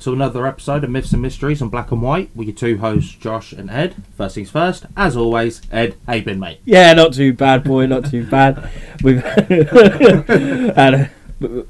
to another episode of Myths and Mysteries on Black and White with your two hosts, Josh and Ed. First things first, as always, Ed, how you been, mate? Yeah, not too bad, boy. Not too bad. We've had a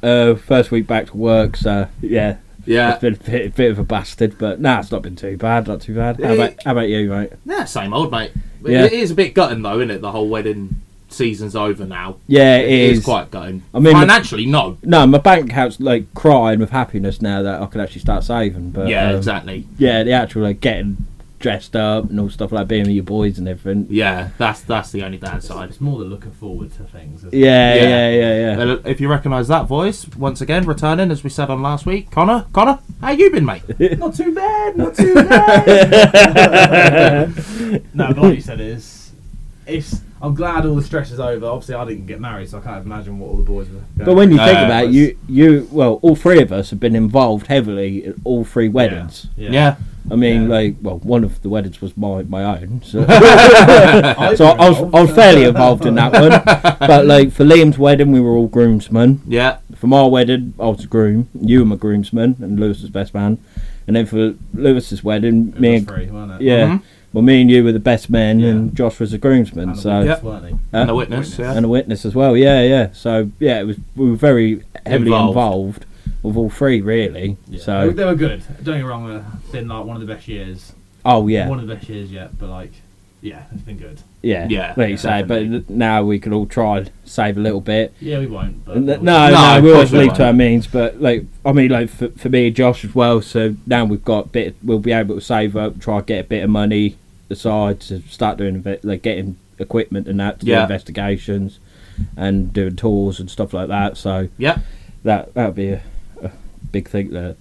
uh, first week back to work, so yeah, Yeah. it's been a bit, a bit of a bastard, but nah, it's not been too bad. Not too bad. How about, how about you, mate? Yeah, same old, mate. It- Yeah. It is a bit gutting, though, isn't it? The whole wedding season's over now. Yeah, it it is. is. quite gutting. I mean- Financially, no. No, my bank account's like crying with happiness now that I can actually start saving. But yeah, um, exactly. Yeah, the actual like getting dressed up and all stuff like being with your boys and everything. Yeah, that's that's the only downside. It's more the looking forward to things. Isn't Yeah, Yeah. yeah, yeah, yeah. Uh, If you recognise that voice, once again returning as we said on last week, Connor, Connor, how you been, mate? it? Not too bad. Not too bad. no, but like you said, is it's. I'm glad all the stress is over. Obviously, I didn't get married, so I can't imagine what all the boys were. Going But when you Uh, think about it, it's- you, you, well, all three of us have been involved heavily in all three Yeah, weddings. Yeah, I mean, Yeah. like, well, one of the weddings was my my own, so, I've so been I was involved. I was fairly involved in that one. But like for Liam's wedding, we were all groomsmen. yeah, For my wedding, I was a groom. You were my groomsman, and Lewis was best man. And then for Lewis's wedding, It me was and free, weren't it? yeah, Mhm. well, me and you were the best men, Yeah. and Josh was the groomsman. And the so witness, weren't they? and a Huh? witness, yeah. and a witness as well. Yeah, yeah. So yeah, it was we were very heavily Involved. involved, with all three really. Yeah. So they were good. Don't get me wrong. It's been like one of the best years. oh yeah, One of the best years yet, but like, yeah, it's been good. yeah, Yeah, Like you say, but now we can all try and save a little bit. Yeah, we won't. Uh, But And th- we'll- no, No, no, we always probably leave to won't. our means. But like, I mean, like for, for me and Josh as well. So now we've got a bit. We'll be able to save up, try and get a bit of money aside to start doing a bit, like getting equipment and that to Yeah. do investigations and doing tours and stuff like that. So yeah, that that'd be a, a big thing to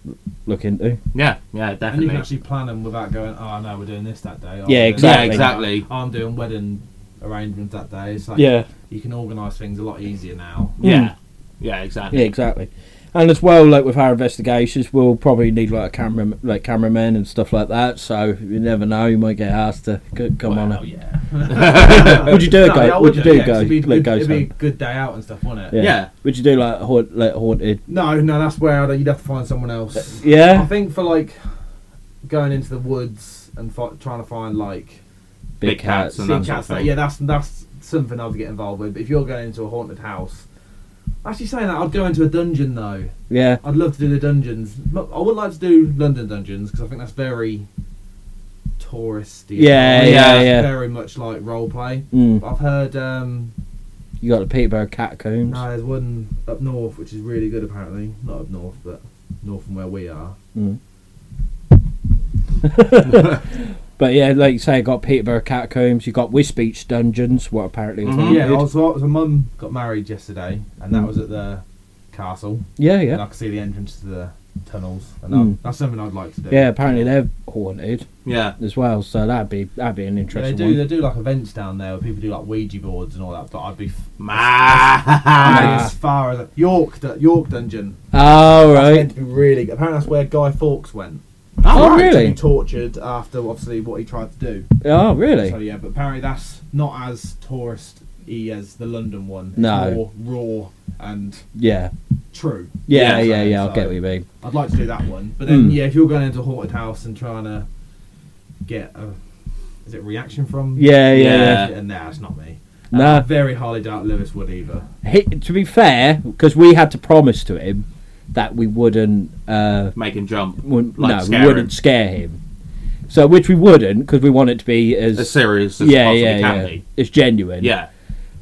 look into. yeah, yeah, And you can definitely. actually plan them without going, oh no, we're doing this that day. Oh, Yeah, we're doing exactly. that. Yeah, exactly. Oh, I'm doing wedding arrangements that day. It's like you can organise things a lot easier now. Yeah, yeah, exactly. yeah, exactly. And as well, like with our investigations, we'll probably need like a camera, like cameramen and stuff like that. So you never know, you might get asked to c- come on. Well, a- yeah. Would you do a No, go? yeah, I would you do yeah, a 'cause go? It'd be, a Like good, go? it'd be a Some? good day out and stuff, wouldn't it? Yeah. Yeah. Would you do like haunt, like haunted? No, no, that's where I'd- you'd have to find someone else. I Yeah. think for like going into the woods and fi- trying to find like Big cats and sea that sort cats. of That, thing. yeah, that's that's something I'd get involved with. But if you're going into a haunted house, actually saying that, I'd go into a dungeon though. Yeah. I'd love to do the dungeons. Look, I would like to do London dungeons because I think that's very touristy. Yeah, yeah, It's yeah. Very much like role play. Mm. I've heard um, You got the Peterborough catacombs. no, there's one up north which is really good apparently. Not up north, but north from where we are. Mm. but yeah, like you say, you got Peterborough catacombs. You got Wisbeach dungeons. What apparently is Mhm. haunted. Mm-hmm. Yeah, I was, I was- my mum got married yesterday, and that was at the castle. Hmm. yeah, And yeah, I could see the entrance to the tunnels, and Mm. I- that's something I'd like to do. yeah. Apparently they're haunted. yeah, as well. So that'd be that'd be an Yeah, they interesting do. one. They do like events down there where people do like Ouija boards and all that. But I'd be f- I mean, Ah. Ma- as far as York, du- York Dungeon. oh That's right, meant to be really. good. Apparently, that's where Guy Fawkes went. Oh, To be really? tortured after obviously what he tried to do. oh So really? yeah, but apparently that's not as touristy as the London one. It's No. more raw and Yeah, true. yeah, yeah, You know what yeah. I'm I saying? get So what you mean. I'd like to do that one, but then Hmm. yeah, if you're going into a haunted house and trying to get a, is it reaction from? Yeah, yeah, Yeah. And nah, it's not me. Nah. I very highly doubt Lewis would either. He, to be fair, because we had to promise to him that we wouldn't, uh, make him jump. wouldn't Like, no, scare we wouldn't him. scare him. So which we wouldn't, because we want it to be as, As serious as yeah, possibly yeah, can yeah, be. as genuine. Yeah,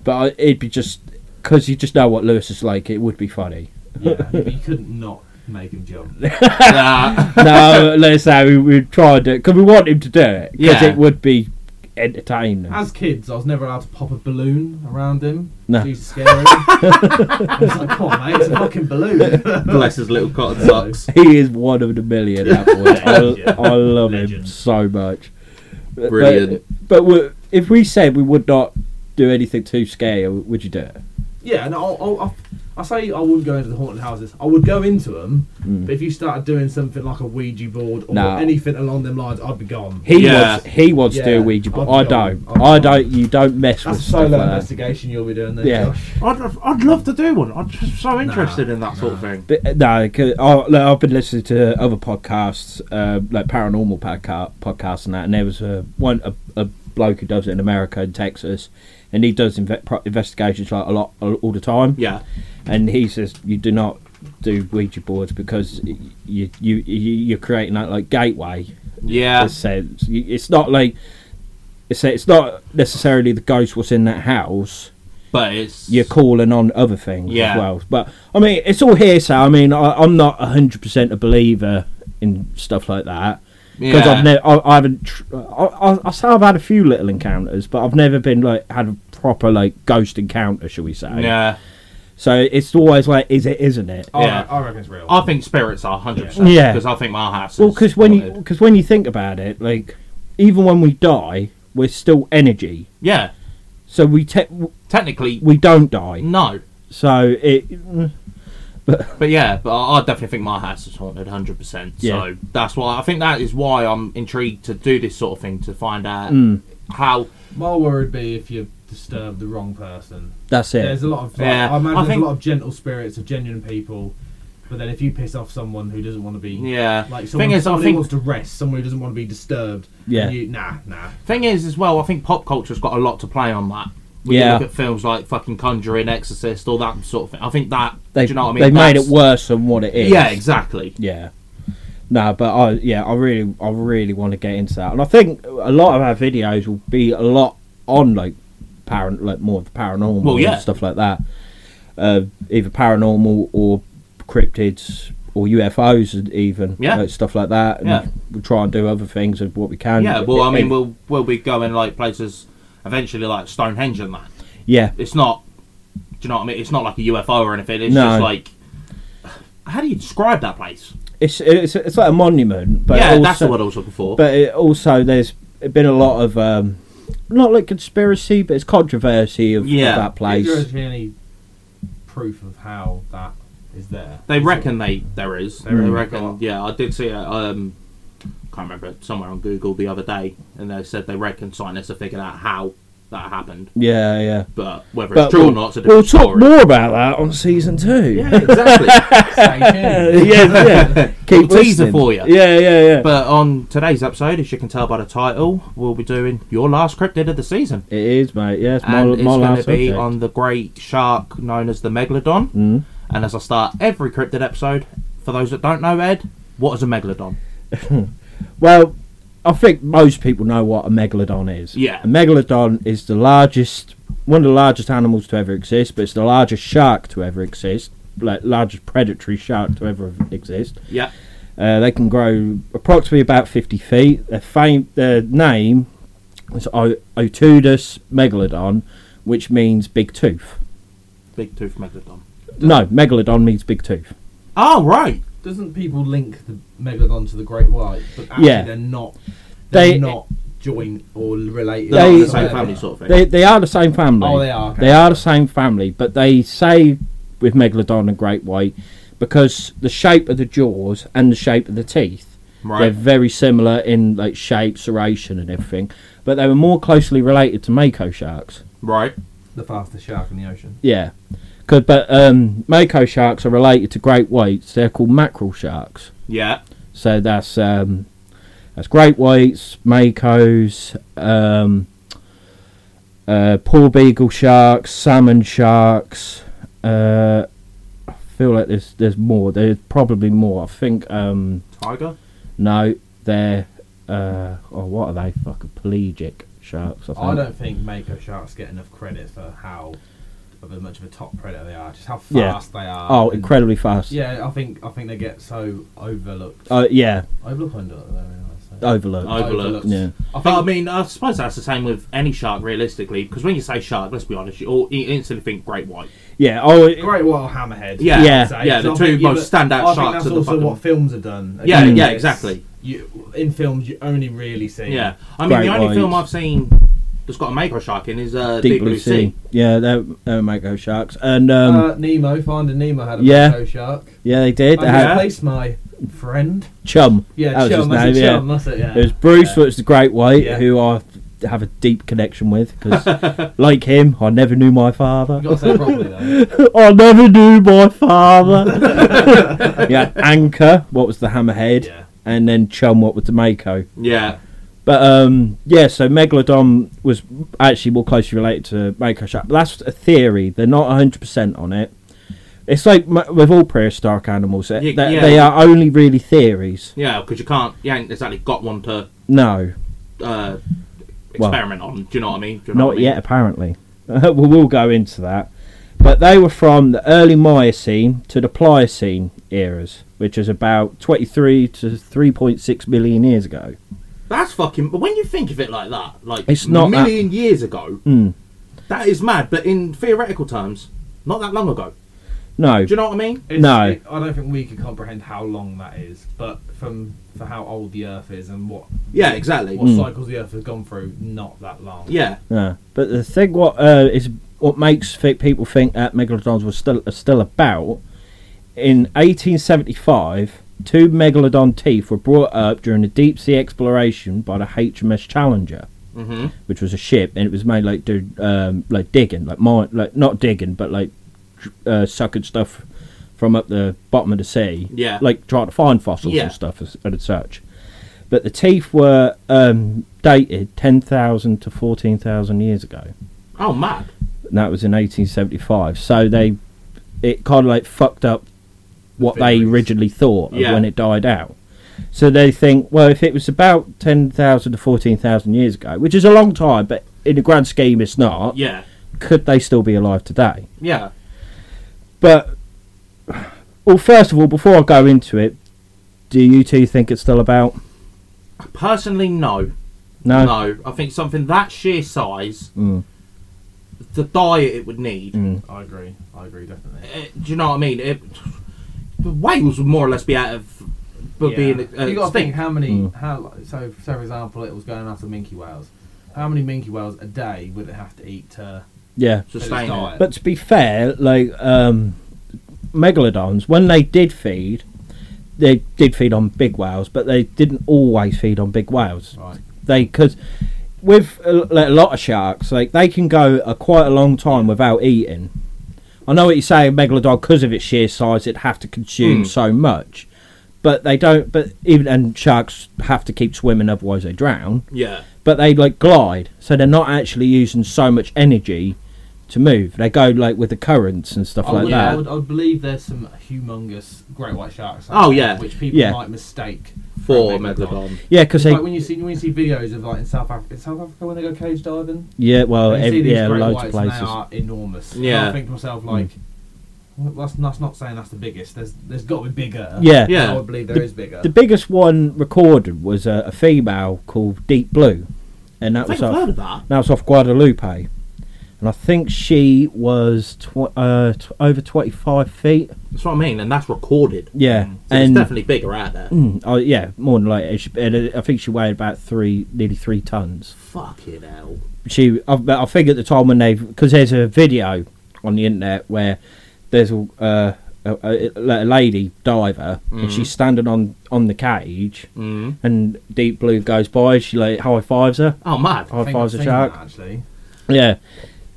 but I, it'd be just because you just know what Lewis is like. It would be funny. Yeah, you couldn't not make him jump. Nah. no, let's say we would try and do because we want him to do it because Yeah. it would be entertaining. As kids, I was never allowed to pop a balloon around him. No. She used to scare him. I was like, come on, mate, it's a fucking balloon. bless his little cotton socks. He is one of the million. That boy. Yeah. I, I love him Legend. so much. But- Brilliant. But, we- if we said we would not do anything too scary, would you do it? yeah, and I, I, I, I say I wouldn't go into the haunted houses. I would go into them, Mm. but if you started doing something like a Ouija board or No. anything along them lines, I'd be gone. He Yeah. wants he wants to do Yeah, a Ouija board. I I'd be on- don't. I'd be I on. don't. You don't mess That's with solo stuff like that. investigation you'll be doing there, Yeah. Josh. I'd, I'd love to do one. I'm just so interested in that sort of thing. But uh, no, 'cause I, like, I've been listening to other podcasts, uh, like paranormal podca- podcasts and that. And there was a one a, a bloke who does it in America in Texas, and he does inve- pro- investigations like a lot all the time. Yeah. and he says you do not do Ouija boards because you you, you you're creating that like gateway. Yeah. It says You- it's not like it's it's not necessarily the ghost was in that house. But it's. You're calling on other things Yeah. as well. But I mean, it's all hearsay. I mean, I, I'm not hundred percent a believer in stuff like that. Because Yeah. I've never, I, I haven't, tr- I, I, I say I've had a few little encounters, but I've never been like had a proper like ghost encounter, shall we say? Yeah. Oh, So it's always like, is it, isn't it? I, Yeah. I reckon it's real. I think spirits are 100%. Yeah. Because I think my house is. Well, because when you haunted. because when you think about it, like even when we die, we're still energy. Yeah. So we te- Technically, we don't die. no. So it But yeah, but I I definitely think my house is haunted 100%. Yeah. So that's why I think that is why I'm intrigued to do this sort of thing to find out Mm. how. My worry would be if you disturb the wrong person. that's it. There's a lot of like, Yeah. I imagine I there's think- a lot of gentle spirits of genuine people, but then if you piss off someone who doesn't want to be Yeah. like someone, thing is, I someone who think wants to rest, someone who doesn't want to be disturbed. Yeah. you- nah, nah. Thing is, as well, I think pop culture's got a lot to play on that. We Yeah. look at films like fucking Conjuring, Exorcist, all that sort of thing. I think that They do you know what I mean? they made it That's- worse than what it is. Yeah, exactly. Yeah. No, but I yeah, I really I really want to get into that, and I think a lot of our videos will be a lot on like parent like more of the paranormal Well, yeah. and stuff like that, uh, either paranormal or cryptids or UFOs and even Yeah. like, stuff like that, and Yeah. we'll try and do other things of what we can. Yeah, well, I mean, Eh, we'll we'll be going like places eventually, like Stonehenge and that. yeah, It's not, do you know what I mean? It's not like a UFO or anything. It's No. just like, how do you describe that place? it's it's it's like a monument, but yeah, also, that's what I was looking for. but it also there's been a lot of um, not like conspiracy, but it's controversy of, of Yeah. that place. Is there actually any proof of how that is there? they Is it- reckon they there is. They There is. reckon. Yeah, I did see it. Um, can't remember somewhere on Google the other day, and they said they reckon scientists have figured out how that happened, Yeah, yeah. but whether But it's true we'll, or not, it's a we'll different talk story. more about that on season two. Yeah, exactly. Stay tuned. yeah, yeah. Keep Little teaser listening. for you. Yeah, yeah, yeah. but on today's episode, as you can tell by the title, we'll be doing your last cryptid of the season. it is, mate. Yeah, it's my, and my it's last going to be subject. on the great shark known as the megalodon. Mm. And as I start every cryptid episode, for those that don't know, Ed, what is a megalodon? Well, I think most people know what a megalodon is. Yeah. A megalodon is the largest, one of the largest animals to ever exist, but it's the largest shark to ever exist, like largest predatory shark to ever exist. Yeah, Uh, they can grow approximately about 50 feet. Their, fame, their name is o- Otudus megalodon, which means big tooth. big tooth megalodon. No, megalodon means big tooth. Oh right, Doesn't people link the megalodon to the Great White? But actually, Yeah. they're not. They're They- not joint or related. they're not They- the same family sort of thing. They, they are the same family. Oh, they are, okay. They are the same family, but they say with megalodon and great white because the shape of the jaws and the shape of the teeth they're right. very similar in like shape, serration, and everything. But they were more closely related to mako sharks. Right. The fastest shark in the ocean. Yeah. 'Cause- but um, mako sharks are related to great whites. They're called mackerel sharks. Yeah. So that's um, that's great whites, makos, um, uh, poor beagle sharks, salmon sharks. Uh, I feel like there's there's more. There's probably more. I think um, Tiger. no, they're uh, oh what are they? Fucking pelagic sharks. I think. I don't think mako sharks get enough credit for how of a- much of a top predator they are. Just how fast Yeah. they are. oh, and- incredibly fast. Yeah, I think I think they get so overlooked. Uh, yeah. Overlooked, underlooked. I don't know, so. Overlooked. Oh, Overlooked. Yeah. I But I think mean, I suppose that's the same with any shark, realistically, because when you say shark, let's be honest, you all you instantly think great white. Yeah. Oh, it- Great White Hammerhead. Yeah, Yeah. I'd say, yeah, the because I two think- yeah, most but standout I sharks think that's of the also fucking- what films have done. Yeah, Again, yeah, it's- exactly. You in films you only really see. Yeah, I mean Great the only White. film I've seen that's got a mako shark in is uh, Deep, Blue sea. Yeah, they they were mako sharks, and um, uh, Nemo, Finding Nemo had a yeah. mako shark. yeah, they did. I They had yeah. replaced my friend. Chum. oh, Yeah, that was Chum. his that's name. it, yeah, Chum, that's it, yeah. it was Bruce, which is the Great White, Yeah. who I have a deep connection with because, like him, I never knew my father. You gotta say it properly though. I never knew my father. yeah, Anchor, what was the hammerhead, Yeah. and then Chum, what was the Mako. Yeah, But um, yeah, so Megalodon was actually more closely related to Mako Shark. But that's a theory; they're not hundred percent on it. It's like m- with all prehistoric animals; they, Ye- they- yeah. they are only really theories. yeah, because you can't, you ain't exactly got one to No, uh, Well, experiment on. Do you know what I mean? Do you know what I not mean? yet. Apparently, we will go into that. But they were from the early Miocene to the Pliocene eras, which is about twenty-three to three point six million years ago. That's fucking. But when you think of it like that, like It's not a that- million years ago, Mm. that is mad. But in theoretical terms, not that long ago. No, Do you know what I mean? It's- No. it- I don't think we can comprehend how long that is, but from for how old the Earth is and what Yeah, exactly. Hmm. what cycles the Earth has gone through, not that long. Yeah, Yeah, but the thing what uh, is what makes thi- people think that megalodons were still are still about. In 1875, two megalodon teeth were brought up during a deep sea exploration by the HMS Challenger, hmm which was a ship, and it was made like do um, like digging, like mine, like not digging, but like uh, sucking stuff from up the bottom of the sea yeah, like trying to find fossils Yeah. and stuff as, and such. But the teeth were um, dated 10,000 to 14,000 years ago. oh mad. And that was in 1875. So they, it kind of like fucked up what they Theories. originally thought of Yeah. when it died out. So they think, well, if it was about 10,000 to 14,000 years ago, which is a long time, but in the grand scheme it's not, Yeah, could they still be alive today? yeah, But well, first of all, before I go into it, do you two think it's still about? Personally, no. No. No, I think something that sheer size, Mm. the diet it would need. Mm. I agree. I agree definitely. eh, do you know what I mean? It, whales would more or less be out of would be in the you got uh, to think thing. how many Hmm. how so so for example it was going after minke whales. How many minke whales a day would it have to eat to Yeah. Sustain It's it. diet. But to be fair, like um, megalodons, when they did feed, they did feed on big whales, but they didn't always feed on big whales. right? They because with a, like, a lot of sharks, like they can go a quite a long time without eating. I know what you're saying, megalodon, because of its sheer size, it'd have to consume Mm. so much. But they don't. But even and sharks have to keep swimming, otherwise they drown. Yeah, But they like glide, so they're not actually using so much energy to move. They go like with the currents and stuff I like would, I, that. would, I would believe there's some humongous great white sharks. out Oh, there, yeah. which people Yeah. might mistake for a megalodon. Yeah, because they Like when you see when you see videos of like in South Africa, in South Africa when they go cage diving, yeah well And you see ev- these yeah great loads whites of and places. Hmm. They are enormous. Yeah. And I think to myself like, well, that's, that's not saying that's the biggest. There's there's got to be bigger. Yeah. Yeah. I would believe there is bigger. The biggest one recorded was a, a female called Deep Blue, and I that think was I've off heard of that. Now it's off Guadalupe, and I think she was tw- uh, t- over twenty-five feet. That's what I mean, and that's recorded. Mm. Yeah, So and it's definitely bigger out there. Mm, oh yeah, more than like she, and uh, I think she weighed about three, nearly three tons. Fucking hell. She, I, but I think at the time when they, because there's a video on the internet where there's a uh, a, a, a lady diver and she's standing on on the cage, Mm. and Deep Blue goes by. She like high fives her, Oh, mad. high I think I've fives the seen shark. that, actually. Yeah,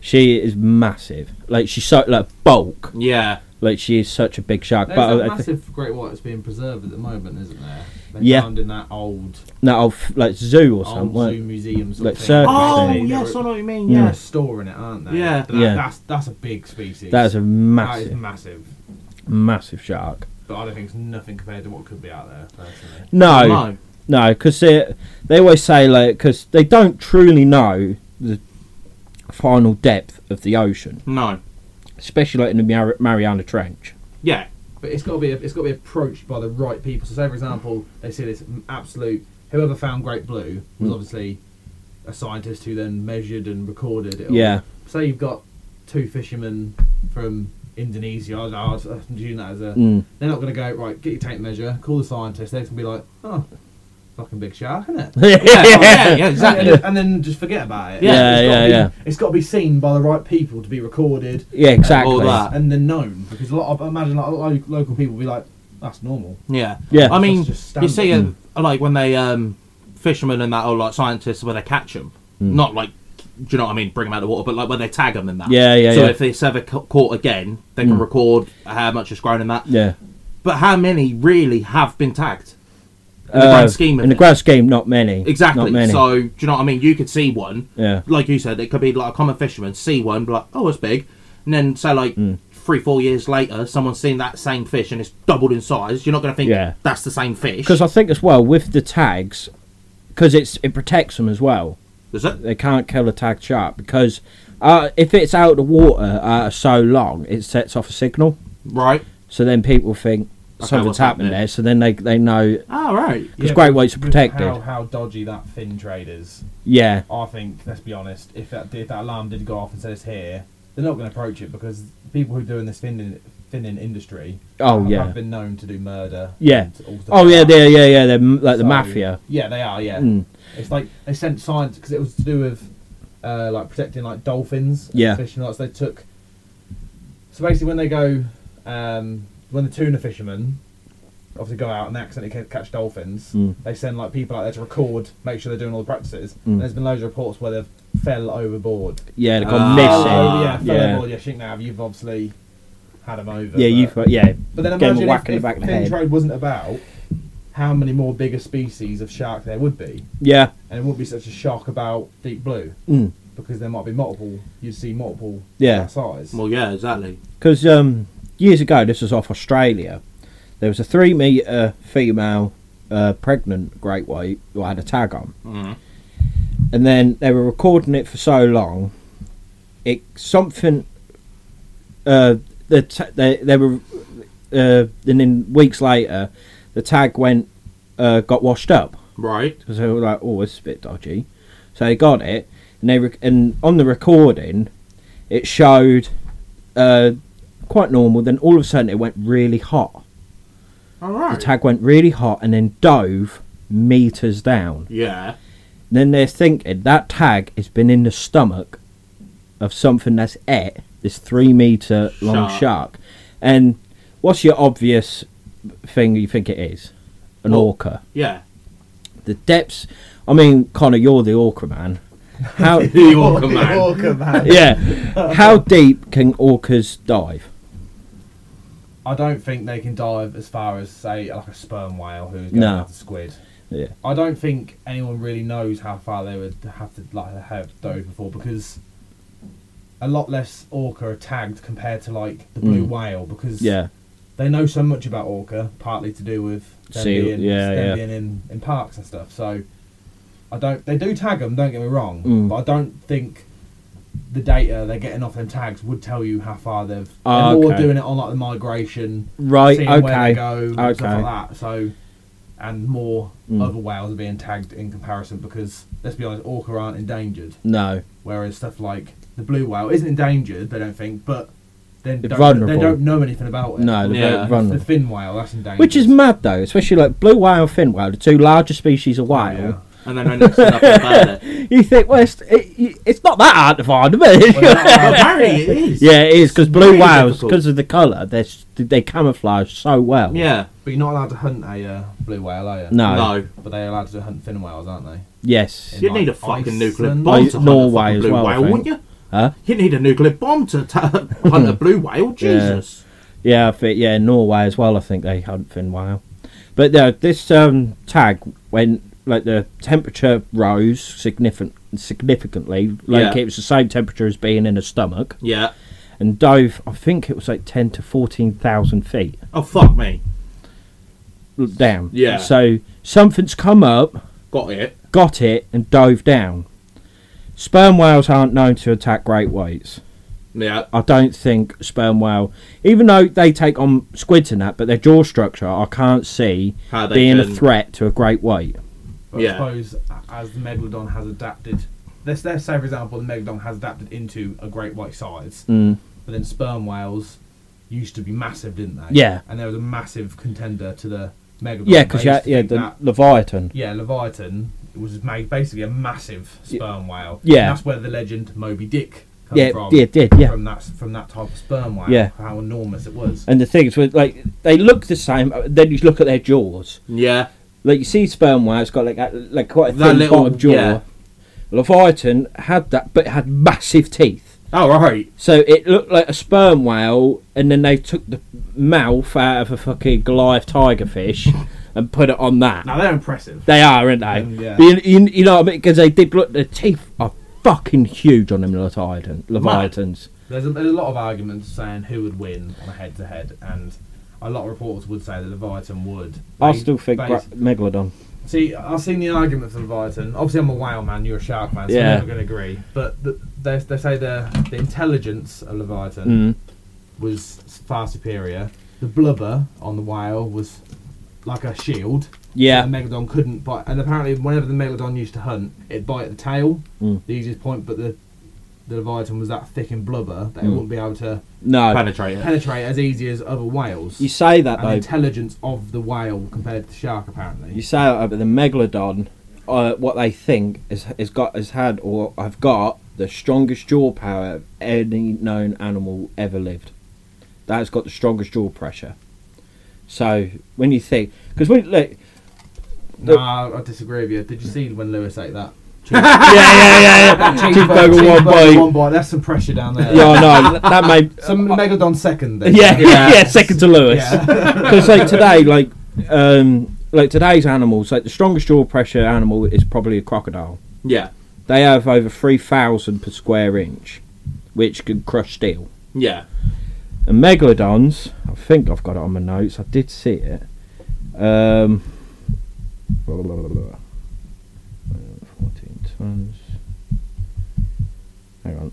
she is massive. Like she's so like bulk. Yeah. Like she is such a big shark. There's but a I- I think massive great white that's being preserved at the moment, isn't there? They Yeah. found in that old that old f- like zoo or something. old weren't- Oh, zoo museum sort Like of thing. circus Oh, thing. They were- yes, I know what you mean. Yeah. they're Yes. storing it, aren't they? Yeah. But that- Yeah. That's that's a big species. That is a That is massive, massive. massive shark. But I don't think it's nothing compared to what could be out there. Personally. No, No. no, because they they always say like because they don't truly know the final depth of the ocean, No. especially like in the Mar- Mariana Trench. Yeah. But it's got to be it's got to be approached by the right people. So, say for example, they see this m- absolute whoever found Great Blue was Hmm. obviously a scientist who then measured and recorded it. all. Yeah. Say you've got two fishermen from Indonesia. I was, I was using that as a. Mm. They're not going to go right. Get your tape measure. Call the scientist. They're going to be like, oh, fucking big shark, isn't it? Yeah, oh, yeah, yeah, And, exactly. then- and then just forget about it. Yeah, It's gotta yeah, be- yeah. It's got to be seen by the right people to be recorded yeah, exactly. All that. and then known because a lot of I imagine like, lo- local people will be like, "That's normal." Yeah. Yeah. I mean, That's just you see, uh, like when they um, fishermen and that, or like scientists, when they catch them, Hmm. not like, do you know what I mean? Bring them out of the water, but like when they tag them and that. Yeah, yeah, So yeah. Hmm. if it's ever ca- caught again, they can record how much it's grown and that. Yeah. But how many really have been tagged? In the Uh, grand scheme of in the it. grand scheme, not many. Exactly. Not many. So do you know what I mean? You could see one. Yeah. Like you said, it could be like a common fisherman see one, be like, oh, it's big, and then say like Hmm. three, four years later, someone's seen that same fish and it's doubled in size. You're not going to think Yeah. that's the same fish. Because I think as well with the tags, because it's it protects them as well. Is it? They can't kill a tagged shark because uh, if it's out of the water uh, so long, it sets off a signal. Right. So then people think Okay, something's what's happening? happened there. So then they they know All right. because Yeah, great but whites are with protected. How, how dodgy that fin trade is. yeah, I think let's be honest. If that if that alarm did go off and says here, they're not going to approach it because the people who are doing this finning finning industry. Oh, have, yeah. have been known to do murder. yeah. and all stuff Oh like yeah, that. they're yeah yeah they're m- like the So- mafia. Yeah, they are. Yeah, Mm. it's like they sent science because it was to do with uh, like protecting like dolphins. and Yeah. fishing lots. They took so basically when they go um, when the tuna fishermen obviously go out and they accidentally ca- catch dolphins, Mm. they send like people out there to record, make sure they're doing all the practices. And There's been loads of reports where they've fell overboard. Yeah, they've Ah. gone Oh, missing. yeah, fell yeah. overboard. Yeah, Shink now you've obviously had them over. Yeah, but- you've got yeah. but then Gave 'em a imagine whack if, in the if back of the fin head. trade wasn't about, how many more bigger species of shark there would be, Yeah, and it wouldn't be such a shock about deep blue Mm. because there might be multiple. You'd see multiple Yeah. that size. Well, yeah, exactly. because um, years ago this was off Australia. There was a three meter female uh, pregnant great white who had a tag on, Mhm. and then they were recording it for so long. It something. Uh, the ta- they they were, uh, and then weeks later, the tag went, uh, got washed up. Right. because they were like, "Oh, this is a bit dodgy." So they got it, and they rec- and on the recording, it showed uh, quite normal. Then all of a sudden, it went really hot. All The right. tag went really hot, and then dove meters down. yeah. Then they're thinking that tag has been in the stomach of something that's ate this three meter long Shark. shark. And what's your obvious thing you think it is? An Well, orca Yeah. the depths. I mean, Connor, you're the orca man. How? The orca man. Orca man. yeah. How deep can orcas dive? I don't think they can dive as far as say like a sperm whale who's going No. after squid. Yeah. I don't think anyone really knows how far they would have to like have dove before because a lot less orca are tagged compared to like the blue Mm. whale because Yeah. they know so much about orca, partly to do with them Seal, being, yeah, them yeah. being in, in parks and stuff. So I don't. They do tag them. Don't get me wrong, Mm. but I don't think the data they're getting off them tags would tell you how far they've. Ah, they're more okay. doing it on like the migration, Right. seeing where they okay. go, and stuff okay. like that. So. And more Mm. other whales are being tagged in comparison because let's be honest, orca aren't endangered. No. Whereas stuff like the blue whale isn't endangered, they don't think, but then They're don't, they vulnerable. don't know anything about it. No. They're Yeah. very The- vulnerable. The fin whale, that's endangered. Which is mad though, especially like blue whale, fin whale, the two larger species of whale. And then I next to nothing about it. You think, well, it's, it, it's not that hard to find, is it? Well, apparently it is. yeah, it is because blue really whales, difficult. because of the colour, they they camouflage so well. Yeah. But you're not allowed to hunt a uh, blue whale, are you? No. No. But they're allowed to hunt fin whales, aren't they? Yes. You'd need a Ice- fucking Iceland? nuclear Ice- bomb to hunt Norway a fucking as blue well, I whale, think. wouldn't you? Huh? You'd need a nuclear bomb to t- hunt a blue whale. Jesus. Yeah, I think yeah, Norway as well. I think they hunt fin whale, but uh, this um, tag when like the temperature rose significant significantly, like Yeah. it was the same temperature as being in a stomach, Yeah. and dove. I think it was like ten to fourteen thousand feet Oh fuck me. l- down. Yeah. So something's come up, Got it. got it, and dove down. Sperm whales aren't known to attack great whites. Yeah. I don't think sperm whale, even though they take on squids and that, but their jaw structure, I can't see How they being can- Oh, a threat to a great white. But Yeah. I suppose a- as the megalodon has adapted, let's, let's say, for example, the megalodon has adapted into a great white size, Mm. but then sperm whales used to be massive, didn't they? Yeah. And there was a massive contender to the Megalodon. Yeah, because yeah, based, yeah, think the that- Leviathan. yeah, Leviathan was made basically a massive sperm whale. Yeah. that's where the legend Moby Dick comes Yeah, from. yeah, it did, yeah. from that from that type of sperm whale. Yeah. how enormous it was. And the things with like they look the same. uh, Then you look at their jaws. Yeah. Like you see sperm whale, it's got like that, like quite a That thin little- bottom jaw. yeah. Leviathan had that, but it had massive teeth. Oh right. So it looked like a sperm whale, and then they took the mouth out of a fucking Goliath tiger fish and put it on that. Now they're impressive. They are, aren't they? Um, yeah. But you, you- you know what I mean? Because they did look, the teeth are fucking huge on them Leviathan, Leviathans. There's a, there's a lot of arguments saying who would win on a head to head, and a lot of reporters would say that Leviathan would. I They- still think they- Gra- Megalodon. See, I've seen the argument for Leviathan. Obviously, I'm a whale man. You're a shark man, so Yeah. we're never going to agree. But the, they, they say the the intelligence of Leviathan Mm. was far superior. The blubber on the whale was like a shield. Yeah. The megalodon couldn't bite, and apparently, whenever the megalodon used to hunt, it'd bite at the tail, Mm. the easiest point. But the the leviathan was that thick in blubber that it Mm. wouldn't be able to No. Penetrate it. penetrate as easy as other whales. You say that, and the though. intelligence of the whale compared to the shark, apparently. You say that, but the Megalodon, uh, what they think is, has got has had or I've got the strongest jaw power of any known animal ever lived. That's got the strongest jaw pressure. So when you think, because we look, No, I disagree with you. Did you see when Lewis ate that? yeah, yeah, yeah, yeah. Cheeseburger, Cheeseburger one cheeseburger, bite. one bite. That's some pressure down there. Yeah, no, that made Some megalodon second. Then. yeah, yeah, Yeah. yeah, second to Lewis. Yeah. Because like today, like um, like today's animals, like the strongest jaw pressure animal is probably a crocodile. Yeah. They have over three thousand per square inch, which can crush steel. Yeah. And megalodons, I think I've got it on my notes. I did see it. Um, blah, blah, blah, blah. Uh, 14 tons. Hang on.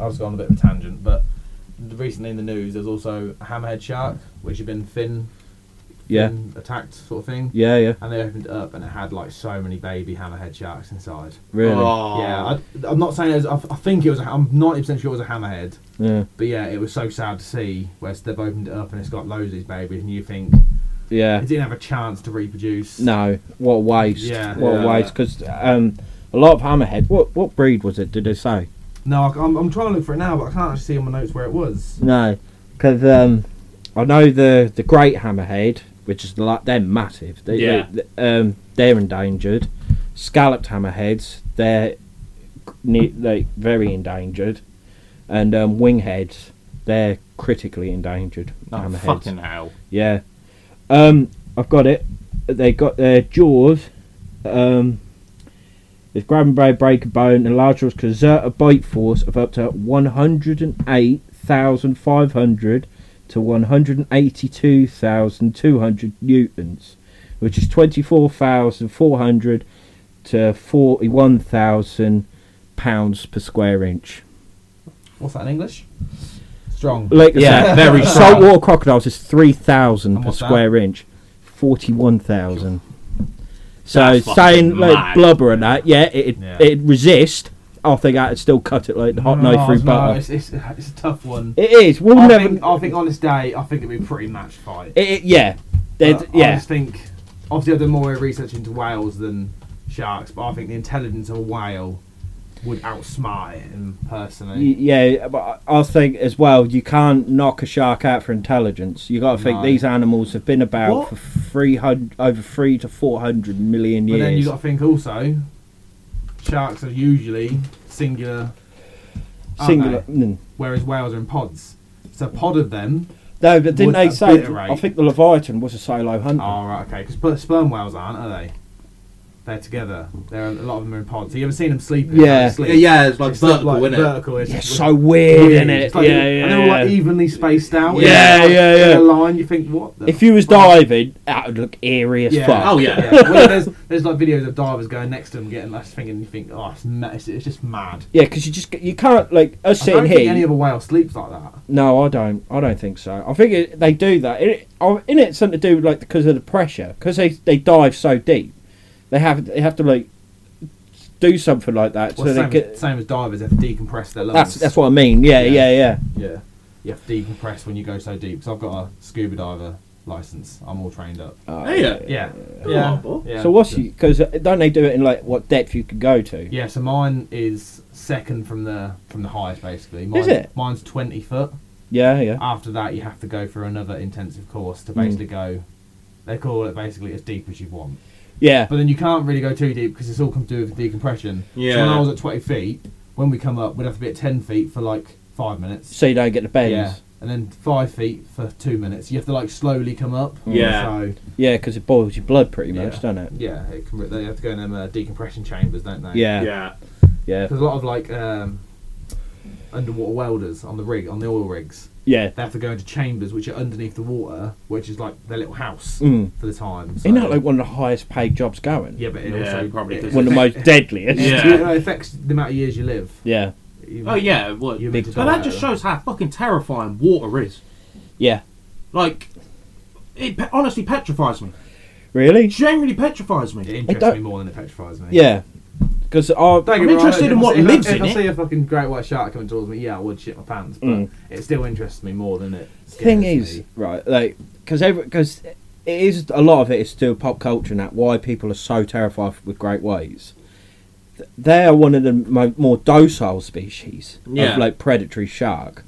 I was going on a bit of a tangent, but recently in the news, there's also a hammerhead shark, which had been fin, Yeah. fin attacked, sort of thing. Yeah, yeah. And they opened it up, and it had like so many baby hammerhead sharks inside. Really. Oh. Yeah, I, I'm not saying it was. I, I think it was. a- I'm 90 percent sure it was a hammerhead. Yeah. But yeah, it was so sad to see where they've opened it up and it's got loads of these babies, and you think Yeah. it didn't have a chance to reproduce. Uh, No, what a waste. Yeah. what a Yeah. waste. Because um, a lot of hammerhead. What what breed was it? Did they say? No, I, am I'm trying to look for it now, but I can't actually see on my notes where it was. No, because um, I know the the great hammerhead, which is like they're massive. They, Yeah. they- um, they're endangered. Scalloped hammerheads, they're ne- like very endangered, and um, wingheads, they're critically endangered. Oh, hammerheads. fucking hell. Yeah. Um, I've got it. They got their jaws. Um, if grab and break, break a bone, and large jaws can exert a bite force of up to 108,500 to 182,200 newtons, which is 24,400 to 41,000 pounds per square inch. What's that in English? Strong. Like I Yeah, said, very saltwater crocodiles is three thousand And per what's that? square inch, forty-one thousand. So That's fucking saying like mad. blubber and that, yeah, it Yeah. it resist. I think I'd still cut it like the hot knife through Oh, no, butter. It's, it's, it's a tough one. It is. We'll I, never. think, I think on this day, I think it'd be a pretty match fight. it, it- yeah, They'd- But I yeah, just think, obviously, I've done more research into whales than sharks, but I think the intelligence of a whale would outsmart it in Y- personally. yeah. But I I think as well, you can't knock a shark out for intelligence. You got to think No. these animals have been about What? for three hundred over three to four hundred million But years. then you got to think also, sharks are usually singular, aren't Singular. they? mm. whereas whales are in pods. So a pod of them. No, but didn't Would they say? obliterate. I think the Leviathan was a solo hunter. Oh right, okay. Because sperm whales aren't, are they? They're together. There are a lot of them are in pods. Have you ever seen them sleeping? Yeah. How they sleep? Yeah, yeah, it's like It's vertical, like isn't it? vertical. It's Yeah, just- so weird, isn't it? It's like- yeah, and yeah, they're all like yeah. evenly spaced out. Yeah, Like, yeah, in yeah. A line. You think what? The If you was fuck? diving, that would look eerie as Yeah. fuck. Oh yeah. yeah. well, there's there's like videos of divers going next to them getting that thing, and you think, oh, it's, ma- it's, it's just mad. Yeah, because you just you can't like us I don't sitting think here. any other whale sleeps like that. no, I don't. I don't think so. I think it, they do that. It, oh, in it, something to do with like because of the pressure. Because they they dive so deep, they have they have to like do something like that Well, so they same, get. same as divers, they have to decompress their lungs. That's that's what I mean. Yeah, yeah, Yeah. yeah. Yeah. you have to decompress when you go so deep. Because I've got a scuba diver license. I'm all trained up. Oh, Hey, yeah. Yeah. Come yeah. on, Bob. yeah. So what's because don't they do it in like what depth you could go to? Yeah, so mine is second from the from the highest basically. Mine, Is it? Mine's twenty foot. yeah, yeah. After that, you have to go for another intensive course Hmm. to basically go. They call it basically as deep as you want, yeah. but then you can't really go too deep because it's all come to do with decompression. So when Yeah. I was at twenty feet, when we come up, we'd have to be at ten feet for like five minutes. So you don't get the bends. Yeah, and then five feet for two minutes. You have to like slowly come up. Yeah. So Yeah, because it boils your blood pretty much, Yeah. doesn't it? yeah, it can, they have to go in them uh, decompression chambers, don't they? Yeah, yeah, Yeah. yeah, There's a lot of like um, underwater welders on the rig on the oil rigs. yeah. They have to go into chambers which are underneath the water, which is like their little house Mm. for the time. So. Isn't that like one of the highest paid jobs going? yeah, but it Yeah, also probably it does. One of the most deadliest. Yeah. it affects the amount of years you live. yeah, You- Oh yeah. What? You're meant But to that die. just shows how fucking terrifying water is. yeah. Like, it pe- honestly petrifies me. Really? Genuinely petrifies It me. interests don't- me more than it petrifies me. Yeah, because Don't I get I'm me interested if in I what see- if I- lives if in I it. see a fucking great white shark coming towards me, yeah, I would shit my pants. But Mm. it still interests me more than it. scares thing me. is right, like because because it is a lot of it is still pop culture and that why people are so terrified with great waves. Th- They are one of the mo- more docile species Yeah. of like predatory shark.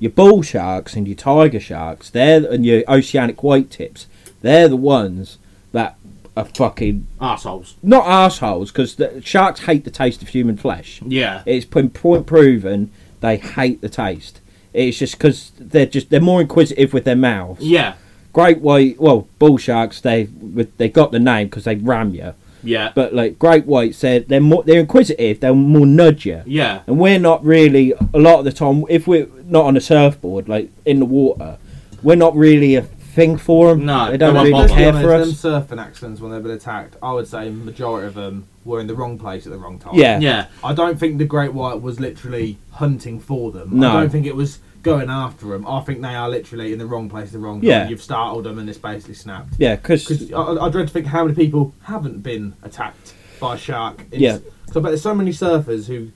Your bull sharks and your tiger sharks, they're and your oceanic white tips, they're the ones that are fucking Assholes. not assholes because sharks hate the taste of human flesh. Yeah. It's been pro- proven they hate the taste. It's just because they're just they're more inquisitive with their mouths. Yeah. Great white, well, bull sharks they with- they got the name because they ram you. Yeah. But like great whites, they're they're more they're inquisitive. They'll more nudge you. yeah. And we're not really a lot of the time if we're not on a surfboard like in the water, we're not really a thing for them. No, they don't they won't really Let's be bother. care honest, for us. Them surfing accidents when they've been attacked, I would say majority of them were in the wrong place at the wrong time. Yeah. Yeah. I don't think the Great White was literally hunting for them. No. I don't think it was going after them. I think they are literally in the wrong place at the wrong time. Yeah. You've startled them and it's basically snapped. Yeah, because Because I, I- I dread to think how many people haven't been attacked by a shark. It's- Yeah. 'cause I bet there's so many surfers who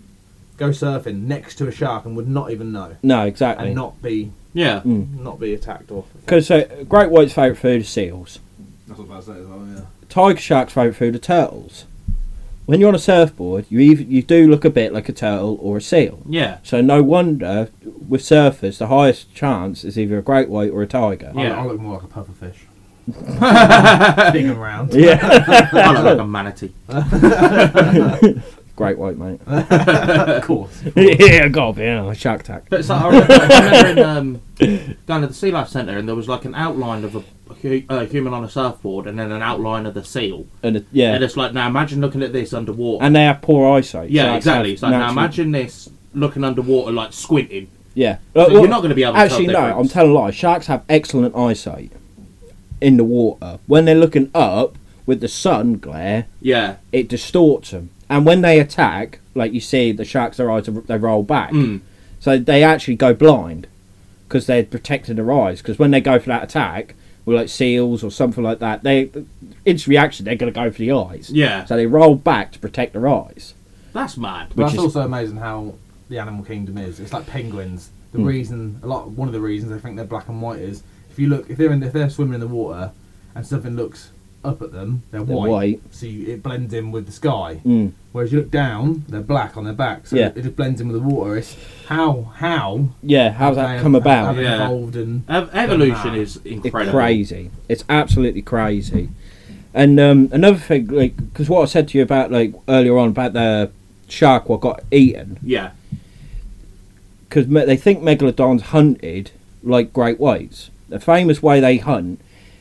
go surfing next to a shark and would not even know no, exactly. and not be Yeah. not be attacked or. Because uh, great white's favourite food is seals. That's what I was about to say as well. Yeah. tiger shark's favourite food are turtles. When you're on a surfboard, you either, you do look a bit like a turtle or a seal. Yeah. So no wonder with surfers, the highest chance is either a great white or a tiger. Yeah. I, look, I look more like a pufferfish. Big and round. Yeah, I look like a manatee. great white, mate. of course. yeah, gotta be yeah, shark attack. But it's like, I remember, I remember in, um, going to the Sea Life Centre and there was like an outline of a, hu- uh human on a surfboard and then an outline of the seal. And it- yeah, And it's like, now imagine looking at this underwater. and they have poor eyesight. yeah, so that's exactly. It's like, now natural- imagine this looking underwater, like squinting. Yeah, So Uh, well, you're not going to be able to Actually, tell no. I'm difference. telling a lie. Sharks have excellent eyesight in the water. When they're looking up with the sun glare, Yeah. it distorts them. And when they attack, like you see, the sharks, their eyes they roll back, Mm. so they actually go blind because they're protecting their eyes. Because when they go for that attack, with like seals or something like that, they its reaction they're going to go for the eyes. Yeah. So they roll back to protect their eyes. That's mad. Which But that's is- also amazing how the animal kingdom is. It's like penguins. Hmm. The reason, a lot, one of the reasons I think they're black and white is if you look, if they're in, if they're swimming in the water and something looks up at them, they're, They're white. white. So you, it blends in with the sky. Mm. Whereas you look down, they're black on their back. So Yeah. it, it just blends in with the water. It's how how Yeah, how's they that have- come about? have it Yeah. evolved and Ev- evolution mad. is It's incredible. crazy. It's absolutely crazy. And um, another thing, like, because what I said to you about like earlier on about the shark what got eaten, Yeah. because me- they think megalodons hunted like great whites. The famous way they hunt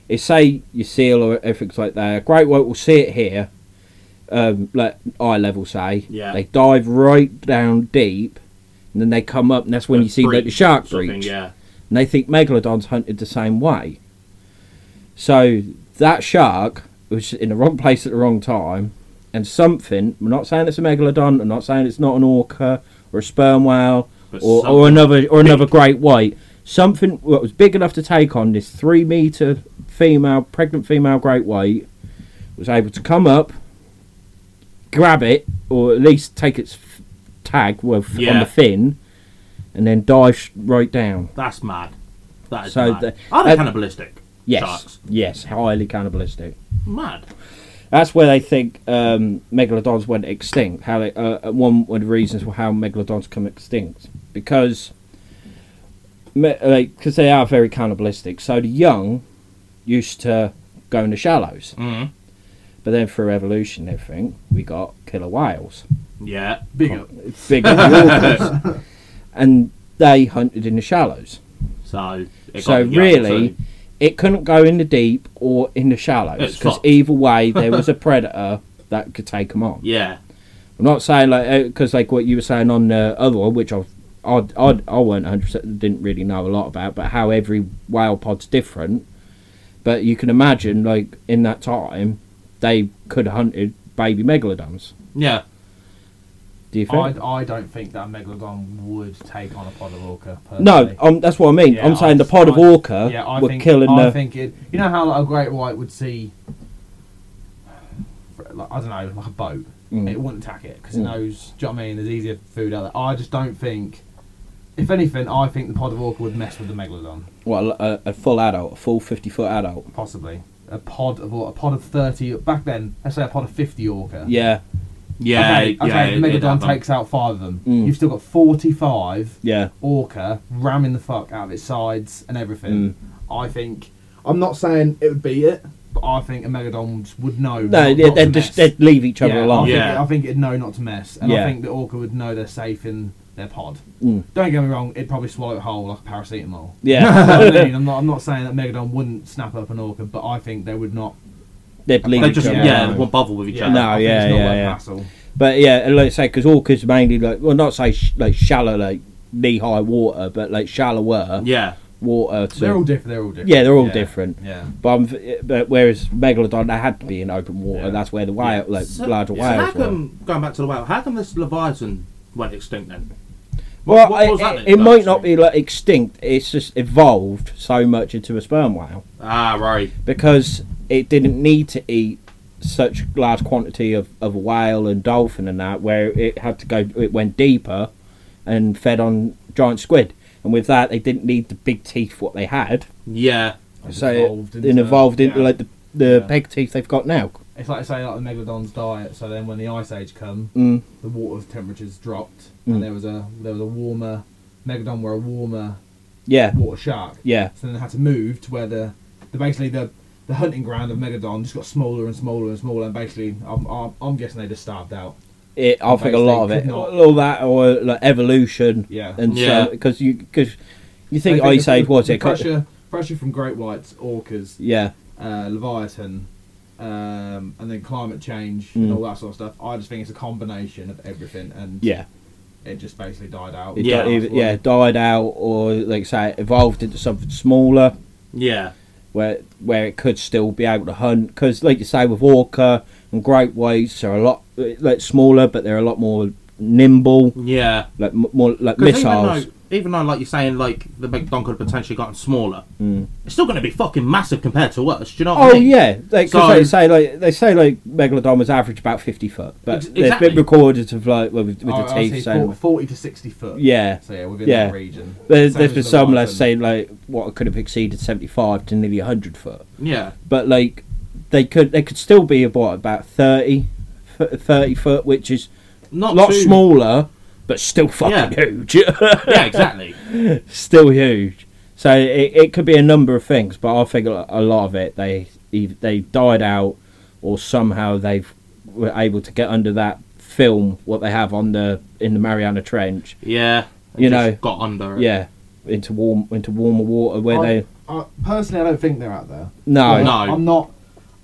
is say you seal or everything like that. A great white will see it here, um, like eye level, say. Yeah. They dive right down deep, and then they come up, and that's when you see like, the Breach shark sort of thing, breach. Yeah. And they think megalodons hunted the same way. So that shark was in the wrong place at the wrong time, and something. I'm not saying it's a megalodon. I'm not saying it's not an orca or a sperm whale But or, something or another or another great white. Something that was big enough to take on this three meter female pregnant female great white was able to come up, grab it, or at least take its f- tag with, on Yeah. the fin, and then dive sh- right down. That's mad. That is So mad. the- Are they uh, cannibalistic? Yes, Sharks. yes, highly cannibalistic. Mad. That's where they think um, megalodons went extinct. How they, uh, one of the reasons for how megalodons come extinct because because they are very cannibalistic. So the young used to go in the shallows, Mm. but then through evolution, and everything we got killer whales, Yeah. Big up. bigger yawpers, and they hunted in the shallows. So. it so got young, really, so- it couldn't go in the deep or in the shallows It's because fucked. either way, there was a predator that could take them on. yeah. I'm not saying like because like what you were saying on the other one, which I I I, I weren't 100 percent didn't really know a lot about, but how every whale pod's different. But you can imagine like in that time, they could have hunted baby megalodons. Yeah. Do you think? I, I don't think that a megalodon would take on a pod of orca. no, personally. um, that's what I mean. Yeah, I'm saying the pod of I- orca yeah, I were think, killing I the. think it. You know how like, a great white would see, like, I don't know, like a boat. Mm. It wouldn't attack it because Mm. it knows. Do you know what I mean? There's easier food out there. I just don't think. If anything, I think the pod of orca would mess with the megalodon. Well, a, a full adult, a full 50 foot adult. Possibly a pod of or- a pod of thirty back then. Let's say a pod of fifty orca. Yeah, Yeah. okay, yeah. okay, it- the it megalodon happened. takes out five of them. Mm. You've still got forty-five yeah. orca ramming the fuck out of its sides and everything. Mm. I think. I'm not saying it would be it, but I think a megalodon would know. No, they not, not to they'd, just, mess. they'd leave each other yeah, I alone. think, Yeah. I think it'd know not to mess, and Yeah. I think the orca would know they're safe in their pod. Mm. Don't get me wrong; it'd probably swallow it whole like a paracetamol. You Yeah, know what I mean? I'm not. I'm not saying that megalodon wouldn't snap up an orca, but I think they would not. they'd leave They each just other yeah, alone. won't bother with each Yeah, other. No, I think yeah, it's not yeah, worth yeah. hassle. But yeah, and like I say, because orcas mainly like well, not say sh- like shallow, like knee high water, but like shallower Yeah. water. To, They're all different. They're all different. yeah, they're all different. Yeah. But, I'm, but whereas megalodon, they had to be in open water. Yeah. That's where the whale, like larger so how whales. were. come, going back to the whale, how come this leviathan went extinct then? Well, what was it, that it, then, it might actually? not be like extinct. It's just evolved so much into a sperm whale Ah, right. because it didn't need to eat such large quantity of, of whale and dolphin and that where it had to go it went deeper and fed on giant squid and with that they didn't need the big teeth what they had Yeah. It's so evolved it, it into- evolved into yeah. like the, the Yeah. peg teeth they've got now It's like say like the megalodon's diet. So then when the ice age come, mm. the water temperatures dropped, Mm. and there was a there was a warmer megalodon were a warmer yeah water shark. yeah So then they had to move to where the, the basically the the hunting ground of megalodon just got smaller and smaller and smaller, and basically I'm I'm, I'm guessing they just starved out. it, i think a Basically lot of could it not- all that or like evolution Yeah. and Yeah. so because you because you think I ice age the- was the it pressure pressure from great whites, orcas, yeah uh, leviathan. Um, and then climate change Mm. and all that sort of stuff. I just think it's a combination of everything, and yeah it just basically died out. It Yeah. yeah, yeah, died out, or like I say, evolved into something smaller Yeah. where where it could still be able to hunt. Because, like you say, with orca and great whites are a lot uh, like smaller, but they're a lot more nimble, Yeah. like m- more like 'Cause missiles. Even though, even though, like you're saying, like the megalodon could have potentially gotten smaller, Mm. it's still going to be fucking massive compared to us. Do you know what Oh I mean? yeah, like 'cause So- they say like they say like megalodon was average about fifty foot, but Ex- there's exactly. been recorded of like with, with Oh, I- the I'd teeth say saying 40, 40 to 60 foot. yeah. So yeah, within Yeah. that region. There's, Same there's as been the some Leviathan. let's say like what could have exceeded seventy five to nearly hundred foot. Yeah. but like they could they could still be about about 30, f- 30 foot which is a Not lot too- smaller but still fucking huge Yeah, exactly. still huge so it, it could be a number of things but i think a a lot of it they eith- they died out or somehow they've were able to get under that film what they have on the in the mariana trench Yeah. It You just know. Got under it. yeah into warm into warmer water where I, they I, Uh, personally, I don't think they're out there. no, Oh. No. I'm not.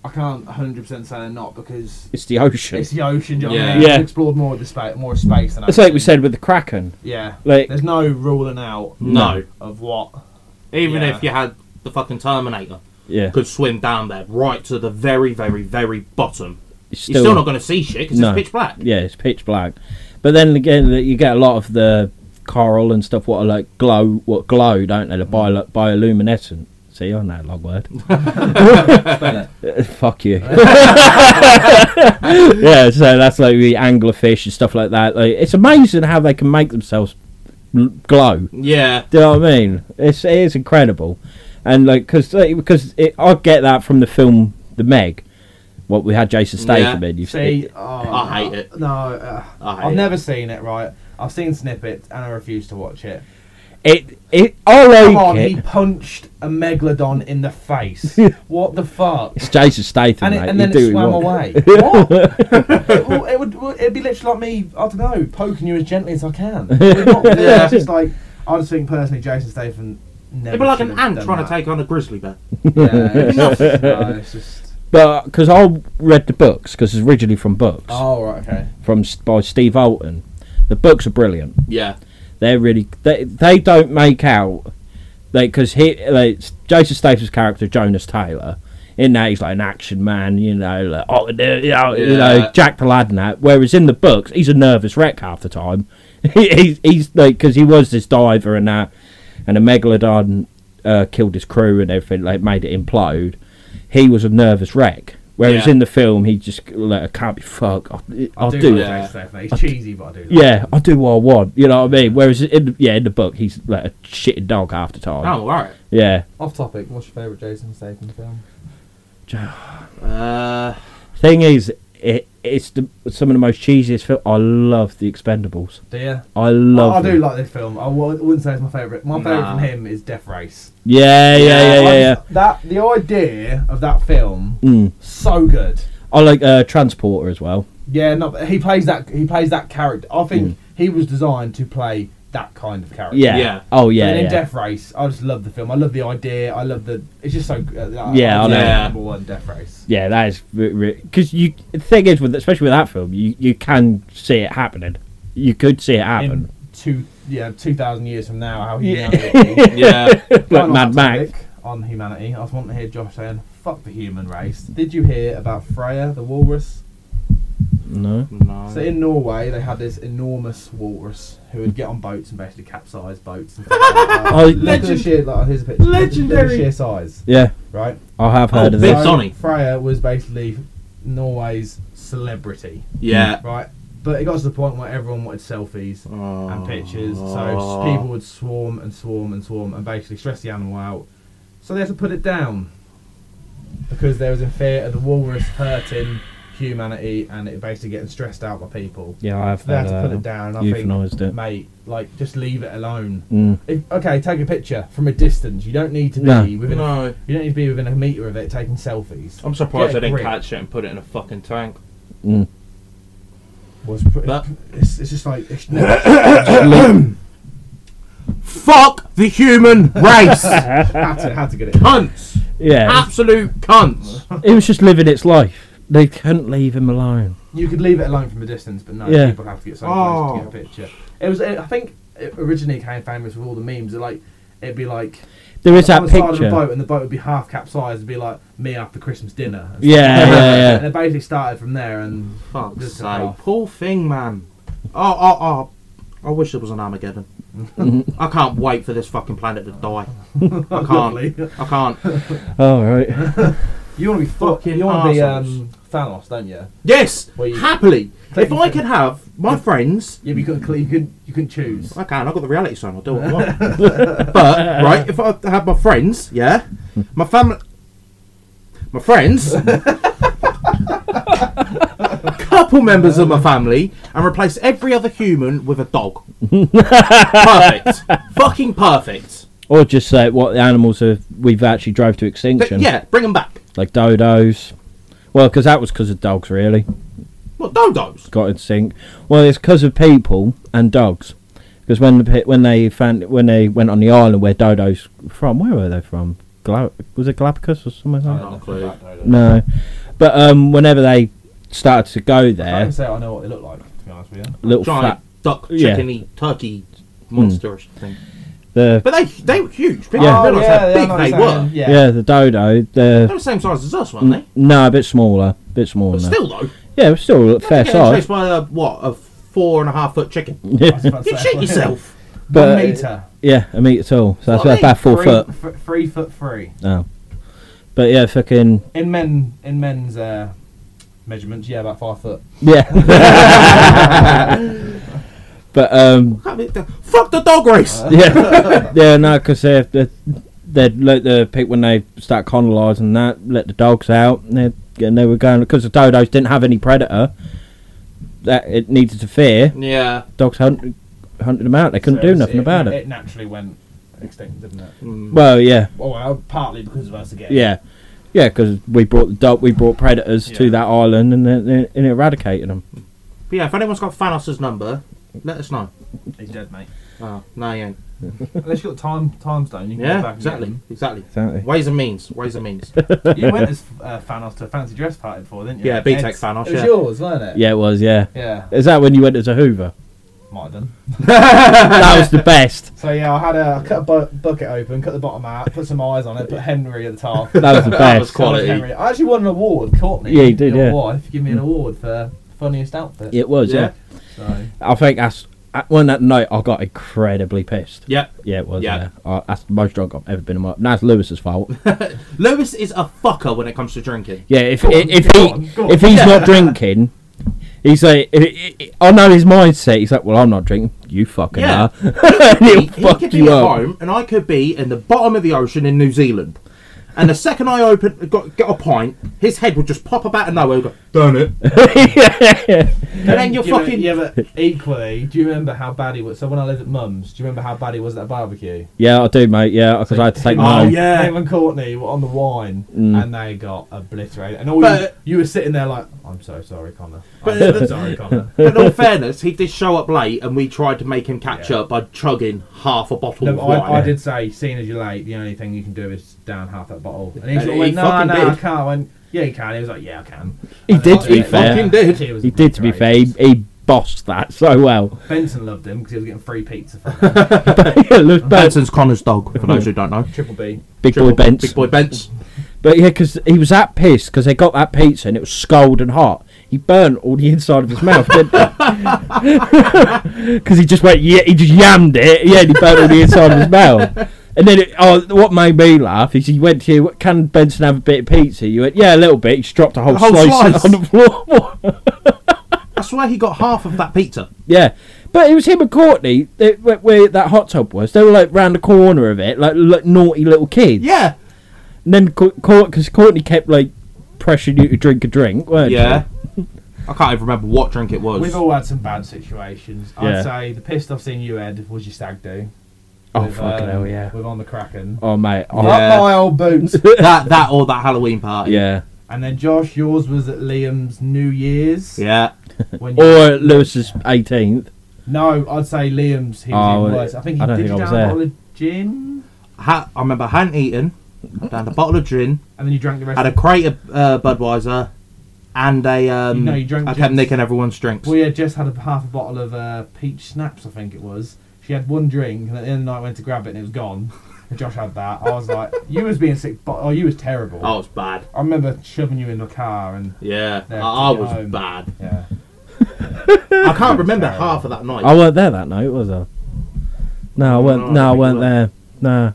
I can't 100 percent say they're not because it's the ocean it's the ocean. Do you know what Yeah. I mean? Yeah. We've explored more of the space, more of space than. it's like we ocean. said with the kraken Yeah. like There's no ruling out. No. Of what? Even Yeah. if you had the fucking Terminator, yeah could swim down there right to the very, very, very bottom. it's You're still not going to see shit because No. it's pitch black. yeah, it's pitch black. But then again, that you get a lot of the coral and stuff. What are like glow? What glow? Don't they? The bio, bioluminescent. See, I know a long word. Uh, Fuck you. yeah, so that's like the anglerfish and stuff like that. Like, it's amazing how they can make themselves l- glow. Yeah. Do you know what I mean? It's it is incredible, and like cause, because it, I get that from the film The Meg, what we had Jason Statham Yeah. in. You've See, seen. oh, I hate it. No, uh, I hate I've it. never seen it. Right, I've seen snippets and I refuse to watch it. It it I Come like on, it. he punched a megalodon in the face. what the fuck? It's Jason Statham, And, mate. it, and you then do it swam what- away. what? it, well, it would. well, It'd be literally like me. I don't know, poking you as gently as I can. It's not fair, Yeah. It's just like I just think personally, Jason Statham. Never It'd be like an should have ant done trying to that. take on a grizzly bear. Yeah, it's just- no, it's just. But because I read the books, because it's originally from books Oh right, okay. from S- by Steve Alton. The books are brilliant. Yeah. They're really they, they don't make out like because he like, Jason Statham's character Jonas Taylor in that he's like an action man, you know, like, oh, you know, you Yeah. know, Jack the Lad and that. Whereas in the books, he's a nervous wreck half the time. he's he's like because he was this diver and that, and a megalodon uh, killed his crew and everything, like made it implode. He was a nervous wreck. Whereas Yeah. in the film, he just like I can't be fuck. I'll, I'll do, like it. that. Jason Statham. He's cheesy, but I do. Like Yeah, I do what I want. You know what I mean? Whereas in the, yeah, in the book, he's like a shitting dog half the time. Oh, alright. Yeah, Off topic. What's your favourite Jason Statham film? Uh, thing is, it it's the, some of the most cheesiest film. I love the Expendables. Do you? I love. Oh, I, I do them. like this film. I w- wouldn't say it's my favourite. My favourite Nah. from him is Death Race. Yeah, yeah, yeah, yeah, I yeah. just- That the idea of that film Mm. so good. I like uh, Transporter as well. Yeah, no, but he plays that. He plays that character. I think he was designed to play that kind of character. Mm. Yeah. Yeah. Oh yeah. and in yeah. Death Race, I just love the film. I love the idea. I love the. It's just so. Uh, Yeah, I know. yeah. Yeah. Number one, Death Race. yeah, that is because you. The thing is, with especially with that film, you you can see it happening. You could see it happen. In two, yeah, two thousand years from now, how he Yeah. knows it. yeah. like Going on Mad that Max. topic on humanity. I was wanting to hear Josh saying, "Fuck the human race." Did you hear about Freya the walrus? No. no. So in Norway, they had this enormous walrus who would get on boats and basically capsize boats. And things like that. Oh, Look at the legend- sheer, like, here's a picture. Look at the- look at the legendary. sheer size, Yeah, right? I have Oh, heard of Big it. Vince- Sonny. Freya was basically Norway's celebrity, yeah. right? But it got to the point where everyone wanted selfies and pictures. So Oh. s- people would swarm and swarm and swarm and basically stress the animal out. So they had to put it down because there was a fear of the walrus hurting humanity and it basically getting stressed out by people. Yeah, I have So they had heard to of put that. it down. And I Euthanised think, Uh, it. mate, like just leave it alone. Mm. If, okay, take a picture from a distance. You don't need to be No. within. a- No. you don't need to be within a meter of it taking selfies. I'm surprised Get a I didn't grip. catch it and put it in a fucking tank. Mm. Was pr- But- it's, it's just like it's never Fuck the human race! had to had to get it. cunts! Yeah, Absolute cunts! it was just living its life. They couldn't leave him alone. You could leave it alone from a distance, but no, Yeah. people have to get so close to Oh. get a picture. It was, I think, it originally came famous with all the memes. That like, it'd be like There is that on the side of a picture. boat, and the boat would be half capsized. It'd be like me after Christmas dinner. and stuff. Yeah, yeah, And yeah. it basically started from there, and Fuck's Just a sake. laugh. Poor thing, man. Oh, oh, oh. I wish there was an Armageddon. I can't wait for this fucking planet to die. I Oh, Lovely. can't. I can't. All Oh, right. you want to be fucking, Fucking you want to be arseholes. um, Thanos, don't you? Yes! Well, you- Happily! Take If I it. could have my friends Yeah, but you couldn't, cl- you couldn't, you couldn't choose. Uh, I can. I've got the reality show. and I'll do what I want. but right, if I had my friends, yeah, my family, my friends, couple members of my family, and replace every other human with a dog. perfect. Fucking perfect. Or just say what animals have we've actually drove to But extinction. yeah, bring them back. Like dodos. Well, because that was because of dogs, really. What dodos? Got in sync. Well, it's because of people and dogs. Because when the, pe- when they found when they went on the island where dodos from, where were they from? Gla- was it Galapagos or somewhere like that? not a clue. No, but um, whenever they started to go I can't there, even say I know what they look like. To be honest with you, little Giant fat, duck, Yeah. chickeny, turkey monster thing. the But they they were huge. People Yeah. yeah. Oh, realise yeah, yeah, I how know big they what you're were. saying. yeah. Mm, Yeah. the dodo, They're the the same size as us, weren't they? no, a bit smaller, bit smaller. But than that. still though. yeah, it was still a fair Getting size. chased by a what a four and a half foot chicken. I Yeah, was about to You'd say. shit yourself. But- One meter, yeah, a meter tall. So that's Well, I about think four three, foot. f- three foot three. Oh. But yeah, fucking In men, in men's uh, measurements, yeah, about five foot. yeah. But um, Can't be- Fuck the dog race. yeah, yeah, no, because they they they let the people when they start colonising that let the dogs out and they and they were going because the dodos didn't have any predator that it needed to fear. yeah. Dogs hunted hunted them out. They couldn't So do nothing about it. it. It naturally went extinct, didn't it? Mm. Well, yeah, Oh, well, partly because of us again. yeah, yeah, because we brought the dog, we brought predators Yeah. to that island and then then- and eradicated them. But yeah, if anyone's got Thanos' number, let us know. He's dead, mate. Oh, no, you ain't. Unless you've got time, time stone, you can go Yeah, back exactly, exactly. Exactly. Ways and means, ways and means. And get him. You went as uh, Thanos to a fancy dress party before, didn't you? Yeah, B Tech Thanos. It was Yeah. yours, wasn't it? Yeah, it was. Yeah, Yeah. is that when you went as a Hoover? Might have done. that was the best. So yeah, I had a I cut a bu- bucket open, cut the bottom out, put some eyes on it, put Henry at the top. That was the That was best. cool. Quality. Henry. I actually won an award, Courtney. Yeah, you did, Your yeah. Mm. wife give me an award for funniest outfit. It was. yeah. So I think that's at- when that night I got incredibly pissed. yeah. Yeah, it was. Yeah. Yeah, I, that's the most drunk I've ever been in my. That's Lewis's fault. Lewis is a fucker when it comes to drinking. Yeah, if Go on, if, go he on, go on. if he's not drinking, he's like, i- i- I know his mindset. He's like, well, I'm not drinking. You fucking Yeah. are. and he'll He, he fuck could you be at up. home, and I could be in the bottom of the ocean in New Zealand. And the second I open, got, get a pint, his head would just pop up out of nowhere. And go, Done it. And then you're Yeah, but- fucking. Yeah, but equally, do you remember how bad he was? So when I lived at Mum's, do you remember how bad he was at that barbecue? Yeah, I do, mate. Yeah, because I had to take Oh, mine. yeah. Him and Courtney were on the wine, Mm. and they got obliterated. And all you, But- you were sitting there like, "I'm so sorry, Connor. But- I'm so sorry, Connor." in all fairness, he did show up late, and we tried to make him catch Yeah. up by chugging half a bottle No, of but wine. I, I did say, seeing as you're late, the only thing you can do is down half that bottle. And he And sort of he went, "No, fucking no, did. I can't." I went, "Yeah, you can." He was like, "Yeah, I can." He And did, then- to be Yeah, fair. Fucking did. was He did, to be fair. He, obliterated. he bossed that so well. Benson loved him because he was getting free pizza from him. Yeah, Lewis Benson, Benson's Connor's dog, for those who don't know. Triple B. big boy Benson. Big boy Bents. But yeah, because he was that pissed because they got that pizza and it was scalding hot. He burnt all the inside of his mouth, didn't he? Because he just went, yeah, he just yammed it. Yeah, and he burnt all the inside of his mouth. And then, it, oh, what made me laugh is he went to you, can Benson have a bit of pizza? You went, yeah, a little bit. He just dropped a whole, A whole slice, slice. on the floor. That's where he got half of that pizza. yeah. But it was him and Courtney that, where, where that hot tub was. They were like round the corner of it, like, like naughty little kids. Yeah. And then, because Courtney kept like pressuring you to drink a drink, weren't she? Yeah. I can't even remember what drink it was. We've all had some bad situations. Yeah. I'd say the pissed I've seen you, Ed, was your stag do. Oh, With, fucking um, hell, yeah. With on the Kraken. Oh, mate. Oh, Yeah. Up my old boots. that that or that Halloween party. yeah. and then Josh, yours was at Liam's New Year's. Yeah. When you, Or Lewis's 18th. no, I'd say Liam's. He Oh, was in well, worse. I think he I don't did think I you was down a there. bottle of gin, Ha- I remember I hadn't eaten. I had a bottle of gin, and then you drank the rest. had a of crate of uh, Budweiser, and a. Um, You know, you drank I kept gins. nicking everyone's drinks. We had just had a half a bottle of uh, peach snaps, I think it was. She had one drink, and at the end of the night, went to grab it, and it was gone. And Josh had that. I was like, "You was being sick, but oh, you was terrible." oh, it's bad. I remember shoving you in the car, and Yeah. Yeah, I, I took it was home. bad. yeah. I can't remember terrible. half of that night. I weren't there that night, was I? No, I No, weren't. I think No, I you weren't were. there. No.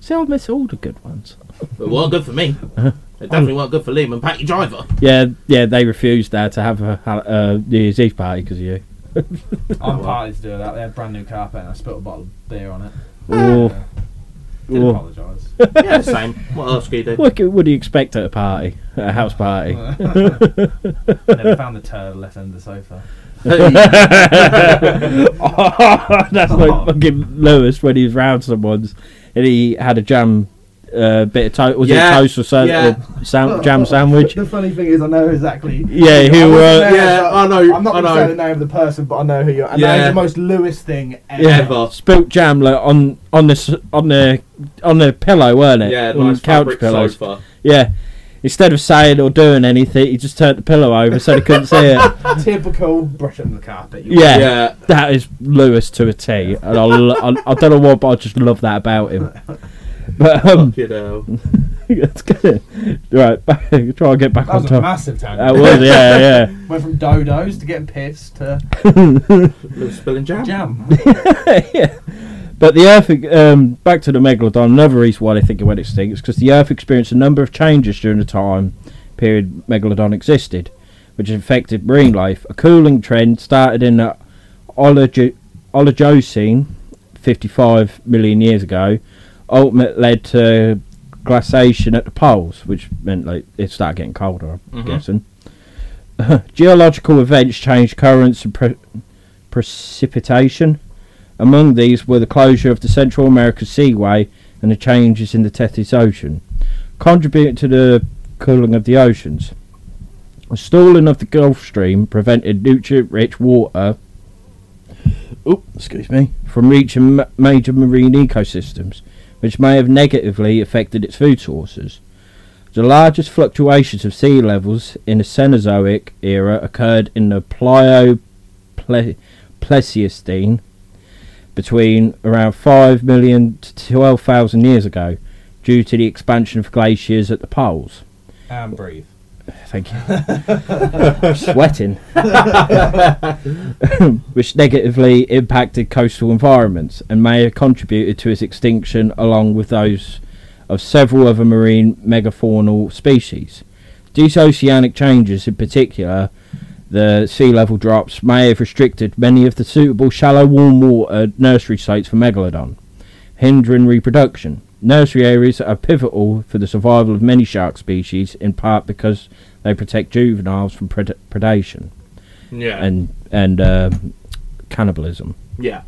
See, I miss all the good ones. It weren't good for me. It definitely weren't good for Liam and Patty Driver. Yeah, yeah. They refused there to have a ha- uh, New Year's Eve party because of you. I'm party to do that. They had brand new carpet, and I spilled a bottle of beer on it. Ah. Oh, Did Oh. apologise. Yeah, same. What else could you do? what, c- what do you expect at a party? At a house party? Never found the turd left under the sofa. Hey, That's Oh. like fucking Lewis when he was round someone's and he had a jam. Uh, bit of toast was Yeah, it toast or sa- yeah. uh, sam- jam sandwich? The funny thing is, I know exactly. Yeah, I who, wasn't uh, there, Yeah, but I know, I'm not I gonna know. say the name of the person, but I know who you are. And that Yeah. is the most Lewis thing ever. yeah. Ever. Spilt jam like on on this on the on the pillow, weren't it? yeah, on nice the couch fabric pillows. sofa. Yeah. Instead of saying or doing anything, he just turned the pillow over so they couldn't see it. Typical brush under the carpet. you Yeah. Yeah. That is Lewis to a T, and I, lo- I, I don't know what, but I just love that about him. But um, You know. it's good. Right, back, try and get back That on was a top. massive tangent. That was yeah, yeah. Went from dodos to getting pissed to Little spilling jam. jam. But the Earth, um, back to the megalodon, another reason why they think it went extinct is because the Earth experienced a number of changes during the time period megalodon existed, which affected marine life. A cooling trend started in the Ologe- Oligocene, 55 million years ago, ultimately led to glaciation at the poles, which meant like it started getting colder. I'm Mhm. guessing. Geological events changed currents and pre- precipitation. Among these were the closure of the Central American Seaway and the changes in the Tethys Ocean, contributing to the cooling of the oceans. The stalling of the Gulf Stream prevented nutrient-rich water oop, excuse me, from reaching m- major marine ecosystems, which may have negatively affected its food sources. The largest fluctuations of sea levels in the Cenozoic era occurred in the Pliople- Pleistocene between around 5 million to 12,000 years ago due to the expansion of glaciers at the poles. And breathe. Thank you. I'm sweating. Which negatively impacted coastal environments and may have contributed to its extinction along with those of several other marine megafaunal species. These oceanic changes, in particular, the sea level drops, may have restricted many of the suitable shallow warm water nursery sites for megalodon, hindering reproduction. Nursery areas are pivotal for the survival of many shark species, in part because they protect juveniles from pred- predation Yeah. and and um cannibalism. yeah.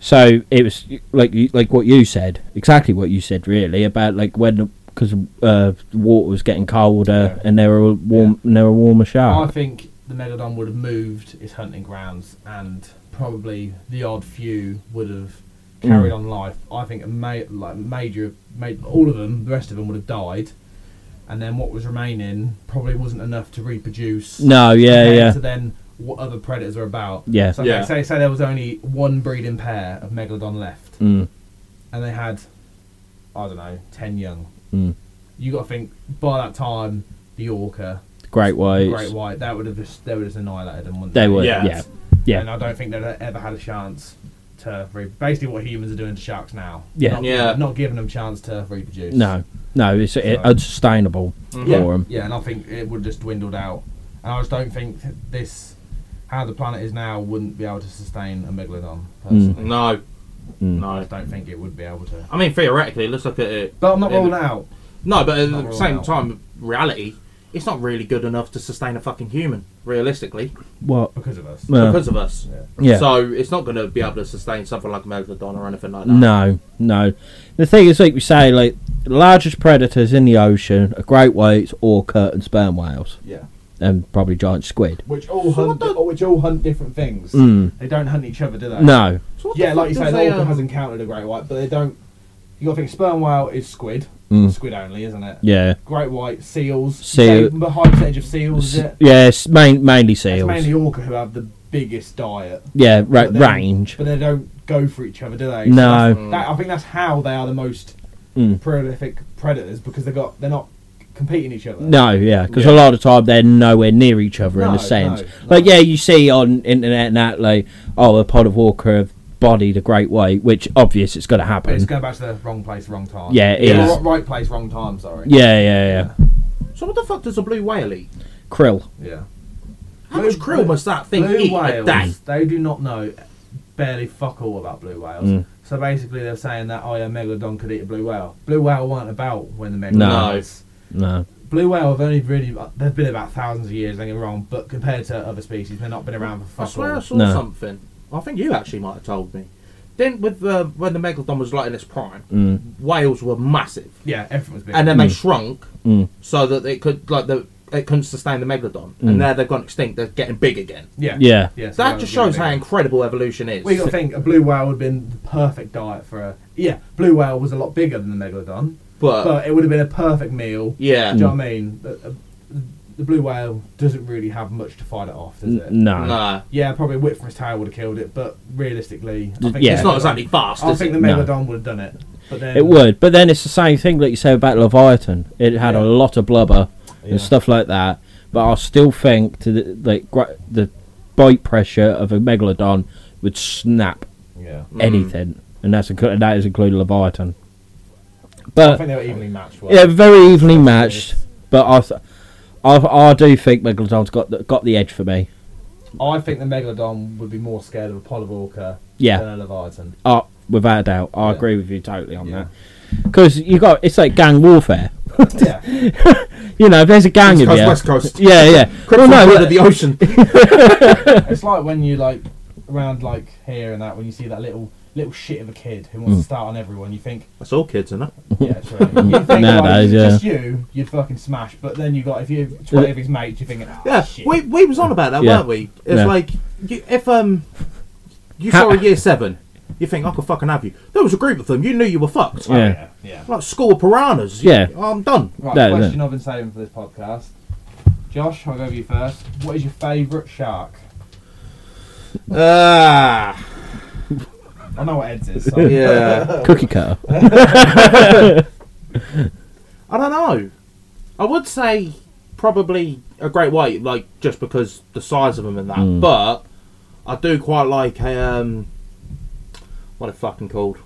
So it was like you- like what you said, exactly what you said, really about like when because uh, the water was getting colder Yeah. and there were warm and there were warmer I sharks. think the megalodon would have moved its hunting grounds, and probably the odd few would have carried Mm. on life. I think a ma- like major, made all of them, the rest of them would have died, and then what was remaining probably wasn't enough to reproduce. No, yeah, compared yeah, To then what other predators are about. Yeah. So Yeah. Say, say there was only one breeding pair of megalodon left, mm, and they had, I don't know, ten young. mm. You got to think by that time the orca great whites. Great White, that would have just they would have annihilated them. Wouldn't They would, Yeah. yeah, yeah, And I don't think they'd have ever had a chance to re- basically what humans are doing to sharks now. Yeah. not, Yeah. not giving them chance to reproduce. no, no, it's it, So- Mm-hmm. unsustainable for 'em. yeah, for them. yeah, and I think it would have just dwindled out. And I just don't think this how the planet is now wouldn't be able to sustain a megalodon. Mm. Personally, No. I No. just don't think it would be able to. I mean, theoretically, let's look at it. But I'm not Yeah, ruling it but- out. No, but at Not the rule same out. time, reality, it's not really good enough to sustain a fucking human, realistically, What? Because of us. Well, because of us. Yeah. yeah. So it's not going to be able to sustain something like Megalodon or anything like that. No, no. The thing is, like we say, like the largest predators in the ocean are great whites, orca, and sperm whales, Yeah. and probably giant squid. Which all So what hunt, which all hunt different things. Mm. They don't hunt each other, do they? No, So what the Yeah, fuck like you say, does the they, orca um, has encountered a great white, but they don't. You got to think sperm whale is squid, Mm. squid only, isn't it? yeah, Great white seals. Seal- They- a high percentage of seals. Is S- it? yeah, s- main, mainly It's seals. mainly orca who have the biggest diet, yeah, ra- But then- range. but they don't go for each other, do they? No. that's- that, I think that's how they are the most Mm. prolific predators because they got they're not competing each other. No, yeah, because Yeah. a lot of time they're nowhere near each other in No, a sense. no, Like, no. yeah, you see on internet and that, like, oh, a pod of orca have bodied a great white, which obvious it's going to But happen. it's going back to the wrong place, wrong time. Yeah, it Yeah, is. right- Right place, wrong time. Sorry. yeah, yeah, yeah. um, So what the fuck does a blue whale eat? Krill. Yeah. How Blue- much krill must that thing blue eat a whales, day? they do not know barely fuck all about blue whales. Mm. So basically, they're saying that oh yeah, megalodon could eat a blue whale. Blue whale weren't about when the megalodon. No. was. No. Blue whale have only really they've been about thousands of years. Don't get me wrong, but compared to other species, they've not been around for I fuck swear I all. saw No. something. I think you actually might have told me. Then with uh, when the megalodon was like in its prime, whales were massive, Yeah, everyone's been. and then they shrunk Mm. so that it could like the it couldn't sustain the megalodon, Mm. and now they've gone extinct. They're getting big again. yeah, Yeah. so that whales just are shows how getting bigger. incredible evolution is. Well, you got to think a blue whale would have been the perfect diet for a yeah. Blue whale was a lot bigger than the megalodon, but, but it would have been a perfect meal. yeah, Mm. Do you know what I mean? The, uh, the blue whale doesn't really have much to fight it off, does it? No. no, Yeah, probably a whip from his tail would have killed it, but realistically, I think yeah. the it's not Megalodon- exactly fast. I is think it? the No. Megalodon would have done it, but then It would, but then it's the same thing that you say about Leviathan. It had a Yeah. lot of blubber Yeah. and stuff like that, but I still think to the, like gra- the bite pressure of a megalodon would snap Yeah, anything, and that's inclu- and that is including Leviathan. I But think they were evenly matched. weren't yeah, they? very evenly matched. But I, th- I, I do think Megalodon's got the, got the edge for me. I think the megalodon would be more scared of a polyvorca Yeah. than a leviathan. Oh, without a doubt, I Yeah. agree with you totally on Yeah. that. 'Cause that. Because you got it's like gang warfare. yeah, You know, if there's a gang East of Coast, you, West Coast. yeah, yeah. Criminal Well, no, blood of the ocean. it's like when you like around like here and that when you see that little little shit of a kid who Mm. wants to start on everyone. You think, That's all kids, isn't it? yeah, true. You think like, Nowadays, yeah. just you, you'd fucking smash. But then you got if you twenty of his mates, you think, oh, Yeah, shit. we, we was on about that, Yeah. weren't we? It's Yeah. like you, if um you How- saw a year seven, you think I could fucking have you. There was a group of them, you knew you were fucked. Oh, Yeah. yeah, yeah. Like school of piranhas. Yeah. You- I'm done. Right, No, no. question I've been saving for this podcast. Josh, I'll go with you first. What is your favourite shark? Ah, I know what Ed's is. So. yeah. cookie cutter. I don't know. I would say probably a great white, like just because the size of them and that. Mm. But I do quite like um, what it fucking called.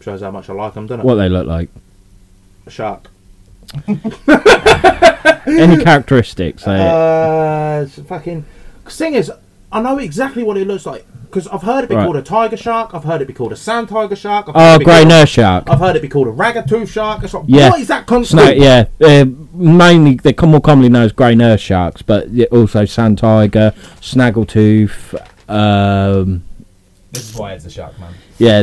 Shows how much I like them, doesn't it? What they look like. A shark. Any characteristics? They, Uh, it's fucking. 'cause thing is, I know exactly what it looks like because I've heard it be Right. called a tiger shark. I've heard it be called a sand tiger shark. I've heard oh, it be grey called- nurse shark. I've heard it be called a ragged-tooth shark. It's like, Yeah. what is that concrete? Snow, yeah. Uh, mainly, they're com- more commonly known as grey nurse sharks, but yeah, also sand tiger, snaggletooth. Um, This is why Ed's a shark, man. yeah,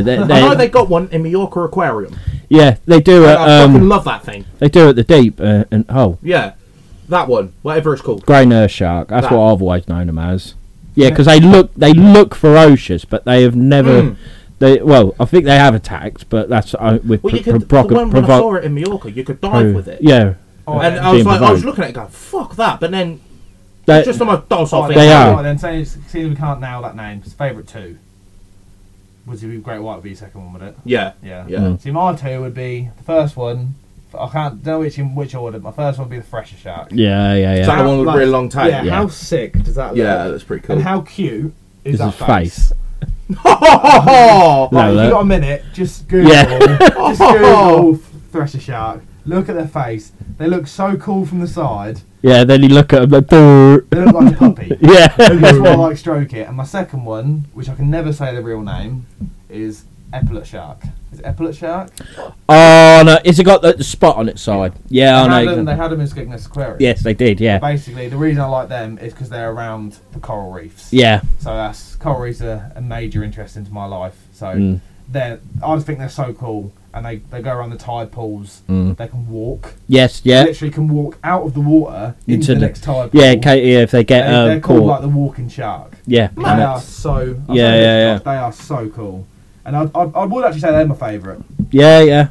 they, I know Oh, they they, got one in Mallorca Aquarium. yeah, they do at I fucking um, love that thing. they do at the deep uh, and oh, Yeah, that one, whatever it's called. grey nurse shark. That's That. what I've always known them as. Yeah, because they look they look ferocious, but they have never. Hmm. They well, I think they have attacked, but that's uh, with Well, you pro- could. pro- the one when I provo- saw it in Mallorca, you could dive with it. Yeah, Oh, and yeah. I was Being like, I was provoked. looking at it, going, "Fuck that!" But then They- it's just on my docile Oh, thing. They then- are. oh, then saying seeing we can't nail that name, his favourite two. Would be Great White would be your second one, would it? Yeah, Yeah. yeah. Mm. See my two would be the first one I can't know which in which order. My first one would be the fresher shark. yeah, yeah, yeah. That one with really long tail. Yeah, Yeah. How sick does that look? Yeah, that's pretty cool. And how cute is Is that his face? face. Oh, Like, No, if you that- got a minute, just Google, Yeah. just Google thresher shark. Look at their face. They look so cool from the side. Yeah, then you look at them like, "Brr." They look like a puppy. yeah, That's why I like stroke it. And my second one, which I can never say the real name, is epaulet shark. Is it epaulet shark? oh no, is it got the, the spot on its side? Yeah, they, I had know. them, they had them in Skegness Aquarium. yes, they did. Oh, Yeah, Basically, the reason I like them is because they're around the coral reefs. yeah, So that's coral reefs are a major interest into my life. So Mm. they're, I just think they're so cool, and they, they go around the tide pools. They can walk. yes, Mm. yeah, Literally, can walk out of the water into, Into the the- next tide pool. yeah. Katie, if they They, get are um, called caught, like the walking shark. yeah, And They yeah, are so. I've Yeah, heard yeah, this, They are so cool. And I, I, I would actually say they're my favourite. yeah, yeah.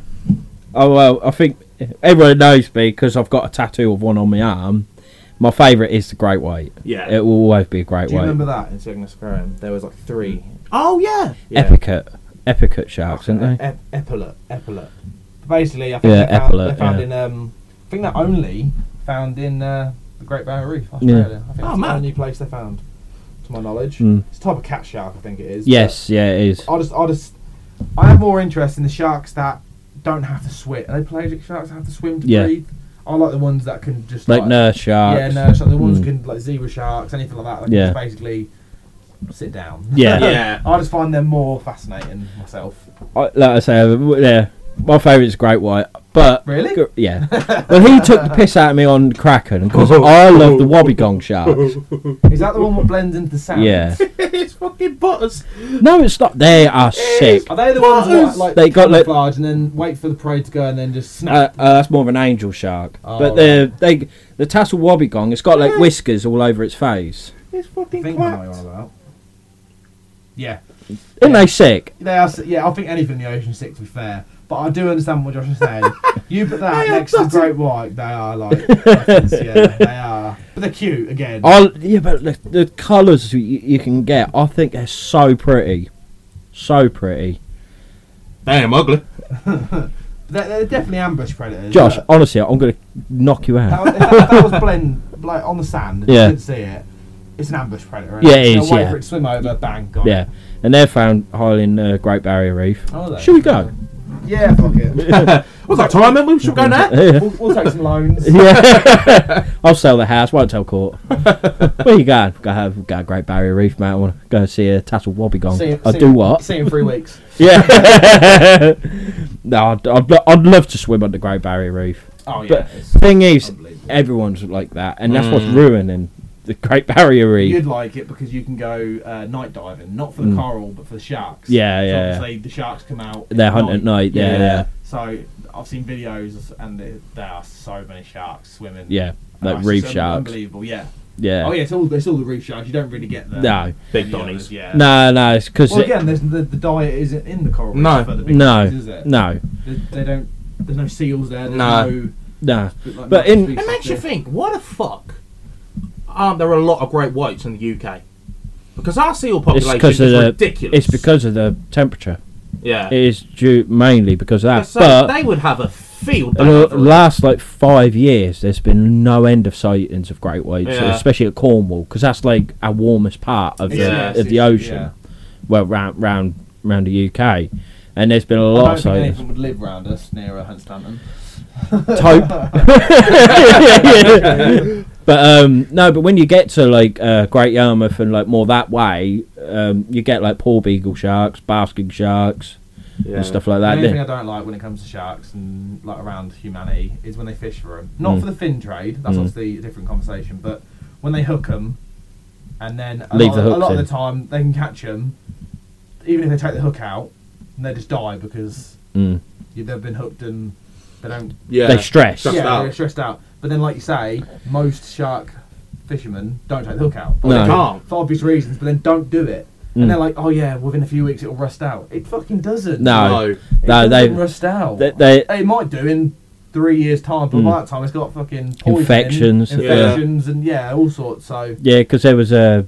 Oh well, I think everyone knows me because I've got a tattoo of one on my arm. My favourite is the great white. Yeah. it will always be a great Do you white. remember that in Cygnus Aquarium? There was like three. oh yeah. Yeah. Epicate, epicate sharks, aren't they? Ep- epaulet, epaulet. E-, Basically, I think Yeah, they found, epaulet, they found yeah. in. Um, I think they're only found in uh, the Great Barrier Reef, Australia. I think Oh, that's the man. only place they found, to my knowledge. Mm. It's a type of cat shark, I think it is. Yes, yeah, it is. but I just, I just, I have more interest in the sharks that don't have to swim. Are they pelagic sharks that have to swim to Yeah. breathe? I like the ones that can just Like nurse sharks. Yeah, no, so the ones Mm. can like zebra sharks, anything like that. Like Yeah. just basically sit down. Yeah. Yeah. I just find them more fascinating myself. I, like I say, uh, yeah, my favourite is Great White, but Really? Gr- yeah. Well, he took the piss out of me on Kraken because I love the Wobbegong sharks. Is that the one that blends into the sand? Yeah. it's fucking butters. No, it's not. They are sick. Are they the ones that like They got, like- camouflage and then wait for the prey to go and then just Uh, snap? uh, that's more of an angel shark, Oh, but the they the tassel wobbegong, it's got like whiskers all over its face. It's I fucking think I know what you're on about. Yeah, Isn't they sick? they are. s- Yeah, I think anything in the ocean sick to be fair, but I do understand what Josh is saying. you put that They are next to nothing. great white, they are like, nothings, yeah, they are. But they're cute again. I yeah, but the, the colours you, you can get, I think they're so pretty, so pretty. Damn ugly. They're, they're definitely ambush predators. Josh, but honestly, I'm gonna knock you out. that was, if that, if that was blend like on the sand. Yeah. you could see it. It's an ambush predator. isn't Yeah, it They'll is, Wait yeah. for it to swim over, bang, gone. Yeah, and they're found high in uh, Great Barrier Reef. Oh, are they? Should we go? Yeah, fuck it. I What's that time, man? We should go now. yeah. We'll, we'll take some loans. Yeah. I'll sell the house. Won't tell court. Where you going? Go have got a Great Barrier Reef, mate. I want to go see a tassel wobbegong. See you- I see do you- what? See you in three weeks. Yeah. no, I'd, I'd, lo- I'd love to swim on the Great Barrier Reef. Oh yeah. But it's- thing is, unbelievable. Mm. everyone's like that, and that's what's ruining the Great Barrier Reef. You'd like it because you can go uh, night diving, not for the coral, but for the sharks. Mm. Yeah, So yeah, yeah. Obviously, the sharks come out. They hunt at night, yeah, yeah. So I've seen videos, and there- there are so many sharks swimming. yeah, Oh, like it's reef just sharks. Unbelievable. Yeah. Yeah. Oh yeah, it's all it's all the reef sharks. You don't really get the No. Big the others, donnies. Yeah. No, no, it's because Well, again, there's, the, the diet isn't in the coral reef No. for the big no, fish, is there? no, They, they don't. There's no seals there. There's No. no. no. like, But multiple in- species It makes you there. think, why the fuck aren't there a lot of great whites in the UK? Because our seal It's population because is of the. ridiculous. It's because of the temperature. yeah, It is due mainly because of that. so Ah, but they would have a field. day the over it. last like five years, there's been no end of sightings of great whites, Yeah. especially at Cornwall, because that's like our warmest part of the Yeah. of the Yeah. ocean. Well, round round round the UK, and there's been a lot of I don't think sightings. anything would live round us near a Hunstanton. Tope. but um, no, but when you get to like uh, Great Yarmouth and like more that way, um, you get like poor beagle sharks, basking sharks, yeah. and stuff like The that. only thing Yeah. I don't like when it comes to sharks and like around humanity is when they fish for them. Not Mm. for the fin trade. That's Mm. obviously a different conversation. But when they hook them, and then a Leave lot, the of- a hooks lot of in. the time they can catch them, even if they take the hook out, and they just die because Mm. you- they've been hooked and they don't yeah. They stress. Stressed yeah, out. they're stressed out. But then, like you say, most shark fishermen don't take the hook out. Well, they No. can't. For obvious reasons, but then don't do it. Mm. And they're like, oh yeah, within a few weeks it'll rust out. It fucking doesn't. No. No. It No, doesn't they- rust out. They, they it might do in three years' time, but by that time it's got fucking poison, Infections, yeah. infections, and yeah, all sorts. So yeah, because there was a,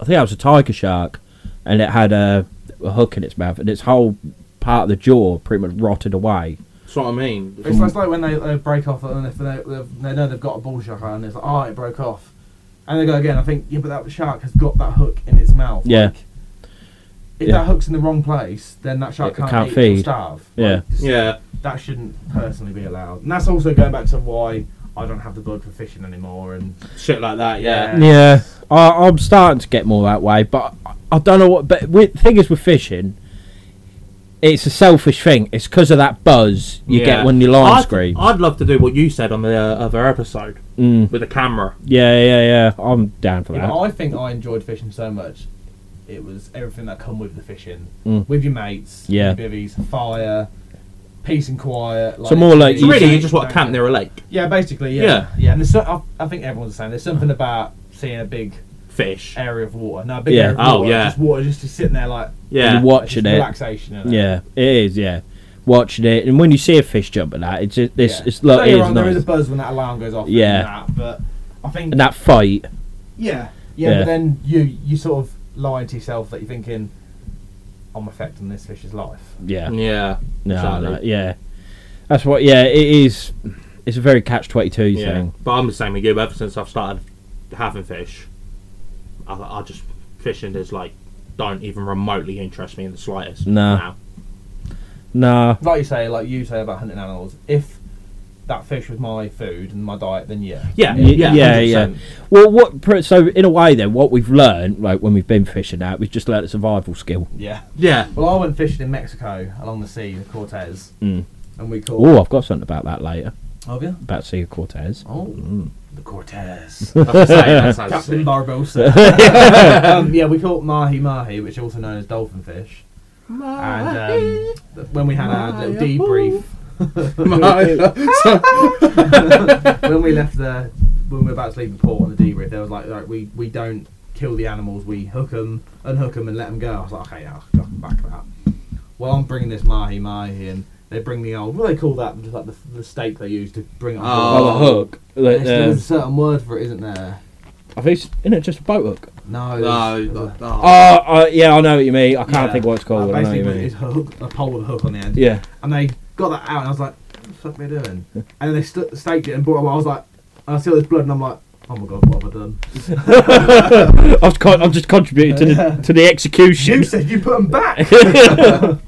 I think that was a tiger shark, and it had a, a hook in its mouth, and its whole part of the jaw pretty much rotted away. That's what I mean. it's, it's like when they, they break off and if they, they've- they know they've got a bull shark and it's like, oh, it broke off. And they go again. I think yeah, but that shark has got that hook in its mouth. Yeah. Like, if Yeah. that hook's in the wrong place, then that shark It can't, can't eat, feed. Or starve. Yeah. just- Yeah. that shouldn't personally be allowed. And that's also going back to why I don't have the bug for fishing anymore. And Shit like that. Yeah. Yeah. Yeah, I, I'm starting to get more that way, but I, I don't know what. But with, thing is, with fishing, it's a selfish thing. It's because of that buzz you Yeah. get when your line I'd, screams. I'd love to do what you said on the uh, other episode Mm, with the camera. yeah, yeah, yeah. I'm down for Yeah, that. but I think I enjoyed fishing so much. It was everything that come with the fishing, Mm. with your mates, Yeah. your bivvies, fire, peace and quiet. So more like- it's So really, easy, you just want to don't camp you? near a lake, Yeah, basically, yeah, Yeah. yeah. And there's so, I, I think everyone's the same. There's something about seeing a big fish. area of water, no, a big Yeah. area of Oh, water, yeah. just water, just, just sitting there like Yeah. You're watching just it. relaxation. innit? Yeah, it is. Yeah, watching it, and when you see a fish jump at that, it's just, it's Yeah. it's like Don't it get me is wrong, There is a nice. buzz when that alarm goes off. Yeah. and that, but I think And that fight. Yeah, yeah, Yeah. but then you you sort of lying to yourself that you're thinking, I'm affecting this fish's life. Yeah. Yeah. No, Exactly. no, yeah. That's what. Yeah, it is. It's a very catch twenty two Yeah. thing. But I'm the same with you. Ever since I've started having fish, I, I just fishing is like don't even remotely interest me in the slightest. No. Now. Nah. Like you say, like you say about hunting animals. If that fish was my food and my diet, then yeah, Yeah. Y- Yeah. yeah, 100%. Well, what? pr- So in a way, then, what we've learned, like when we've been fishing out, we've just learned a survival skill. yeah. Yeah. Well, I went fishing in Mexico along the sea, the Cortez, Mm. and we caught. Oh, I've got something about that later Have you? about Sea of Cortez. Oh, the Cortez. Mm. That's the same, that's how Captain sick. Barbosa. um, yeah, we caught mahi mahi, which is also known as dolphin fish. And um, th- when we had our little debrief, Oh, when we left the, when we were about to leave the port on the debrief, they was like, right, we, we don't kill the animals, we hook them, unhook them, and let them go. I was like, okay, yeah, I can back that. Well, I'm bringing this mahi mahi, and they bring the old, what do they call that? Just like the, the stake they use to bring it on Oh, board. the hook. um, There's, uh, there's a certain word for it, isn't there? I think it's- isn't it just a boat hook? No. there's- No. there's a- Oh, Oh. uh, yeah, I know what you mean. I can't Yeah. think what it's called. Uh, I know what you basically, mean. it's a, hook, a pole with a hook on the end. Yeah. and they got that out, and I was like, "What the fuck are they doing?" And then they st- staked it and brought it. up, I was like, and I see all this blood, and I'm like, "Oh my god, what have I done?" I've, con- I've just contributed to the to the You execution. said you put them back. Uh,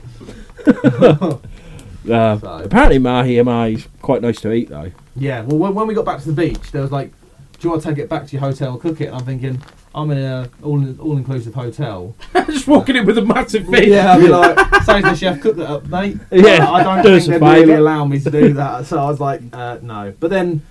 So- Apparently, mahi MI is quite nice to eat though. Yeah, well, when, when we got back to the beach, there was like, do you want to take it back to your hotel, cook it? And I'm thinking, I'm in a all all inclusive hotel. just walking in with a massive fish. Yeah, I'd be like, sorry to the chef, cook that up, mate. Yeah, I don't do us think a they'd really favour. allow me to do that. So I was like, uh, no. But then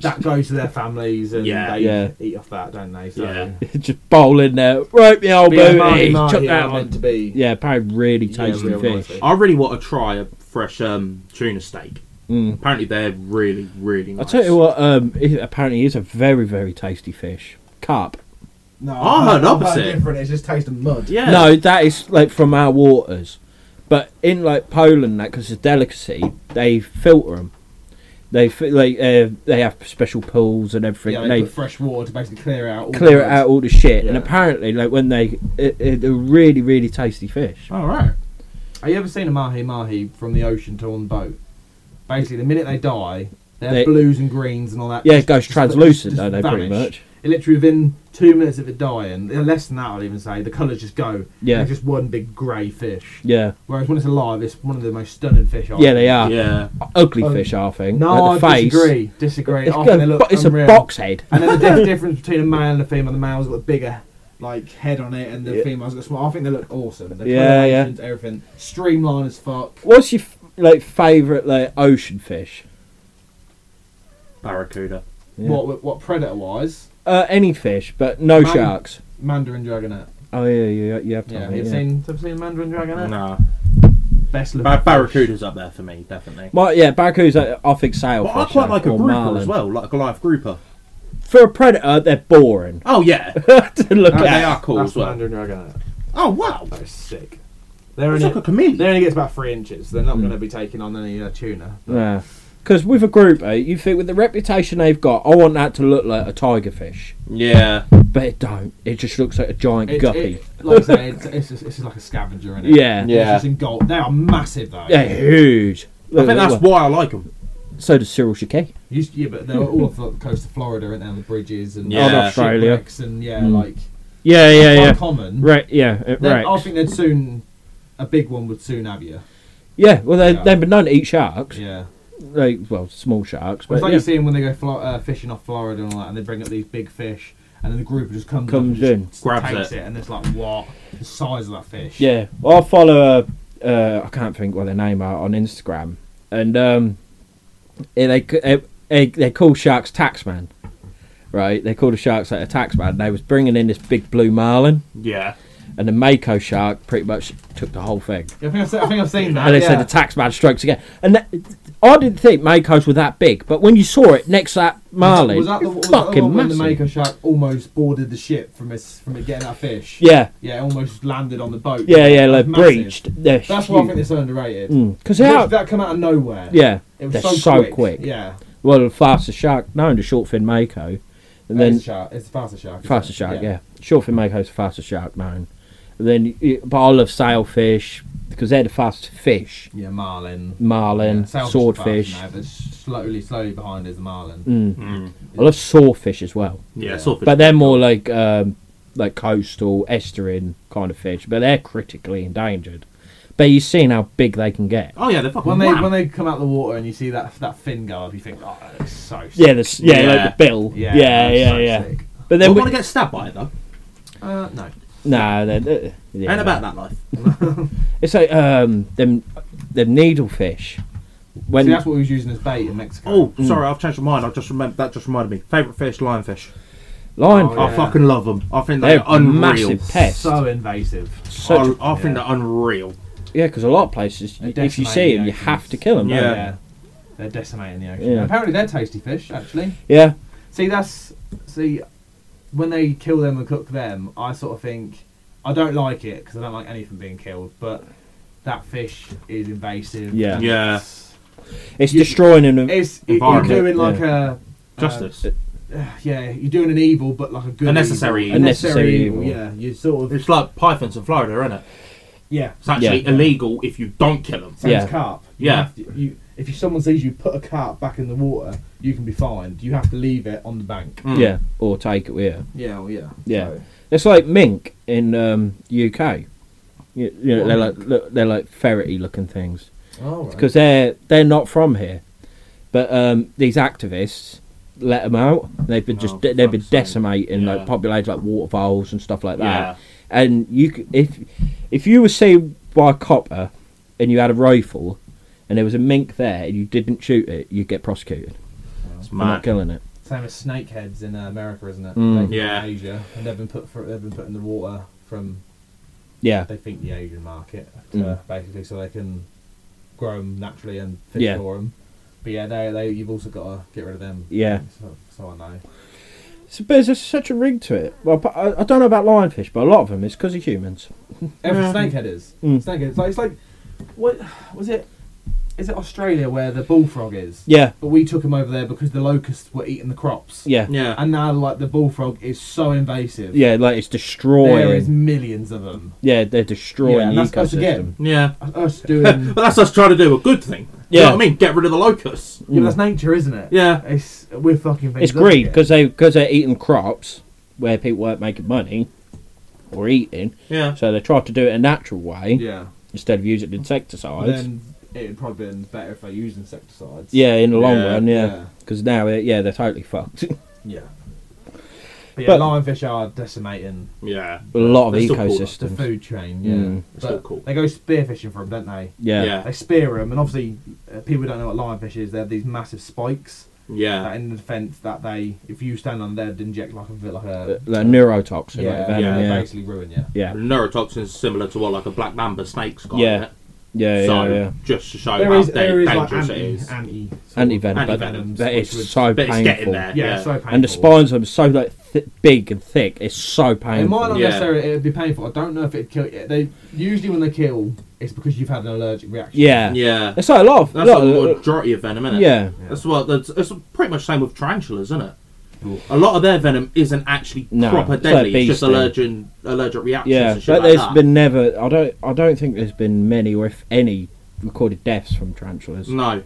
that goes to their families and Yeah, they yeah. eat off that, don't they? So Yeah. Just bowl in there, rope me old But yeah, booty, Marty, chuck Marty that are on. meant to be. Yeah, apparently really yeah, tasty real fish. nice. I really want to try a fresh um, tuna steak. Mm. Apparently, they're really, really nice. I tell you what, um, it apparently is a very very tasty fish. Carp. No, I heard opposite. different. It's just taste of mud. Yeah. No, that is like from our waters, but in like Poland, that because it's a delicacy, they filter them. They fi- like uh, they have special pools and everything. Yeah, and they, they put fresh water to basically clear out. All clear the it mud. out all the shit. And Yeah. apparently, like when they, it, it, they're really really tasty fish. All right. Have you ever seen a mahi mahi from the ocean to on the boat? Basically, the minute they die, their They- blues and greens and all that. Yeah, it goes just- translucent, just don't they? Pretty vanish. much. It literally within two minutes of it dying, less than that, I'll even say, the colours just go. Yeah. It's just one big grey fish. Yeah, Whereas when it's alive, it's one of the most stunning fish. I've yeah, they seen. are Yeah. ugly Um, fish. I think. Oh, No, I Like, the face. disagree. Disagree. Oh, It's, I got think a they bo- look it's a unreal. box head. And then the dif- difference between a male and a female. The male's got a bigger like head on it, and the Yeah. female's got small. I think they look awesome. The Yeah, yeah. colorations, Everything streamlined as fuck. What's your f- like favorite like ocean fish? Barracuda. Yeah. What what predator wise? Uh, any fish, but no Man- sharks. Mandarin Dragonette. Oh yeah, yeah, you have Yeah, told have me, you yeah. seen have you seen Mandarin Dragonette? Nah. Best looking. Bar- fish. Barracuda's up there for me, definitely. My, yeah, barracuda's uh, I think sailfish. But I quite though, like a or grouper marlin. as well, like a live grouper. For a predator, they're boring Oh yeah. to look No, at. they are cool That's as well. Mandarin Dragonette. Oh wow. That is sick. They're It's only, like a chameleon. they only gets about three inches. They're not Mm. going to be taking on any uh, tuna. Nah. Because with a grouper, you think with the reputation they've got, I want that to look like a tiger fish, Yeah. but it don't. It just looks like a giant It- guppy. it- like I say, it's, it's, just, it's just like a scavenger in it. Yeah. It's Yeah. just in gold. They are massive though. They're huge. I think that's why I like them. so does Cyril Shiki. You s- yeah, but they're all off the coast of Florida, aren't they? On the bridges and Yeah. Oh, shipwrecks Australia. and yeah, Mm. like Yeah, yeah, yeah. uncommon. Right, yeah, it Then I wrecks. think they'd soon a big one would soon have you. Yeah, well, they, Yeah. they've been known to eat sharks. Yeah. Like, well, small sharks. But Well, it's like yeah, you see them when they go flo- uh, fishing off Florida and all that, and they bring up these big fish, and then the group just comes, up Comes and just in. Grabs takes it. it. and it's like what the size of that fish. yeah. Well, I follow a, uh, I can't think what their name are on Instagram, and um, yeah, they c- eh, eh, they call sharks taxman, right? They call the sharks like a taxman. They was bringing in this big blue marlin, Yeah. and the mako shark pretty much took the whole thing. Yeah, I think I've, se- I think I've seen that. And they Ah, yeah. said the taxman strokes again, and that, I didn't think makos were that big, but when you saw it next to that marlin, Was that the, was that the fucking one when the massive. Mako shark almost boarded the ship from his from it getting that fish? yeah, yeah, it almost landed on the boat. yeah, yeah, That's like massive. breached. They're That's why I think huge. Mm. they're so underrated. Because Literally, how? that come out of nowhere. Yeah, it was they're so, so quick. quick. Yeah, well, the fastest shark known to short fin mako, and then then it's a shark. It's a faster shark. isn't fastest it? shark, yeah, short fin mako's the fastest shark known. And then, you- but I love sailfish because they're the fastest fish. yeah, marlin. Marlin, Yeah, sailfish is swordfish. fast now, but slowly, slowly behind is the marlin. Mm. I love sawfish as well, Yeah. Yeah. Sawfish. but they're more like um, like coastal estuarine kind of fish. But they're critically endangered. But you've seen how big they can get. oh yeah, they're fucking. When they wham. when they come out the water and you see that that fin go up, you think, oh, that looks so. Sick. Yeah, the, s- yeah, Yeah. like the bill. Yeah, yeah, yeah, that's yeah. so sick. But Well, then, I we, want to get stabbed by it though. Uh, no, nah, they're, they're- yeah. Ain't about that life. It's like um them them needlefish. When see, that's what we was using as bait in Mexico. Oh, Mm. sorry, I've changed my mind. I just remember that just reminded me. Favorite fish, lionfish. lionfish, Oh, I yeah. fucking love them. I think they're they're, unreal. massive pests. so invasive. Such, I, I think yeah. they're unreal. yeah, because a lot of places, They if you decimate see the them, you oceans. have to kill them. Yeah. They're decimating the ocean. Yeah. Apparently, they're tasty fish. Actually, yeah, see that's see when they kill them and cook them, I sort of think I don't like it because I don't like anything being killed. But that fish is invasive. Yeah. and Yeah. It's it's You- destroying them. it's it, you're Environment, doing like a Justice. yeah, you're doing an evil, but like a good A necessary evil. evil. A necessary Necessary evil. evil. Yeah, you sort of it's like pythons in Florida, isn't it? yeah. It's actually Yeah. illegal if you don't kill them. Same Yeah. as carp. Yeah. You have to, you, if you, someone sees you put a carp back in the water, you can be fined. You have to leave it on the bank. Mm. Yeah, or take it with you. Yeah, well, yeah. Yeah. It's like mink in um, UK. You, you know, What they're are like look, they're like ferrety looking things. All right. because they're they're not from here. But um, these activists let them out. They've been just Oh, they've been fuck's sake. decimating Yeah. like populations like waterfalls and stuff like that. Yeah. And you c- if if you were seen by a copper and you had a rifle and there was a mink there and you didn't shoot it, you'd get prosecuted It's for not mad. killing it. Same as snakeheads in uh, America, isn't it? Mm. They come Yeah. from Asia, and they've been put for, they've been put in the water from Yeah, they think the Asian market, uh, Mm. basically, so they can grow them naturally and fish Yeah. for them. But yeah, they, they you've also got to get rid of them. Yeah. So, so I know. so, but there's such a ring to it. Well, but I, I don't know about lionfish, but a lot of them is because of humans. Every Yeah. snakehead is Mm. snakehead. It's like it's like what was it? Is it Australia where the bullfrog is? Yeah, But we took them over there because the locusts were eating the crops. yeah, Yeah. And now like the bullfrog is so invasive. yeah. Like it's There is destroying. millions of them. Yeah, they're destroying Yeah, and the that's us again. ecosystem. yeah. Us doing. But that's us trying to do a good thing. You Yeah. know what I mean? Get rid of the locusts. Yeah, but that's nature, isn't it? Yeah. It's we're fucking. It's things up greed again. because they because they're eating crops where people weren't making money or eating, Yeah. so they tried to do it a natural way Yeah. instead of using But insecticides. then it'd probably been better if they used insecticides. yeah, in the long Yeah, run, yeah, yeah. because now it, yeah they're totally fucked. Yeah. But, yeah, But- lionfish are decimating Yeah. a lot of They're still called the ecosystems. food chain. Yeah. Mm. It's all But cool. they go spearfishing for them, don't they? Yeah. Yeah. They spear them, and obviously uh, people don't know what lionfish is. They have these massive spikes that Yeah. in the fence that they, if you stand on, they'd inject like a bit like Uh, a. like neurotoxin, yeah, yeah, like venom, yeah, yeah, basically ruin you. yeah, Neurotoxins similar to what like a black mamba snake's got. Yeah. in it. yeah, yeah, so yeah. just to show There how is, da- there is like dangerous it anti, is. anti, Anti-venom, but Anti-venoms, that which is would- so but it's painful. getting there. yeah, so painful. And the spines are so like th- big and thick. It's so It painful. might not Yeah. necessarily it'd be painful. I don't know if it'd kill you. They usually when they kill, it's because you've had an allergic reaction. yeah. Yeah. It's like a lot of That's lot the of- majority of venom, isn't it? Yeah. Yeah. That's what. That's, it's pretty much same with tarantulas, isn't it? A lot of their venom isn't actually No, proper it's like deadly. bee it's just sting. allergic, allergic reactions. Yeah, and shit like but there's that. been never. I don't. I don't think there's been many or if any recorded deaths from tarantulas. no.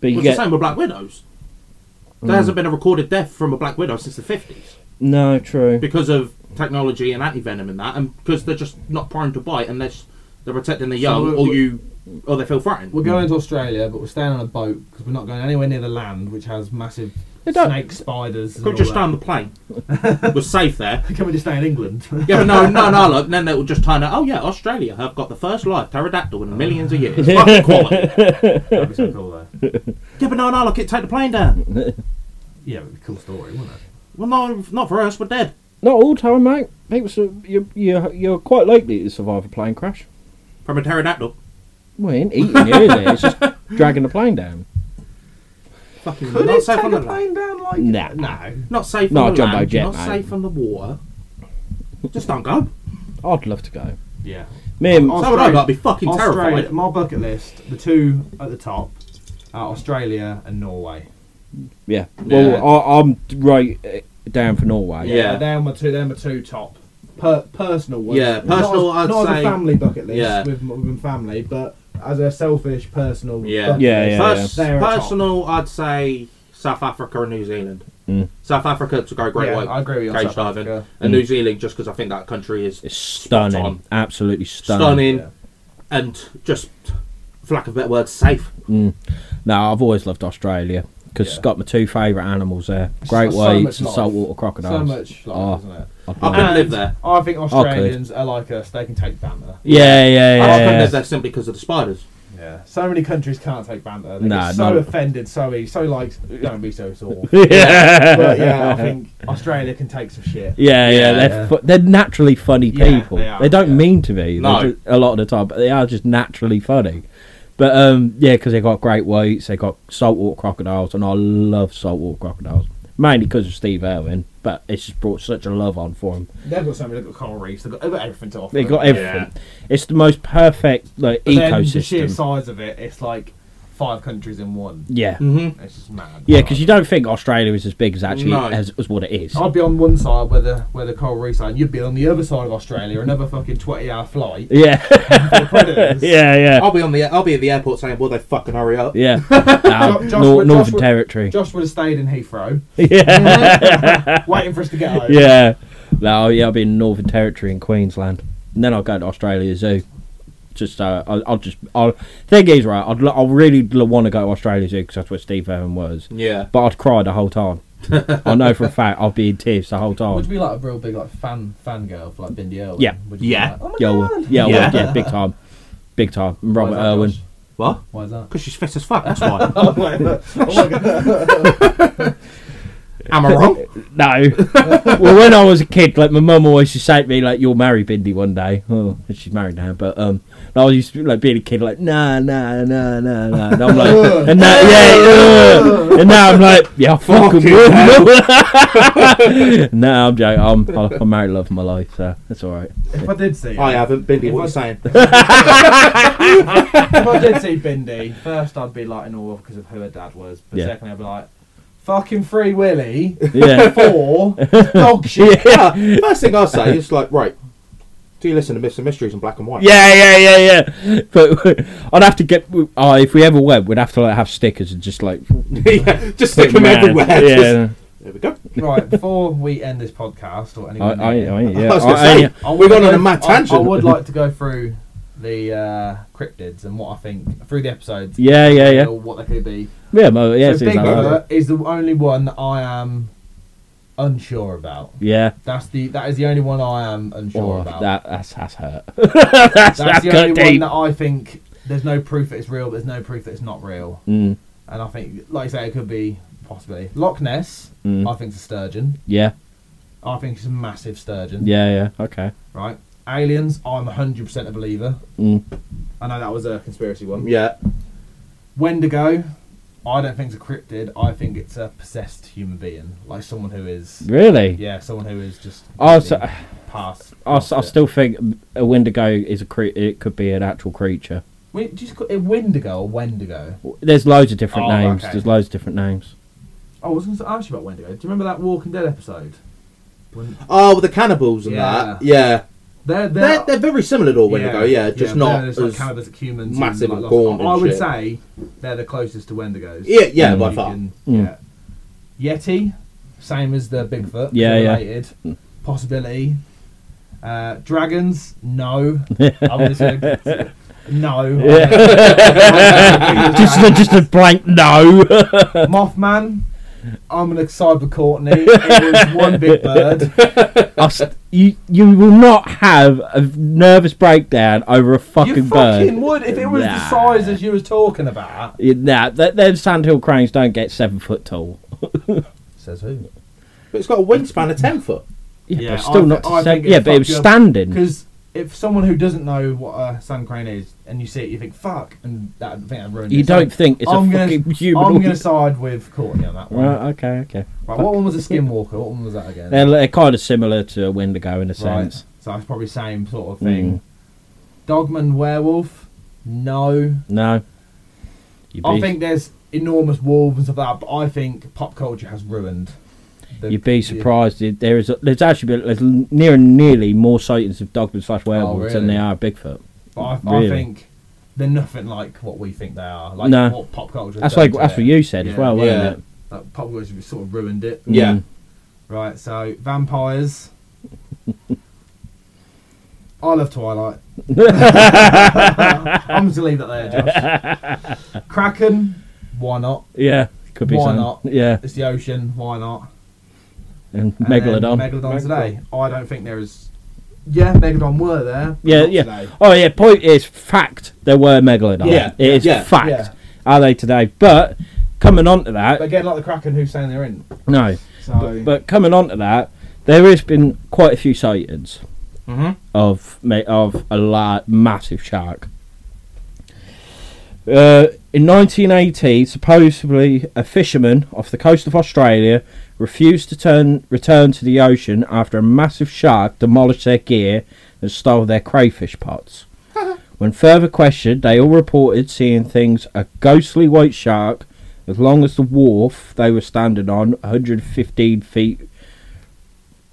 But you It's get Mm. the same with black widows. There hasn't been a recorded death from a black widow since the fifties no true. because of technology and anti venom and that, and because they're just not prone to bite unless they're protecting the young we're- or we're- you or they feel threatened. We're going to Australia, but we're staying on a boat because we're not going anywhere near the land, which has massive They don't- snake spiders. and Could just all stay on the plane. We're safe there. that. Can we just stay in England? Yeah, but no, no, no. Look, then they will just turn out. Oh yeah, Australia have got the first live pterodactyl in millions of years. Fucking quality. That'd be so cool, though. Yeah, but no, no. Look, it take the plane down. Yeah, it'd be a cool story, wouldn't it? Well, no, not for us. We're dead. Not all time, mate. People, su- you you you're quite likely to survive a plane crash. From a pterodactyl. Well, it ain't eating you, is it? It's just dragging the plane down. Fucking Could not it safe take on a the land. plane down like? Nah. No. Not safe No, on the jumbo land. jet, not mate. safe on the water. Just don't go. I'd love to go. Yeah. Me and I'll- So would I. But I'd be fucking Australia. terrified. My bucket list: the two at the top are Australia and Norway. yeah. Well, Yeah. I, I'm right uh, down for Norway. Yeah. they're my two. They're my two top per, personal ones. Yeah, personal, I'd Not, as- not as say- a family bucket list Yeah. with, with family, but as a selfish personal. Yeah. bucket Yeah, list, yeah, Pers- they're a top. personal, I'd say South Africa and New Zealand. Mm. South Africa to go great Yeah, white I agree with you on cage South diving, Africa. and New Zealand just because I think that country is It's stunning. on. Absolutely stunning. stunning Yeah. and just, for lack of a better word, safe. No, I've always loved Australia because it's Yeah. got my two favourite animals there: It's great so whites much and life. saltwater So crocodiles. much, like, Oh, isn't it? I'd I love couldn't it. live there. I Ah, think Australians are like us; they can take banter. Yeah, yeah, I couldn't yeah. live there simply because of the spiders. Yeah. So many countries can't take banter. They Nah, get so no. offended, so easy, so like, don't be so sore. yeah. but yeah, I think Australia can take some shit. Yeah, yeah, Yeah, they're yeah. fu- they're naturally funny Yeah, people. they are, don't yeah. mean to be No. they're ju- a lot of the time, but they are just naturally funny. But um, yeah, because they got great weights, they got saltwater crocodiles, and I love saltwater crocodiles mainly because of Steve Irwin. But it's just brought such a love on for him. They've got so many. They've got coral reefs. They've got, they've got everything to offer. They got But everything. It's the most perfect like Then the sheer ecosystem. size of it, it's like five countries in one. yeah, Mm-hmm. It's just mad. yeah, because you don't think Australia is as big as actually No. as, as what it is. I'd be on one side where the where the coral reefs are, and you'd be on the other side of Australia, another fucking twenty hour flight. Yeah, for predators. yeah, Oh. yeah, I'll be on the I'll be at the airport saying, "Will they fucking hurry up?" yeah. Jo- No, Josh Nor- would- Josh Northern would- Territory. Josh would have stayed in Heathrow, Yeah. waiting for us to get home. oh, yeah. No, yeah, I'll be in Northern Territory in Queensland. And then I'll go to Australia Zoo. just uh, I'll, I'll just I'll thing is right. I'd lo- I really want to go to Australia too because that's where Steve Irwin was. Yeah. But I'd cry the whole time. I know for a fact I'd be in tears the whole Would time. you be like a real big like fan fan girl for like Bindi Irwin? Yeah. Would you be Yeah. like, oh my Yeah, I god. would. yeah, I would. Yeah. yeah, big time, big time. Robert Why is that, Irwin. Josh? What? Why is that? Because she's fit as fuck. That's why. Oh my god. Oh Am my god. I wrong? No. well, when I was a kid, like my mum always used to say to me, like, "You'll marry Bindi one day." Oh, she's married now, but um, I was used to like being a kid, like, "Nah, nah, nah, nah, nah," and I'm like, and now, yeah, ugh. and now I'm like, "Yeah, I fucking Fucking will." no, I'm joking. I'm, I'm married, love of my life, so that's all right. If I did see I her- haven't. Bindi, what are you If saying? if I did see Bindi, first I'd be like in awe because of who her dad was. But Yeah. secondly, I'd be like, fucking Free Willy Yeah, for dog shit. yeah. First thing I say is like, right. Do you listen to Mr. Mysteries in black and white? yeah, yeah, yeah, yeah. But I'd have to get. Oh, if we ever went, we'd have to like have stickers and just like yeah. Just put stick them round. everywhere. Yeah. Just- there we go. Right, before we end this podcast or I, anyone, I, near- I, yeah, I was gonna I- I- say, we're would going on go- a mad I- tangent. I, would like to go through the uh, cryptids and what I think through the episodes. yeah, yeah, yeah. Or what they could be. Yeah, mo- yeah, so seems like that. Bigfoot is the only one that I am unsure about. yeah. That's the that is the only one I am unsure Oh, about. that that's that's hurt. that's That's that's the only cut one deep. that I think there's no proof that it's real. There's no proof that it's not real. Mm, And I think, like I say, it could be possibly Loch Ness. Mm. I think it's a sturgeon. yeah, I think it's a massive sturgeon. yeah, yeah. Okay. Right. Aliens. I'm 100 percent a believer. Mm. I know that was a conspiracy one. Yeah. Wendigo. I don't think it's a cryptid. I think it's a possessed human being, like someone who is. Really? Oh, Yeah, someone who is just. I was- completely past. I, s- past I it. still think a wendigo is a cre- it could be an actual creature. Wait, just call it Wendigo or Wendigo. There's loads of different Oh, names. okay. There's loads of different names. Oh, I was going to ask you about Wendigo. Do you remember that Walking Dead episode? When- Oh, with the cannibals and that. Yeah. They're They're, they're very similar to a Wendigo, yeah. just not They're as. just like cannibals, like humans, and massive like and lots- gaunt I, and I would shit. say they're the closest to Wendigos. Yeah, yeah, You by far. can- Mm. Yeah. Yeti, same as the Bigfoot. Yeah, yeah. related. Possibility. Uh, dragons, no. I'm gonna no. just a, just a blank no. Mothman. I'm gonna side with Courtney. It was one big bird. I s- you you will not have a nervous breakdown over a fucking you bird. fucking would if it was Nah. the size as you was talking about. Yeah, Nah, th- them sandhill cranes don't get seven foot tall. Says who? but it's got a wingspan of 10 foot. Yeah, Yeah, but still I not. thi- to I say- think it yeah, but it fucked was you up. standing. Because if someone who doesn't know what a sand crane is and you see it, you think fuck, and that I think that ruined. You it. don't think it's a I'm fucking gonna, human I'm going to organ. side with Courtney on that one. Right, Right, okay, okay. what one was a skinwalker? What one was that again? They're, they're kind of similar to a Wendigo in a right. sense. Mm. So it's probably same sort of thing. Dogman werewolf, no. No. Your I beast, think there's enormous wolves and stuff like that, but I think pop culture has ruined. the- you'd be the- surprised. if There is a, there's actually been, there's near and nearly more sightings of dogmen slash werewolves than Oh, really? there are Bigfoot. But I, I Really? think they're nothing like what we think they are. Like No. what pop culture. has That's done like to that's it. what you said as Yeah. well, wasn't Yeah. it? Like, pop culture has sort of ruined it. Yeah. Mm. Right. So vampires. I love Twilight. I'm just gonna leave that there, Josh. Kraken. Why not? Yeah, could be Why some- not? Yeah, It's the ocean. Why not? and And then megalodon. Megalodon today. I don't think there is. Yeah, megalodon were there. but Yeah, not yeah. today. Oh yeah, point is fact there were megalodon. Yeah, it is yeah, fact. yeah. Are they today? But coming on to that, But again, like the Kraken, who's saying they're in? no. So But, but coming on to that, there has been quite a few sightings Mhm. of ma- of a large, massive shark. Uh, in 1980, supposedly a fisherman off the coast of Australia refused to turn return to the ocean after a massive shark demolished their gear and stole their crayfish pots. when further questioned, they all reported seeing things a ghostly white shark as long as the wharf they were standing on, 115 feet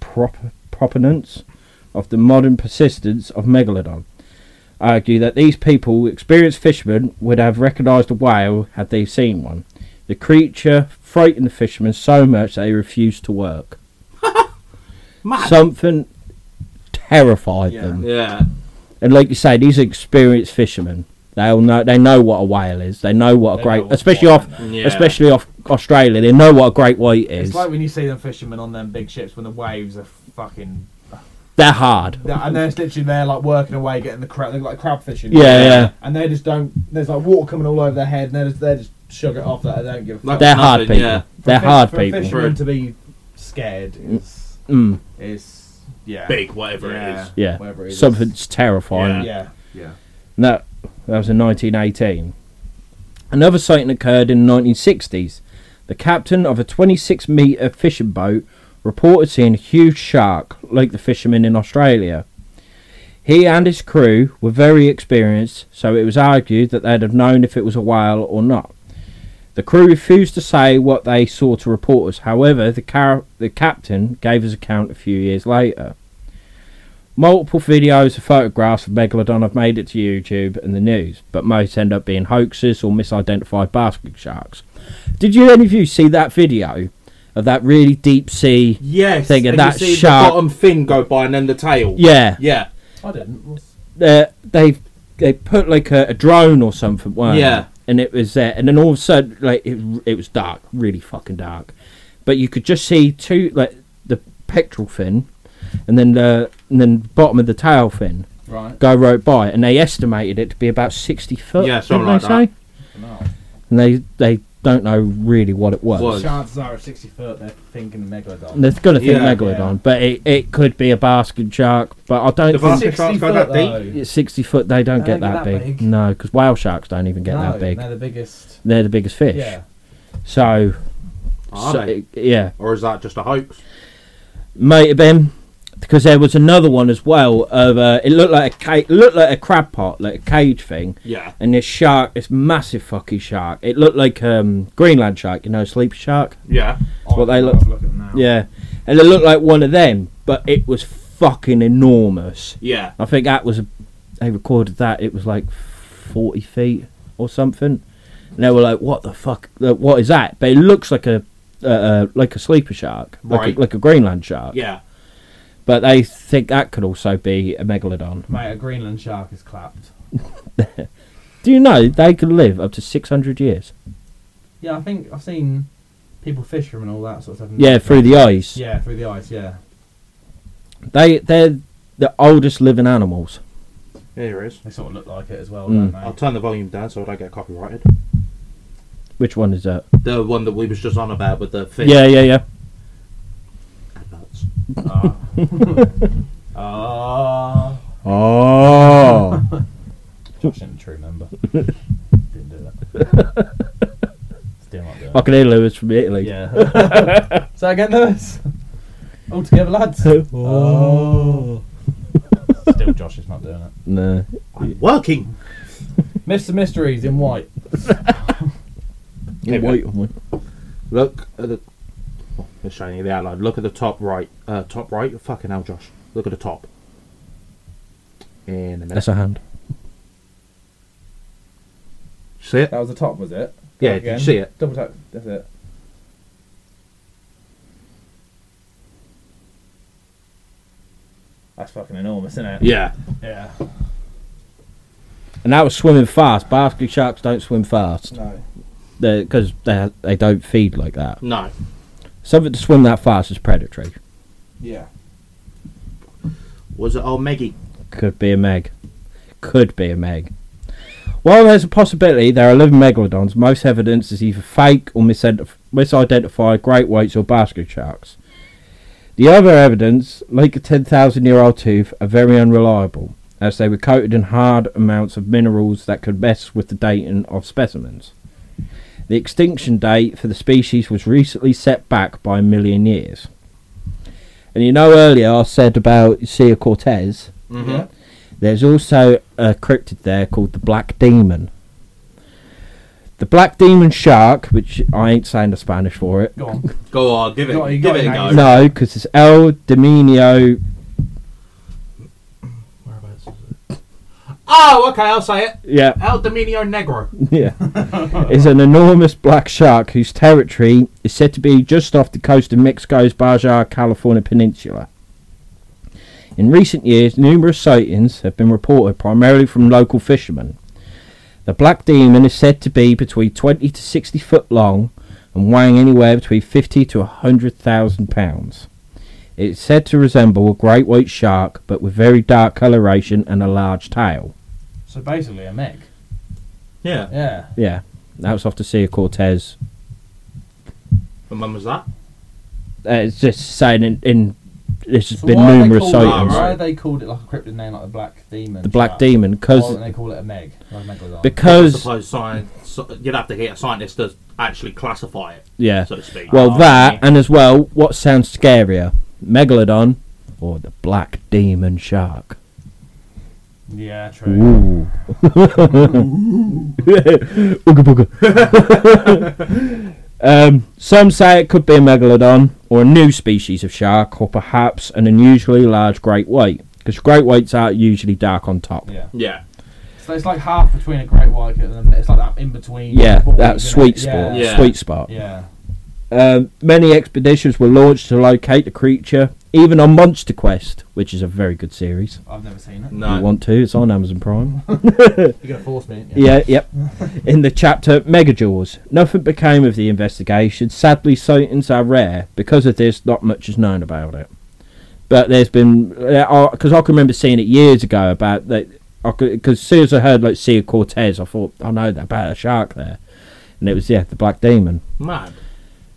prop- proponents of the modern persistence of megalodon, argue that these people, experienced fishermen, would have recognised a whale had they seen one. The creature frightened the fishermen so much that they refused to work. Mad. Something terrified Yeah. them. yeah. and like you say, these are experienced fishermen. They'll know. They know what a whale is. They know what a They know great, what's especially what, off, don't they? Yeah. especially off Australia. They know what a great white is. It's like when you see them fishermen on them big ships when the waves are fucking. They're hard. And they're just literally there, like working away, getting the crab. They're like crab fishing. Yeah, yeah. And they just don't. There's like water coming all over their head, and they just they just shug it off. That they don't give. A Like fuck. They're hard Nothing, people. yeah. For a They're fish- hard for a people. fisherman True. to be scared is Mm, is yeah Big, whatever yeah, it is. Yeah. whatever it is. something's terrifying. Yeah, yeah. And that that was in 1918. Another sighting occurred in the 1960s. The captain of a 26 metre fishing boat reported seeing a huge shark, like the fishermen in Australia. He and his crew were very experienced, so it was argued that they'd have known if it was a whale or not. The crew refused to say what they saw to reporters. However, the, car- the captain gave his account a few years later. Multiple videos and photographs of Megalodon have made it to YouTube and the news, but most end up being hoaxes or misidentified basket sharks. Did you any of you see that video of that really deep sea? Yes. Think of and that you see shark. the bottom fin go by and then the tail. Yeah, Yeah. I didn't. What's- uh, they they put like a, a drone or something. Weren't they? Yeah. and it was there, and then all of a sudden, like it, it was dark, really fucking dark, but you could just see two like the pectoral fin, and then the and then bottom of the tail fin. Right. go right by, and they estimated it to be about sixty foot. Yeah, didn't something they like that. say? No. And they they don't know really what it was. Was. Chances are at 60 foot they're thinking megalodon. And They're gonna think Yeah, megalodon, yeah. but it, it could be a basket shark. But I don't The think basket sharks go that deep. though. it's sixty foot. They don't They get that, big. big. No, because whale sharks don't even get no, that big. They're the biggest. They're the biggest fish. Yeah. So, Are so- they? yeah, Or is that just a hoax? might have been because there was another one as well. Of uh, it looked like a ca- it looked like a crab pot, like a cage thing. Yeah. And this shark, this massive fucking shark. It looked like um, Greenland shark, you know, sleep shark. Yeah. what they look- I'll Look at them now. Yeah, and it looked like one of them, but it was fucking enormous. Yeah. I think that was they recorded that. It was like forty feet or something, and they were like, "What the fuck? Like, What is that?" But it looks like a uh, uh, like a sleeper shark, like, Right. a, like a Greenland shark. Yeah. But they think that could also be a megalodon. Mate, a Greenland shark is clapped. Do you know they could live up to six hundred years? Yeah, I think I've seen people fish them and all that sort of stuff. Yeah, through the ice. Yeah, through the ice. Yeah. They they're the oldest living animals. Here it is. They sort of look like it as well, Mm. don't they? I'll turn the volume down so I don't get copyrighted. Which one is that? The one that we was just on about with the fin. Yeah, yeah, yeah. Adverts. Ah. Ah. Oh. Josh didn't true remember. didn't do that. Still not doing I can hear Lewis from Italy. Yeah. so again, Lewis. All together, lads. Oh. Still, Josh is not doing it. No. I'm working. Mr. Mysteries in white. There we Wait, wait. Look at the. Oh, it's showing you the outline. Look at the top right. Uh, top right. Fucking hell, Josh. Look at the top. In a minute. That's a hand. see it? That was the top, was it? Yeah, did you see it? Double tap. That's it. That's fucking enormous, isn't it? Yeah. Yeah. And that was swimming fast. Basket sharks don't swim fast No. because they they don't feed like that. No. Something to swim that fast is predatory. Yeah. Was it old Meggie? Could be a meg. Could be a meg. While there's a possibility there are living megalodons, most evidence is either fake or misident- misidentified great whites or basket sharks. The other evidence, like a 10,000 year old tooth, are very unreliable, as they were coated in hard amounts of minerals that could mess with the dating of specimens. The extinction date for the species was recently set back by a million years. And you know, earlier I said about Sia Cortez. Mm-hmm. Yeah. There's also a cryptid there called the Black Demon. The Black Demon shark, which I ain't saying the Spanish for it. Go on. Go on, give it, Got it, give got it it, a mate. go. No, because it's El Dominio. Whereabouts is it? Oh, okay, I'll say it. Yeah, El Dominio Negro. yeah. is an enormous black shark whose territory is said to be just off the coast of Mexico's Baja California Peninsula. In recent years, numerous sightings have been reported primarily from local fishermen. The black demon is said to be between 20 to 60 foot long and weighing anywhere between 50 to 100,000 pounds. It is said to resemble a great white shark but with very dark coloration and a large tail. So basically, a mech. Yeah. Yeah. Yeah, that was off the Sea of Cortez. And when was that? Uh, it's just saying in, in there's just So been why are they numerous called- sightings. Why they called it like a cryptid name, like the Black Demon? the black shark? demon Why because don't they call it a Meg? Like Megalodon. I because suppose science. so- You'd have to get a scientist to actually classify it, yeah so to speak. well Oh, that okay. and as well what sounds scarier megalodon or the black demon shark yeah, true. ooh Ooga booga. um, some say it could be a megalodon or a new species of shark or perhaps an unusually large great white because great whites are usually dark on top Yeah. Yeah. So it's like half between a great white and it's like that in between. yeah borders, that isn't sweet it? spot Yeah. sweet spot Yeah. Um, many expeditions were launched to locate the creature, even on Monster Quest, which is a very good series. I've never seen it. You No. want to? It's on Amazon Prime. You're gonna force me. yeah, yep. In the chapter Mega Jaws, nothing became of the investigation. Sadly, sightings are rare. Because of this, not much is known about it. But there's been because I can remember seeing it years ago about that. Because as soon as I heard like Sea of Cortez, I thought I know about a shark there, and it was yeah the black demon. Mad.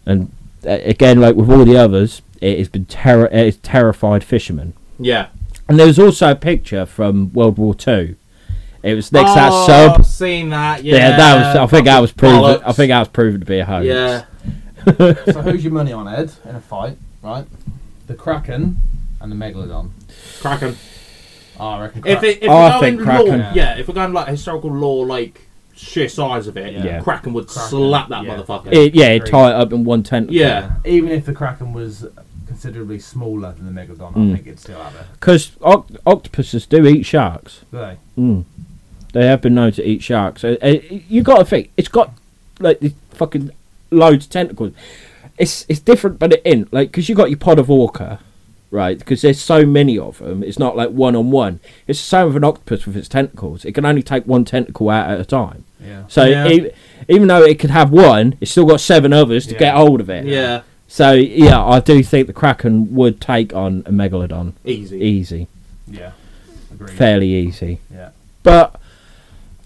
and uh, again, like with all the others, it has been terror. It is terrified fishermen. Yeah. And there was also a picture from World War Two. It was next to that Oh, sub. Seen that. Yeah. Yeah, that was. I think that was proven. I bollocks. think that was proven to be a hoax. Yeah. so who's your money on, Ed, in a fight? Right. The Kraken and the Megalodon. Kraken. Oh, I reckon. If, Kraken. it, if Oh, I we're going think Kraken. law, Yeah. yeah, if we're going like historical law, like sheer size of it, Yeah. Kraken would Kraken, slap that yeah. motherfucker. It, yeah, it Agreed. tie it up in one tent. Yeah. Even if the Kraken was considerably smaller than the Megalodon, Mm. I think it'd still have it. because octopuses do eat sharks. Do they? Mm. They have been known to eat sharks. Uh, uh, you got to think it's got like these fucking loads of tentacles. It's it's different, but it ain't like because you got your pod of orca, right? Because there's so many of them. It's not like one on one. It's the same with an octopus with its tentacles. It can only take one tentacle out at a time. Yeah. So Yeah. e- even though it could have one, it's still got seven others to Yeah. get hold of it. Yeah. So yeah, I do think the kraken would take on a megalodon Easy. easy, Yeah. Agreed. fairly easy. Yeah. But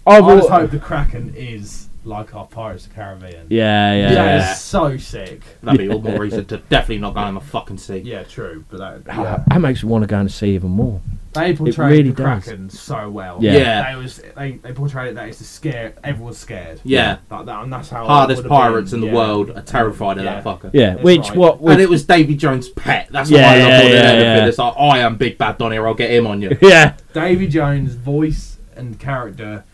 I I've Oh. just al- hope the Kraken is like our Pirates of the Caribbean. Yeah, yeah. Yeah. That is so sick. That'd be all more reason to definitely not go in the fucking sea. Yeah, true. But that, Ah, yeah. That makes me want to go and see even more. they portrayed really the does. Kraken so well. Yeah. Yeah. They was they, they portrayed it that it's a scare. Everyone's scared. Yeah. Like that, and that's how it Hardest would've been, pirates in the yeah. world are terrified of Yeah. that fucker. Yeah, That's which right. what And we- it was Davy Jones' pet. That's why Yeah, I love yeah, all yeah, yeah, everything. yeah. It's like I am Big Bad Don here. I'll get him on you. yeah. Davy Jones' voice and character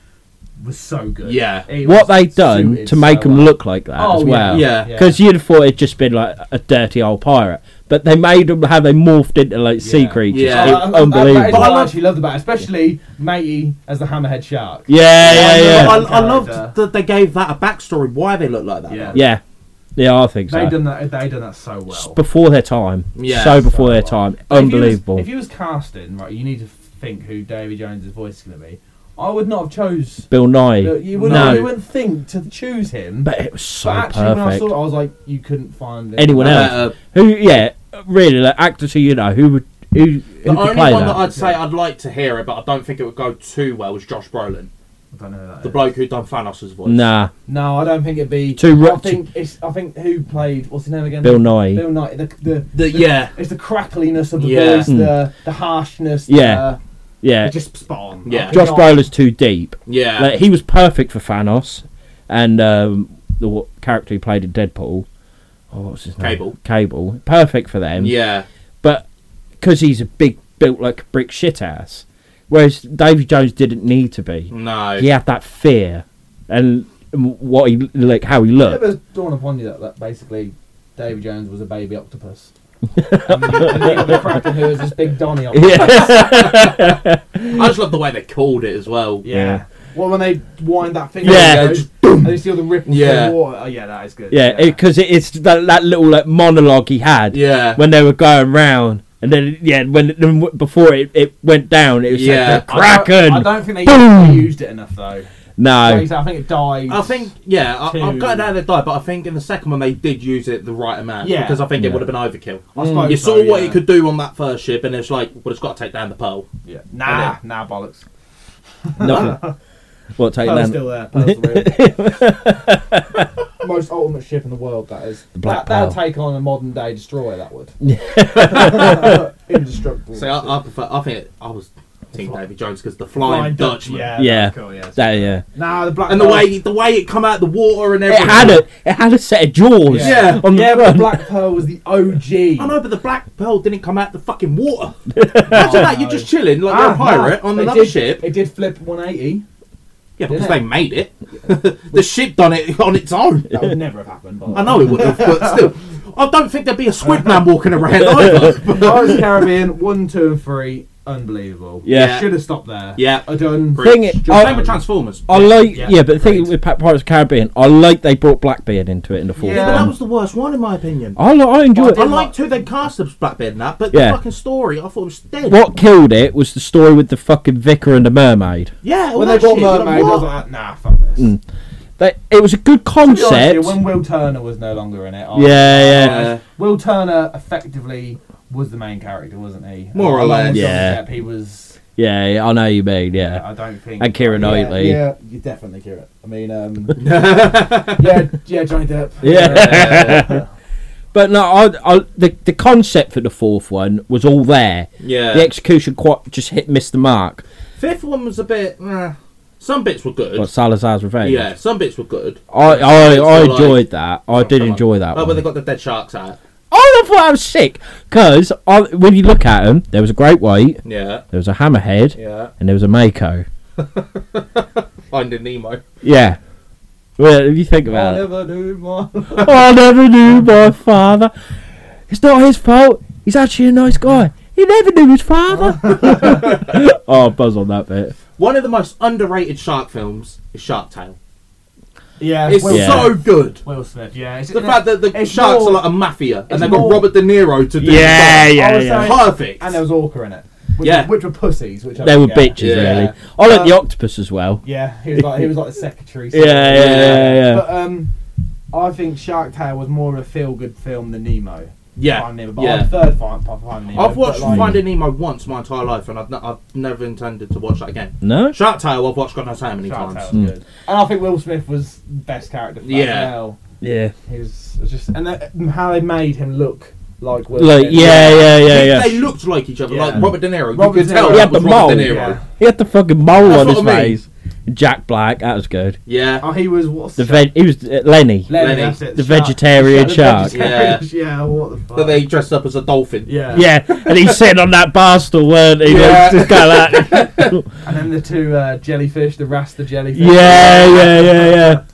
was so good. Yeah. He What was they done suited to make so him well. look like that Oh, as yeah, well. yeah, yeah. Because you'd have thought it'd just been like a dirty old pirate, but they made him how they morphed into like sea Yeah. creatures. Yeah. It- Oh, That- that- That is unbelievable. what But I I love- actually loved about it, especially Matey as the hammerhead shark. Yeah, yeah, I, yeah, I, yeah. I loved Character. that they gave that a backstory why they look like that. Yeah. yeah, yeah. I think They so. done that. They done that so S- well. Before their time, Yeah. so before their well. time, If you was- unbelievable. If you was casting, right, you need to think who Davy Jones' voice is going to be. I would not have chose. Bill Nye, You wouldn't. no, You wouldn't think to choose him. but it was so but actually, perfect. when I saw it, I was like, you couldn't find it. Anyone No else? matter- Who? Yeah, really, like actors who you know who would who, who The could only play one that, that. I'd say I'd like to hear it, but I don't think it would go too well was Josh Brolin, I don't know who that the is. bloke who done Thanos' voice. Nah, No, I don't think it'd be. Too ru- I think it's. I think who played? What's his name again? Bill Nye. Bill Nye. The, the, The, yeah, It's the crackliness of the Yeah. voice, the the harshness. Hmm. Yeah. The, yeah, it just spawn. Yeah. Josh Brolin's too deep. yeah, Like, he was perfect for Thanos, and um, the w- character he played in Deadpool. Oh, what was his name? Cable. Cable. Perfect for them. yeah, But because he's a big, built like a brick shit ass, whereas Davy Jones didn't need to be. no, He had that fear and what he like, how he Yeah, looked. but dawn upon you that, that basically Davy Jones was a baby octopus. and then you- and then you got the Kraken who was this big Donny octopus. Yeah, I just love the way they called it as well. Yeah. Well, when they wind that thing, Yeah. up, you know, and you see all the ripples Yeah. in the water. Oh yeah, that is good. yeah, because it's that, that little like monologue he had. yeah, when they were going round. And then yeah, when then w- before it, it went down, it was Yeah. like the kraken. I don't, I don't think they Boom. used it enough though. no, I think it died. I think, yeah, I, I've Two. got it down to die, but I think in the second one they did use it the right amount. Yeah. Because I think Yeah. it would have been overkill. I suppose You so, saw what yeah. it could do on that first ship, and it's like, well, it's got to take down the pearl. Yeah. Nah, nah, bollocks. nothing. what take down? Pearl's still there. Pearl's the real- Most ultimate ship in the world. That is. The Black that, that'll Pearl. take on a modern day destroyer. That would. Indestructible. So I, I prefer, I think it, I was Team Davy Jones because the Flying, Dutchman. Yeah. cool, yeah. Oh. That, yeah, Nah, the black. And the Pearl- way the way it come out the water and it everything. had a it had a set of jaws. Yeah. on the Yeah, but front. the Black Pearl was the OG. I know, but the black pearl didn't come out the fucking water. Imagine that you're just chilling Ah, like you're a pirate no, on they another did- ship. It did flip 180. Yeah, because it? they made it. the ship done it on its own. That would never have happened. By the I way. know it would have, but still, I don't think there'd be a squid man walking around either. Pirates of the Caribbean one, two, and three, unbelievable. Yeah. should have stopped there. Yeah. I done. Brilliant. Thing it- Just I- Same with Transformers. I like yeah, Yeah, but the thing great. with Pa- Pirates of the Caribbean, I like they brought Blackbeard into it in the fourth Yeah, but that one. was the worst one in my opinion. I, li- I enjoy I, it. liked who they cast as Blackbeard and that, but Yeah. the fucking story I thought was dead. What killed it was the story with the fucking vicar and the mermaid. Yeah, all When they that bought shit, you're like, Mermaid, I was what? like, nah, fuck this. They, it was a good To be honest with concept. you, when Will Turner was no longer in it, I- Yeah, yeah. Yeah. Will Turner effectively was the main character, wasn't he? More or less. Yeah. Depp, he was. yeah, yeah, I know you mean. Yeah, I don't think. and Kira Knightley. Yeah, Yeah, you definitely hear it. I mean, um, yeah, yeah, Johnny Depp. but no, I, I, the the concept for the fourth one was all there. Yeah. The execution quite just hit missed the mark. Fifth one was a bit. eh. Some bits were good. Like Salazar's revenge. Yeah, some bits were good. I I, It's I all like- enjoyed that. I did Come on. enjoy that. Oh, one. when they got the dead sharks out. I thought I was sick because when you look at them, there was a great white, Yeah, there was a hammerhead, yeah. and there was a mako. Finding Nemo. Yeah. Well, if you think I about it, never do more. I never knew my father. It's not his fault. He's actually a nice guy. He never knew his father. oh, buzz on that bit. One of the most underrated shark films is Shark Tale. Yeah, It's Will- so good. Will Smith. Yeah, it's, The fact that the it's sharks more- are like a mafia it's and they've got more- Robert De Niro to do Yeah, the shark. yeah, was yeah. saying- Perfect. and there was Orca in it. Which Yeah. were, which were pussies. Which I They were yeah. bitches, Yeah. really. I like the Um, octopus as well. Yeah, he was like he was like the secretary. Yeah, yeah, yeah, yeah. But um, I think Shark Tale was more of a feel-good film than Nemo. yeah. Finding Nemo, but I'm yeah. third find, find Nemo. I've watched but, like, Finding Nemo once my entire life and I've, n- I've never intended to watch that again. No? Shark Tale I've watched God knows how many Shark Tale times. was Hmm. good. And I think Will Smith was the best character. For Yeah. yeah. That as well. Yeah. He was it's just and that, and how they made him look like Will. Like, Smith. yeah, yeah, yeah, They- yeah. They looked like each other, Yeah. like Robert De Niro. Robert you could De tell Niro. He that had the was Robert De mole. Niro. Yeah. He had the fucking mole That's on his what I mean. face. Jack Black, that was good. Yeah. Oh, he was what's The the ve- he was uh, Lenny. Lenny, Lenny. that's it, The shark. vegetarian The shark. vegetarian- yeah, what the fuck? That they dressed up as a dolphin. yeah. Yeah, and he's sitting on that bar stool, weren't he? Yeah. Just kind of like, And then the two uh, jellyfish, the Rasta jellyfish. yeah, yeah, yeah, yeah.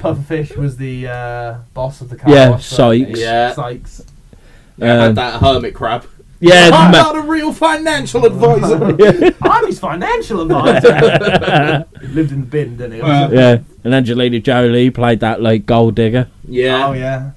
Pufferfish was the uh, boss of the car. Yeah, wash, wasn't he? Sykes. Yeah. Sykes. Yeah, Um, had that hermit crab. Yeah, I'm ma- not a real financial advisor. I'm his financial advisor. he lived in the bin, didn't he? Well, yeah. And Angelina Jolie played that like gold digger. yeah. Oh yeah.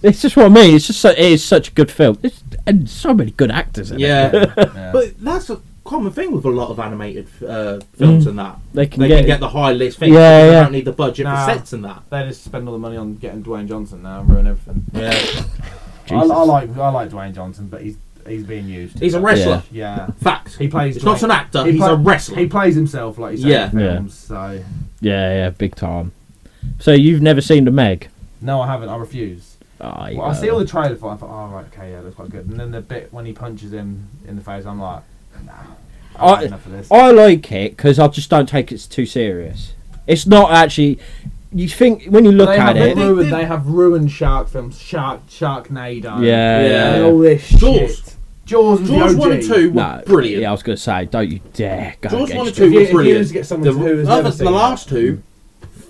It's just what I mean. It's just so, it is such a good film. It's, and so many good actors in it. yeah. Yeah. But that's a common thing with a lot of animated uh, films and that. They Mm. can They get, can get the high list things. Yeah, because They yeah. don't need the budget Nah. for sets and that. They just spend all the money on getting Dwayne Johnson now and ruin everything. Yeah. I, I Jesus. like I like Dwayne Johnson, but he's he's being used. He's a wrestler. Yeah. Fact. He plays. He's not Dwayne- an actor. he he's play- a wrestler. He plays himself, like you said. Yeah. in Yeah. films, So yeah, yeah, big time. So you've never seen the Meg? no, I haven't. I refuse. Oh, you Well, I know. see all the trailer for. It, I thought, oh right, okay, yeah, that's quite good. And then the bit when he punches him in the face, I'm like, nah, I've I- had enough of this. I like it because I just don't take it too serious. It's not actually. You think when you look they at have it, Ruined, they have ruined shark films, Shark Sharknado. Yeah, Yeah. And all this Jaws. shit. Jaws. was the Jaws 1 OG. and 2 were no, brilliant. Yeah, I was gonna say, don't you dare go Jaws against 1 and it. 2 If you- were if you brilliant. was to get someone the who has other- never seen the it. last two,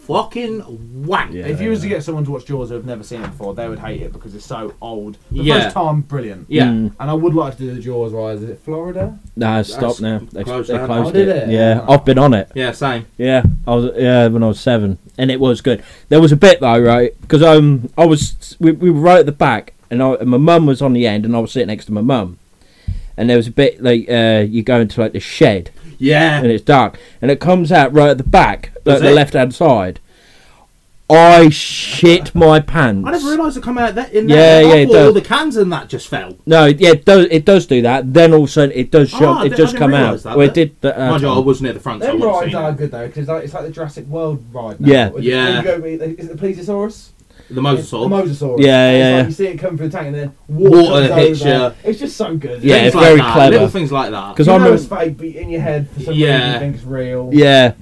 fucking wank. Yeah. If you was to get someone to watch Jaws who have never seen it before, they would hate it because it's so old. The Yeah. first time, brilliant. Yeah. Mm. And I would like to do the Jaws rise. Is it Florida? No, stop That's now. They closed they down. closed Oh, it. did it? Yeah, Oh. I've been on it. Yeah, same. Yeah, I was yeah when I was seven, and it was good. There was a bit though, right? Because um, I was we, we were right at the back, and, I, and my mum was on the end, and I was sitting next to my mum, and there was a bit like uh, you go into like the shed and Yeah. it's dark, and it comes out right at the back, like Does the it? left hand side. I shit my pants. I never realised it come out that in Yeah, that. yeah, I it thought does. all the cans and that just fell. No, yeah, it does it does do that? Then also it does Ah, show. I di- it does I didn't come out. realise that well, it bit. did. The, uh, Mind you, I was near the front, so I Them wouldn't have rides seen are it. good though because like, it's like the Jurassic World ride. Yeah. Now. When you- when Yeah. You go, with- is it the Plesiosaurus? The It's The motorcycle. Mosasaurus. Yeah, It's yeah, like yeah. You see it come through the tank and then water, Water comes hits over. It's just so good. Yeah, Things it's like very that, clever. Little things like that. Because you I know remember, it's fake, but in your head for some reason Yeah. you think it's real. yeah,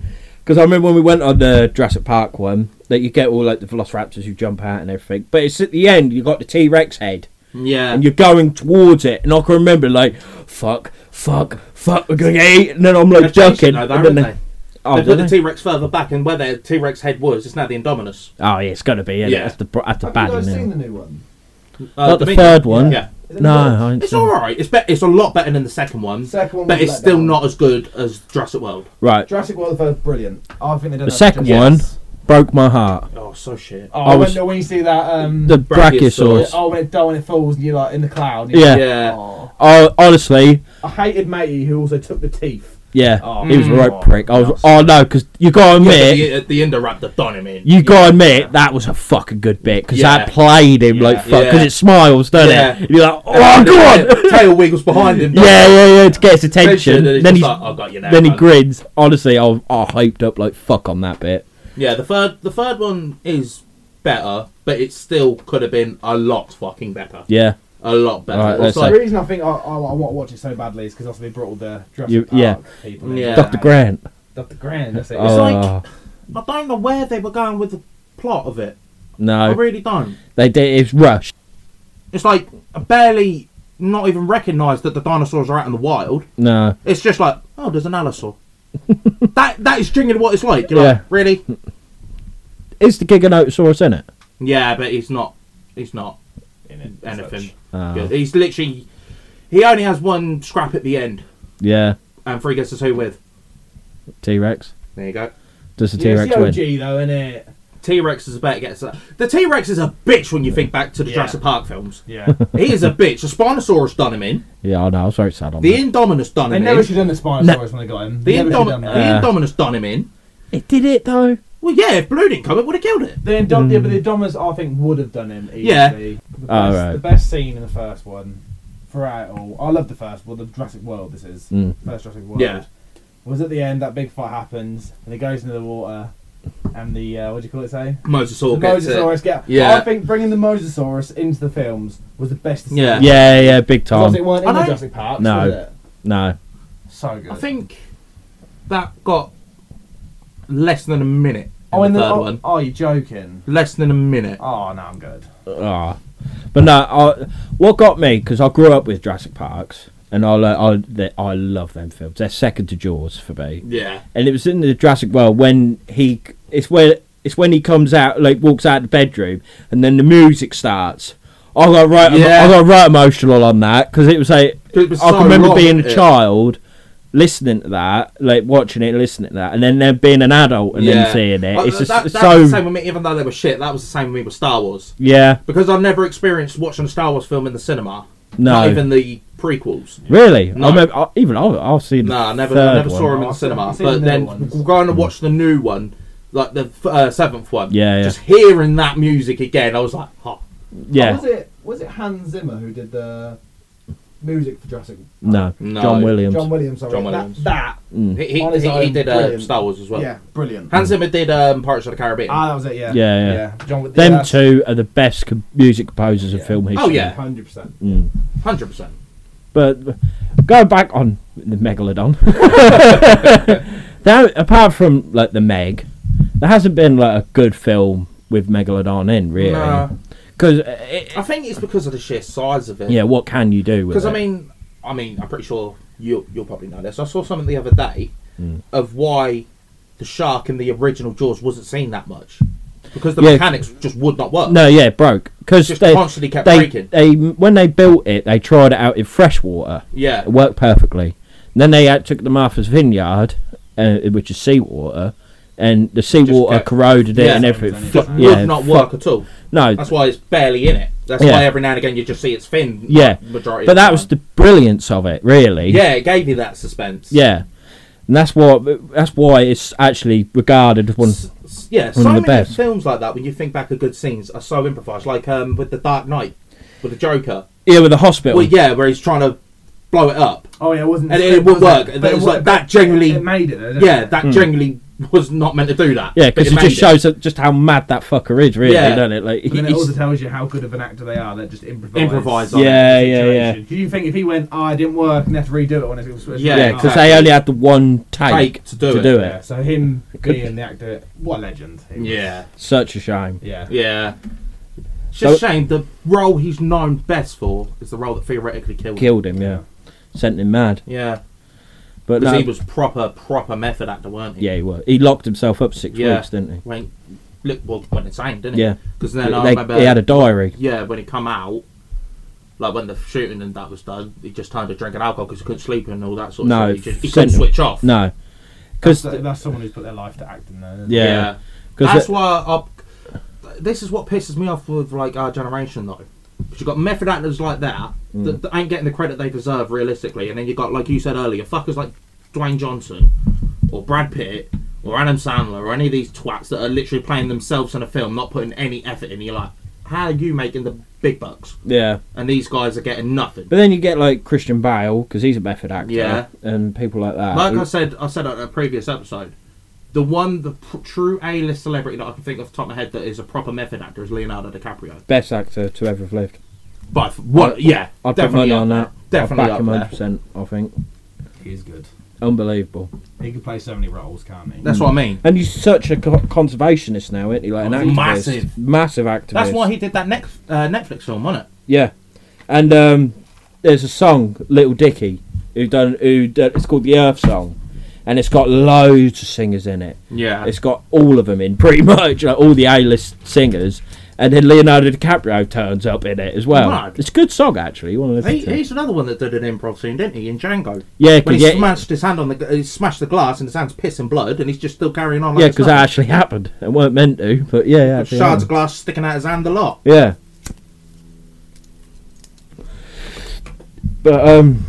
because I remember when we went on the Jurassic Park one that you get all like the Velociraptors who jump out and everything, but it's at the end you got the T Rex head Yeah. and you're going towards it, and I can remember like fuck, fuck, fuck, we're gonna get eaten, and then I'm like They've changed it ducking, now, though, and haven't then they- they? oh, they did put the they? T Rex further back, and where the T Rex head was, it's now the Indominus. oh yeah, it's gonna be yeah, Yeah. that's the br- that's the Have you bad guys seen in the new one? Uh, Not the Dominion. third one. Yeah, Is it No, good? I ain't it's seen all right. It's be- It's a lot better than the second one, Second one but was it's let still down. not as good as Jurassic World. right. Jurassic World the first brilliant. I think they The done that second justice. one broke my heart. Oh, so shit. Oh, I when, was- when you see that um The Brachiosaurus. Brachiosaurus. oh when it does when it falls and you're like in the cloud. and Yeah. you're Yeah. Like, oh. Oh, honestly, I hated matey who also took the teeth. yeah, Oh, he was a mm. right prick. I was, Yes. oh no, because you gotta Yeah, admit, the, uh, the Indoraptor done him in. you gotta admit that was a fucking good bit because that Yeah. played him like fuck because Yeah. it smiles, doesn't Yeah. it? And you're like, And oh then god, the Tail wiggles behind him. doesn't yeah, it? yeah, yeah, to get his attention. And he's Then just like, he's I got you now. then he man." grins. Honestly, I was I hyped up like fuck on that bit. Yeah, the third the third one is better, but it still could have been a lot fucking better. Yeah, A lot better. Alright, let's Also- the reason I think I, I, I want to watch it so badly is because obviously they brought all the Jurassic You- Park yeah. people. in. Yeah. Doctor Grant. Dr. Grand. That's it. It's oh, like- I don't know where they were going with the plot of it. I no, Oh, really don't. they did. It's rushed. It's like I barely not even recognise that the dinosaurs are out in the wild. No, It's just like, oh, there's an allosaur. that that is genuinely what it's like. You're Yeah. like, really? is the Giganotosaurus in it? Yeah, but he's not. He's not uh, in it, as anything. such. Oh, good. He's literally. He only has one scrap at the end, yeah, and three gets to two with. T Rex. There you go. Does the T Yeah, Rex it's the OG win? though, innit? T Rex is a better gets the T Rex is a bitch when you think back to the Yeah. Jurassic Park films. Yeah. He is a bitch. The Spinosaurus done him in. Yeah, I know. I was very sad on The that. Indominus done they him never in. should have done the Spinosaurus when they got him. The, They never should have Indom- done that. the Yeah. Indominus done him in. It did it though. Well, yeah, if Blue didn't come, it would have killed it. The Mm. Indom- yeah, but the Indominus, I think, would have done him easily. Yeah. The best, Oh, right. the best scene in the first one, throughout all, I love the first one, the Jurassic World this is. Mm. First Jurassic World. Yeah. Was at the end, that big fight happens, and it goes into the water, and the, uh, what do you call it, say? Mosasaur the gets Mosasaurus it. get. Yeah. I think bringing the Mosasaurus into the films was the best decision. Yeah. Yeah, yeah, big Because time. it weren't I in the don't- Jurassic Park. No. Was it? No, So good. I think that got less than a minute. Oh, in and the the, third oh, one. oh, you're joking. Less than a minute. Oh, no, I'm good. Ah, but no. I, what got me because I grew up with Jurassic Parks, and I lo- I they, I love them films. They're second to Jaws for me. Yeah. And it was in the Jurassic World when he it's where it's when he comes out like walks out the bedroom, and then the music starts. I got right, Yeah. I got right emotional on that because it was like 'Cause it was I so can remember wrong, being a wasn't it? child. Listening to that, like watching it, listening to that, and then then being an adult and then seeing it, Well, it's just Oh, that, it's that's so the same with me, even though they were shit, that was the same with me with Star Wars. yeah. Because I've never experienced watching a Star Wars film in the cinema. No. Not even the prequels. Really? No. I remember, I, even I've, I've seen. No, I never, third I never one. saw him in Oh, the I've seen- cinema. I've seen But the then middle ones. going to watch the new one, like the f- uh, seventh one. Yeah, yeah. Just hearing that music again, I was like, oh, Yeah, Was it was it Hans Zimmer who did the music for Jurassic? no. No. John Williams. John Williams. Sorry. John That- Williams. That. Mm. he, he, On his he, he own, did uh, brilliant. Star Wars as well. yeah, brilliant. Hans Zimmer did um, Pirates of the Caribbean. ah, that was it. Yeah. Yeah, yeah. John with Them two are the best com- music composers of Yeah. film history. Oh, yeah. Hundred percent. Mm. 100%. But going back on the Megalodon, now apart from like the Meg, there hasn't been like a good film with Megalodon in really. Nah. Because I think it's because of the sheer size of it. yeah, what can you do with it? Because I mean, I mean, I'm pretty sure you you'll probably know this. I saw something the other day Hmm. of why the shark in the original Jaws wasn't seen that much because the Yeah. mechanics just would not work. No, yeah, it broke because Just they constantly kept they, breaking. They when they built it, they tried it out in freshwater. Yeah. it worked perfectly. And then they uh, took the Martha's Vineyard, uh, which is seawater, and the seawater kept- corroded it Yeah. and everything. Would Fl- Would yeah, not fu- work at all. No, That's why it's barely in it. That's Yeah. why every now and again you just see its fin. Yeah. majority. but of the that time. was the brilliance of it, really. yeah, it gave you that suspense. yeah, and that's what that's why it's actually regarded as one. S- s- yeah, of so the many best. films like that when you think back of good scenes are so improvised. Like um, with the Dark Knight, with the Joker. Yeah, with the hospital. Well, yeah, where he's trying to blow it up. Oh yeah, it wasn't. And it script, would was work. But That was wa- like- that it- generally- It made it. Though, didn't Yeah, it? that generally was not meant to do that. Hmm. Yeah, but because it made just shows that just how mad that fucker is, really, Yeah. doesn't it? Like, But then it he's- also tells you how good of an actor they are. That just improvise. Improvise on yeah, yeah, yeah, Do you think if he went, oh, I didn't work, and have to redo it on it? it was- Yeah, yeah. Because exactly. they only had the one take, Take to do it. Yeah, so him being the actor, what a legend. He was- Yeah, Such a shame. yeah. yeah. It's just So- a shame the role he's known best for is the role that theoretically killed. him. Killed him. Yeah, sent him mad. Yeah, But because no, he was proper proper method actor, weren't he? yeah, he was. He locked himself up six Yeah. weeks, didn't he? Went look well, went insane, didn't he? Yeah. Because then I They- remember he had a diary. yeah when he come out. Like when the shooting and that was done, he just turned to drinking alcohol because he couldn't sleep and all that sort of No, shit. He, just, he sent couldn't him. switch off. No, That's, because that's someone who's put their life to acting. Though, isn't it? Yeah. yeah. That's because why I, this is what pisses me off with like our generation though. Because you've got method actors like that, that that ain't getting the credit they deserve realistically, and then you've got like you said earlier, fuckers like Dwayne Johnson or Brad Pitt or Adam Sandler or any of these twats that are literally playing themselves in a film, not putting any effort in. You're like, how are you making the big bucks? yeah. And these guys are getting nothing. But then you get like Christian Bale because he's a method actor, Yeah. and people like that. Like He- I said, I said on a previous episode, the one, the pr- true A-list celebrity that I can think of off the top of my head that is a proper method actor is Leonardo DiCaprio. best actor to ever have lived. But f- what? Yeah, I'd put definitely money up on that. there. Definitely I'd back him up hundred there. percent. I think He is good. unbelievable. He can play so many roles, can't he? That's what I mean. And he's such a co- conservationist now, isn't he? Like an Oh, activist, massive. massive activist. That's why he did that next uh, Netflix film, wasn't it? Yeah, and um, there's a song, Little Dicky, who done who done, it's called the Earth Song, and it's got loads of singers in it. Yeah. It's got all of them in, pretty much like all the A-list singers. And then Leonardo DiCaprio turns up in it as well. Mad. It's a good song actually. You want to He, listen to? it. he's another one that did an improv scene, didn't he? In Django. Yeah, When because he yeah, smashed his hand on the, he smashed the glass, and his hand's piss and blood, and he's just still carrying on. Like yeah, it's 'cause that nothing. actually happened. It weren't meant to, but yeah, it With actually shards happened. of glass sticking out his hand a lot. Yeah. But um,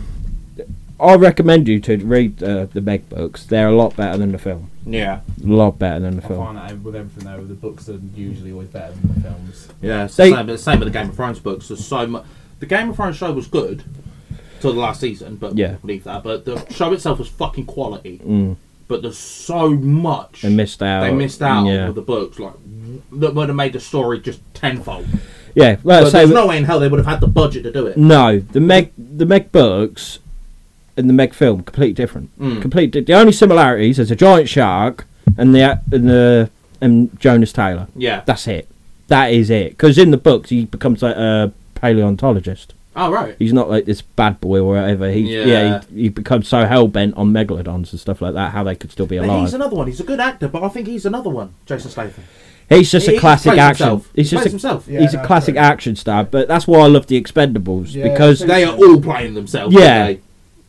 I recommend you to read uh, the Meg books. They're a lot better than the film. Yeah. A lot better than the I film. find that with everything though, the books are usually always better than the films. Yeah. It's They- the same, it's the same with the Game of Thrones books. There's so much. The Game of Thrones show was good till the last season, but Yeah. Mm. leave that. But the show itself was fucking quality. But there's so much. They missed out. they missed out Yeah, on the books like that would have made the story just tenfold. Uh, yeah. Like I But say, there's no, no way in hell they would have had the budget to do it. the Meg, the Meg books, and the Meg film completely different. Mm. Complete. di- The only similarities is a giant shark and the a- and the and Jonas Taylor. Yeah. That's it. That is it. Because in the books, he becomes like a paleontologist. oh right. He's not like this bad boy or whatever. He yeah, Yeah. he, he becomes so hell bent on megalodons and stuff like that. How they could still be But alive. He's another one. He's a good actor, but I think he's another one. Jason Statham. he's just He- a he classic plays action. himself. He's He just plays a, himself. Yeah, he's a that's classic true. action star. But that's why I love the Expendables Yeah, because I think- They are all playing themselves. Yeah. aren't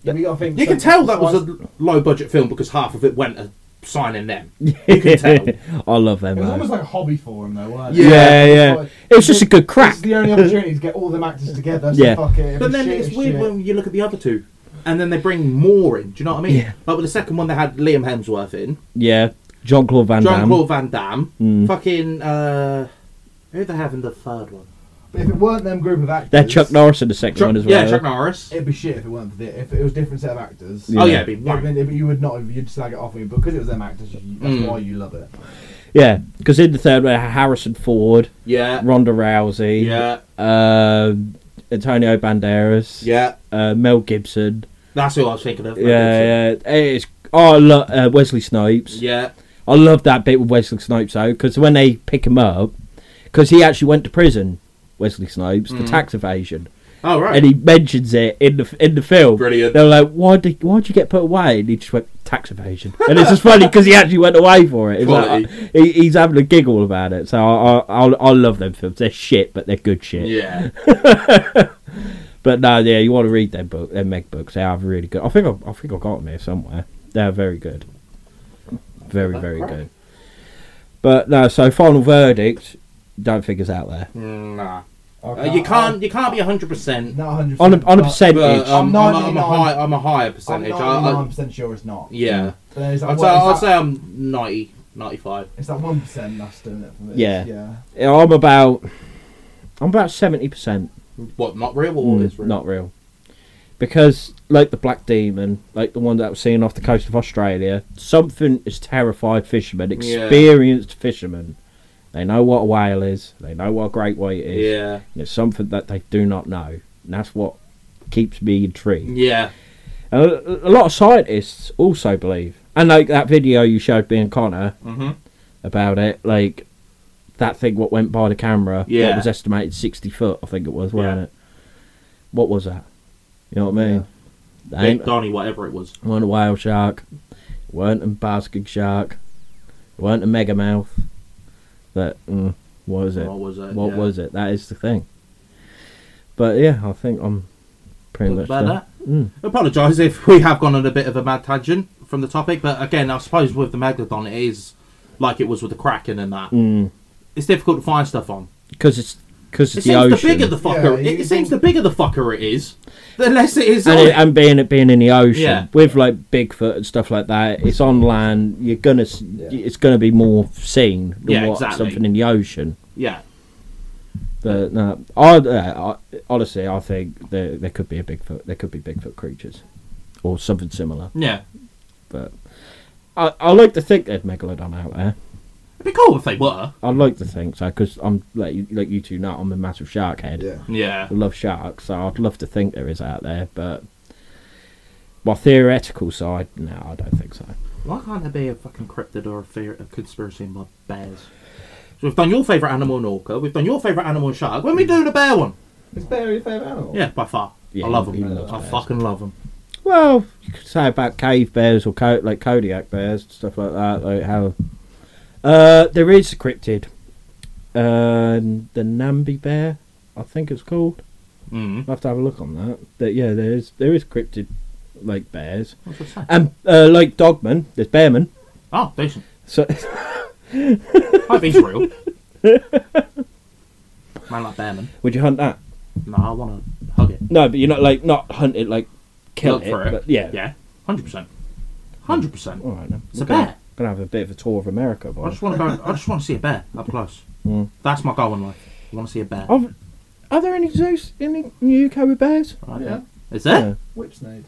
Yeah, we gotta think. They? You can so- tell that so was I- a low budget film because half of it went to signing them. You can tell. I love them. It was man. almost like a hobby for him, though, weren't yeah, it? yeah. It's like- It was just a good crack. It's the only opportunity to get all them actors together. So Yeah. yeah. Fuck it, if But then shit, it's it's weird shit. when you look at the other two, and then they bring more in. Do you know what I mean? Yeah. Like with the second one, they had Liam Hemsworth in, yeah, John Claude Van John Damme. Claude Van Damme, Mm. fucking uh, who they have in the third one? But if it weren't them group of actors, They're Chuck Norris in the second Chuck- one as well. yeah, Chuck Norris. It'd be shit if it weren't for the, if it was a different set of actors. Yeah. Oh yeah, it'd be It wank. would've been- you would not. have- You'd slag it off on you, but because it was them actors, you, that's Mm. why you love it. Yeah, because in the third one, Harrison Ford, Yeah, Ronda Rousey, yeah, um, Antonio Banderas, yeah. uh, Mel Gibson. That's who I was thinking of. Yeah, yeah. It's oh, I lo- uh, Wesley Snipes. yeah, I love that bit with Wesley Snipes though, because when they pick him up, because he actually went to prison, Wesley Snipes for tax evasion, Oh Mm-hmm. right. and he mentions it in the in the film. Brilliant. They were like, "Why did why would you get put away?" And he just went tax evasion, and it's just funny because he actually went away for it. It's like, Quality. uh, he, he's having a giggle about it. So I, I I I love them films. They're shit, but they're good shit. yeah. But no, yeah, you want to read their book, their Meg books. They are really good. I think I, I think I got them here somewhere. They're very good, very They're very crap. good. But no, so final verdict, don't think it's out there. Mm, Nah, I Uh, you can't. You can't be hundred percent. Not 100%. On a, on a but But percentage, um, I'm, a- I'm a 99. high. I'm a higher I'm percentage. I, I, 99% sure it's not. yeah, But then it's like, I'd, say, what, I'd it's, that, say I'm 90, 95. it's that 1% that's doing it for me. Yeah. Yeah. I'm about I'm about seventy percent. What? Not real or is real? Hmm, Not real, because like the black demon, like the one that was seen off the coast of Australia, something is terrified fishermen, Yeah. experienced fishermen. They know what a whale is. They know what a great white is. Yeah, and It's something that they do not know. And that's what keeps me intrigued. yeah, And a, a lot of scientists also believe, and like that video you showed me and Connor Mm-hmm. about it, like that thing what went by the camera, Yeah. what was estimated sixty foot, I think it was, wasn't Yeah. it? What was that? You know what I mean? They Big ain't, Donny, whatever it was. weren't a whale shark, weren't a basking shark, weren't a megamouth. That mm, what was it? What was it? What yeah. was it? That is the thing. But yeah, I think I'm pretty Talk much about done. that. Mm. Apologise if we have gone on a bit of a mad tangent from the topic, but again, I suppose with the Megalodon, it is like it was with the Kraken and that. Mm. It's difficult to find stuff on. because it's because It it's the seems ocean. the bigger the fucker. Yeah, it, you- seems the bigger the fucker it is, the less it is. and, on it, it. and being it being in the ocean Yeah. with like Bigfoot and stuff like that, it's on land. You're gonna s it's gonna be more seen than Yeah, what exactly. something in the ocean. yeah, But no, I, uh, I honestly I think there there could be a Bigfoot. There could be Bigfoot creatures or something similar. yeah. But I I like to think there's megalodon out there. It'd be cool if they were. I like to think so because I'm like you, like you two know I'm a massive shark head. Yeah. Yeah, I love sharks, so I'd love to think there is out there, but my theoretical side, no, I don't think so. why can't there be a fucking cryptid or a, fear, a conspiracy about bears? So we've done your favourite animal, an orca. We've done your favourite animal, a shark. When we do the bear one, It's better your favourite animal. yeah, by far. Yeah, I love he them. loves I bears. fucking love them. Well, you could say about cave bears or co- like Kodiak bears, stuff like that. Like how uh, there is a cryptid, um, the Nambi bear, I think it's called. Mm. I'll have to have a look on that. But yeah, there is there is cryptid like bears What's it say? and uh, like dogman. There's bearman. Oh, decent. So Hope he's real. Man like Behrman. would you hunt that? No, I want to hug it. No, but you're not like not hunt it like kill Look it, for it. But yeah, Yeah, 100%. 100%. All right, then. It's a We're gonna- bear. Gonna have a bit of a tour of America, I boy. just want to go. I just want to see a bear up close. Mm. Oh. That's my goal in life. I want to see a bear. Are, are there any zoos in the- in the UK with bears? Right Yeah. there. Is there? Yeah. Whip snake.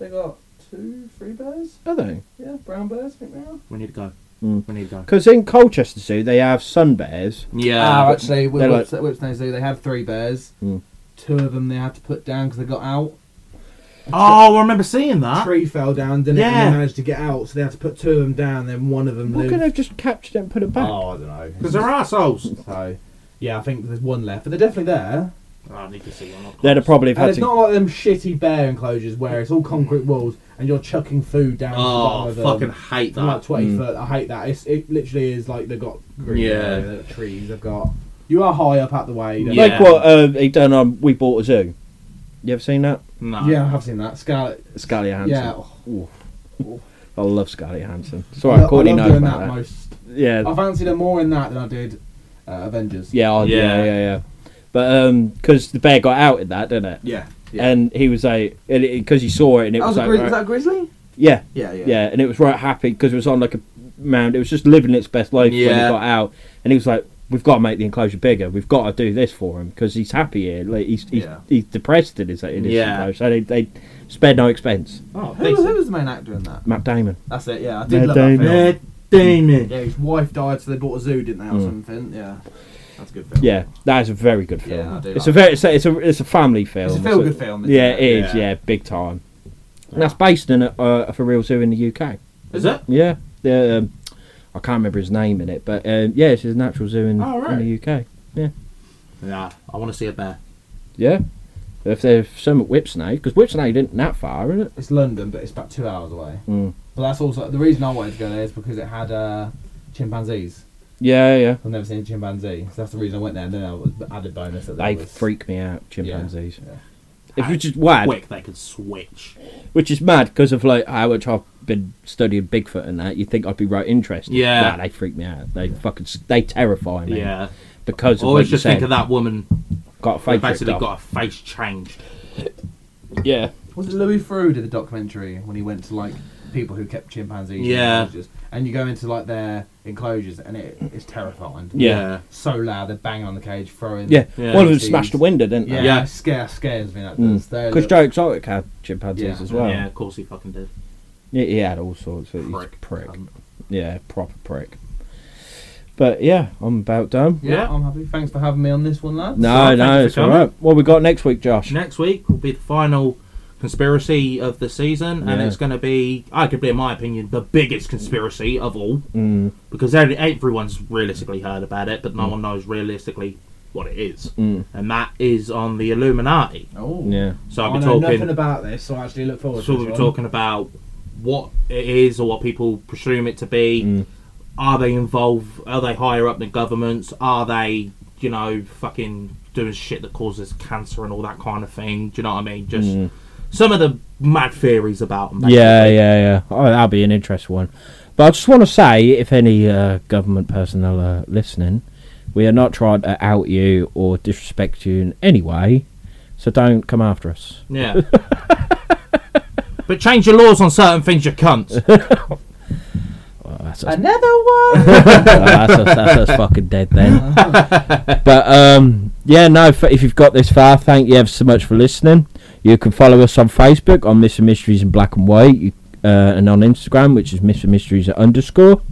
They got two, three bears? Are they? Yeah, brown bears, I think they are. We need to go. Mm. We need to go. Because in Colchester Zoo they have sun bears. Yeah. Ah, actually, with they're Whips, Whips Nose Zoo, they had three bears. Mm. Two of them they had to put down because they got out. oh, I remember seeing that. tree fell down, didn't it? Yeah. And they managed to get out, so they had to put two of them down. Then one of them Why lived. couldn't they have just captured it and put it back? Oh, I don't know. Because they're assholes. So, yeah, I think there's one left, but they're definitely there. Oh, I need to see one. up They'd close. have probably have And had it's to. not like them shitty bear enclosures where it's all concrete walls and you're chucking food down. Oh, to the bottom fucking of them. hate From like that. twenty Mm. foot. I hate that. It's, it literally is like they've got green Yeah. area, they've got trees. They've got you are high up at the way. don't you? Like Yeah. what uh, he done on We Bought a Zoo. You ever seen that? No. yeah, I have seen that. Scarlet. Scarlett Hansen. Yeah, oh, I love Scarlett Hansen. Sorry, I Courtney love knows doing about that that. most. Yeah, I fancied her more in that than I did uh, Avengers. yeah, I- yeah, Yeah. yeah, yeah, But because the bear got out in that, didn't it? yeah. And he was like, because he saw it, and it That was, was a like, gri- right- was that a grizzly? yeah, Yeah, yeah. yeah, and it was right happy because it was on like a mound. It was just living its best life when Yeah. it got out, and he was like, "We've got to make the enclosure bigger. We've got to do this for him because he's happy here. Like he's he's, Yeah. he's depressed in his in his Yeah. enclosure. So they, they spared no expense. Oh, Who, who decent. was the main actor in that? Matt Damon. That's it. Yeah, I did Matt love Damon. that film. Matt Damon. Yeah, his wife died, so they bought a zoo, didn't they, or Mm. something? Yeah, that's a good film. Yeah, that is a very good film. Yeah, I do it's like a very it's a, it's a it's a family film. it's a feel good film. isn't Yeah, it is. Yeah. Yeah, big time. And that's based in a, uh, for real zoo in the UK. Is it? Yeah, the, um, I can't remember his name in it, but um, yeah, it's his natural zoo in, Oh, right. in the UK. Yeah. I want to see a bear. Yeah. If there's some at Whipsnade, because Whipsnade isn't that far, is it? It's London, but it's about two hours away. Mm. But that's also the reason I wanted to go there is because it had uh, chimpanzees. Yeah, yeah. I've never seen a chimpanzee, so that's the reason I went there. And then I was the added bonus that there They was- freak me out, chimpanzees. yeah. If which is mad, Ah, quick they can switch. which is mad because of like how much I've been studying Bigfoot and that. You would think I'd be right interested? Yeah. Nah, they freak me out. They fucking s- they terrify me. Yeah. because of what Always you just said. think of that woman Got a who face basically ripped off. got a face changed. yeah. Was it Louis Theroux did a documentary when he went to like people who kept chimpanzees? in Yeah. enclosures? And you go into like their enclosures and it is terrifying. Yeah. So loud, they're banging on the cage, throwing. yeah, Yeah. One of them Jeez. smashed a window, didn't Yeah. they? Yeah. Scare scares me. That Hmm. does. They're Because little- Joe Exotic had chimpanzees Yeah. as Yeah. well. yeah, of course he fucking did. Yeah, he had all sorts of he's a Prick. prick. Um, Yeah, proper prick. But yeah, I'm about done. Yeah, Yeah. I'm happy. Thanks for having me on this one, lads. No, So, thank no, you it's for all coming. right. What we got next week, Josh? Next week will be the final conspiracy of the season, and Yeah. it's going to be, arguably, in my opinion, the biggest conspiracy of all Mm, because every- everyone's realistically heard about it, but no one knows realistically what it is, mm, and that is on the Illuminati. Oh. yeah, So I'll I be know nothing talking. about this, so I actually look forward So to we'll it. be talking about what it is or what people presume it to be. Mm. Are they involved? Are they higher up than governments? Are they, you know, fucking doing shit that causes cancer and all that kind of thing? Do you know what I mean? Just Mm. some of the mad theories about them. yeah, yeah, yeah. Oh, that'll be an interesting one. But I just want to say, if any uh, government personnel are listening, we are not trying to out you or disrespect you in any way. So don't come after us. Yeah. but change your laws on certain things, you cunts. Well, Oh, that's us Another one. Oh, that's, us, that's us fucking dead then. but um, yeah, no. f- If you've got this far, thank you ever so much for listening. You can follow us on Facebook on Missing Mysteries in Black and White, you, uh, and on Instagram, which is Missing Mysteries at underscore.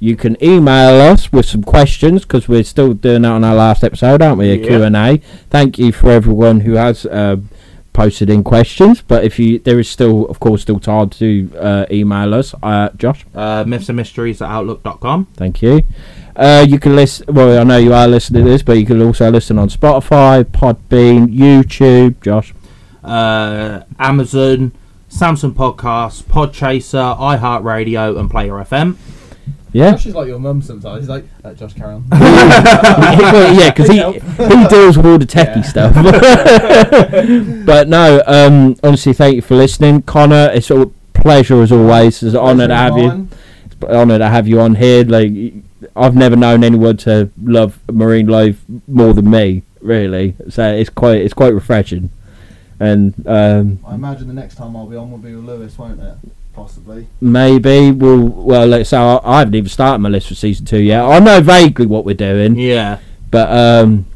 You can email us with some questions because we're still doing that on our last episode, aren't we? A Yeah. Q and A. Thank you for everyone who has. um posted in questions but if you there is still of course still time to uh, email us uh, josh uh, myths and mysteries at outlook.com. Thank you. Uh, you can listen. Well, I know you are listening to this, but you can also listen on Spotify, Podbean, YouTube. Josh, Uh, Amazon, Samsung Podcasts, Podchaser, iHeartRadio, and Player FM. yeah, Josh is like your mum sometimes. He's like, uh, Josh, carry on. Well, yeah, because he he deals with all the techie Yeah. stuff. but no, um, honestly, thank you for listening, Connor. It's a pleasure as always. It's an honour to have you. Mine. It's an honour to have you on here. Like, I've never known anyone to love marine life more than me. Really, so it's quite it's quite refreshing. And um, I imagine the next time I'll be on will be with Lewis, won't it? Possibly. Maybe we'll. Well, let's say I, I haven't even started my list for season two yet. I know vaguely what we're doing, Yeah. but um,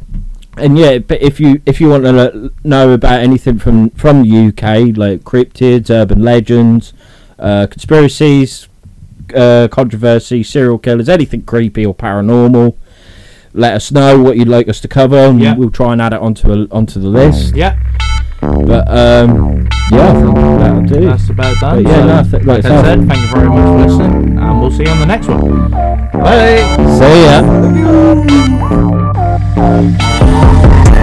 and yeah, but if you if you want to lo- know about anything from from the UK, like cryptids, urban legends, uh, conspiracies, uh, controversy, serial killers, anything creepy or paranormal, let us know what you'd like us to cover, and Yeah. we'll try and add it onto a, onto the list. Yeah. But um, yeah, I think that'll do. That's about done. Yeah, no, I think- like like I I said- said, thank you very much for listening, and we'll see you on the next one. Bye. See ya.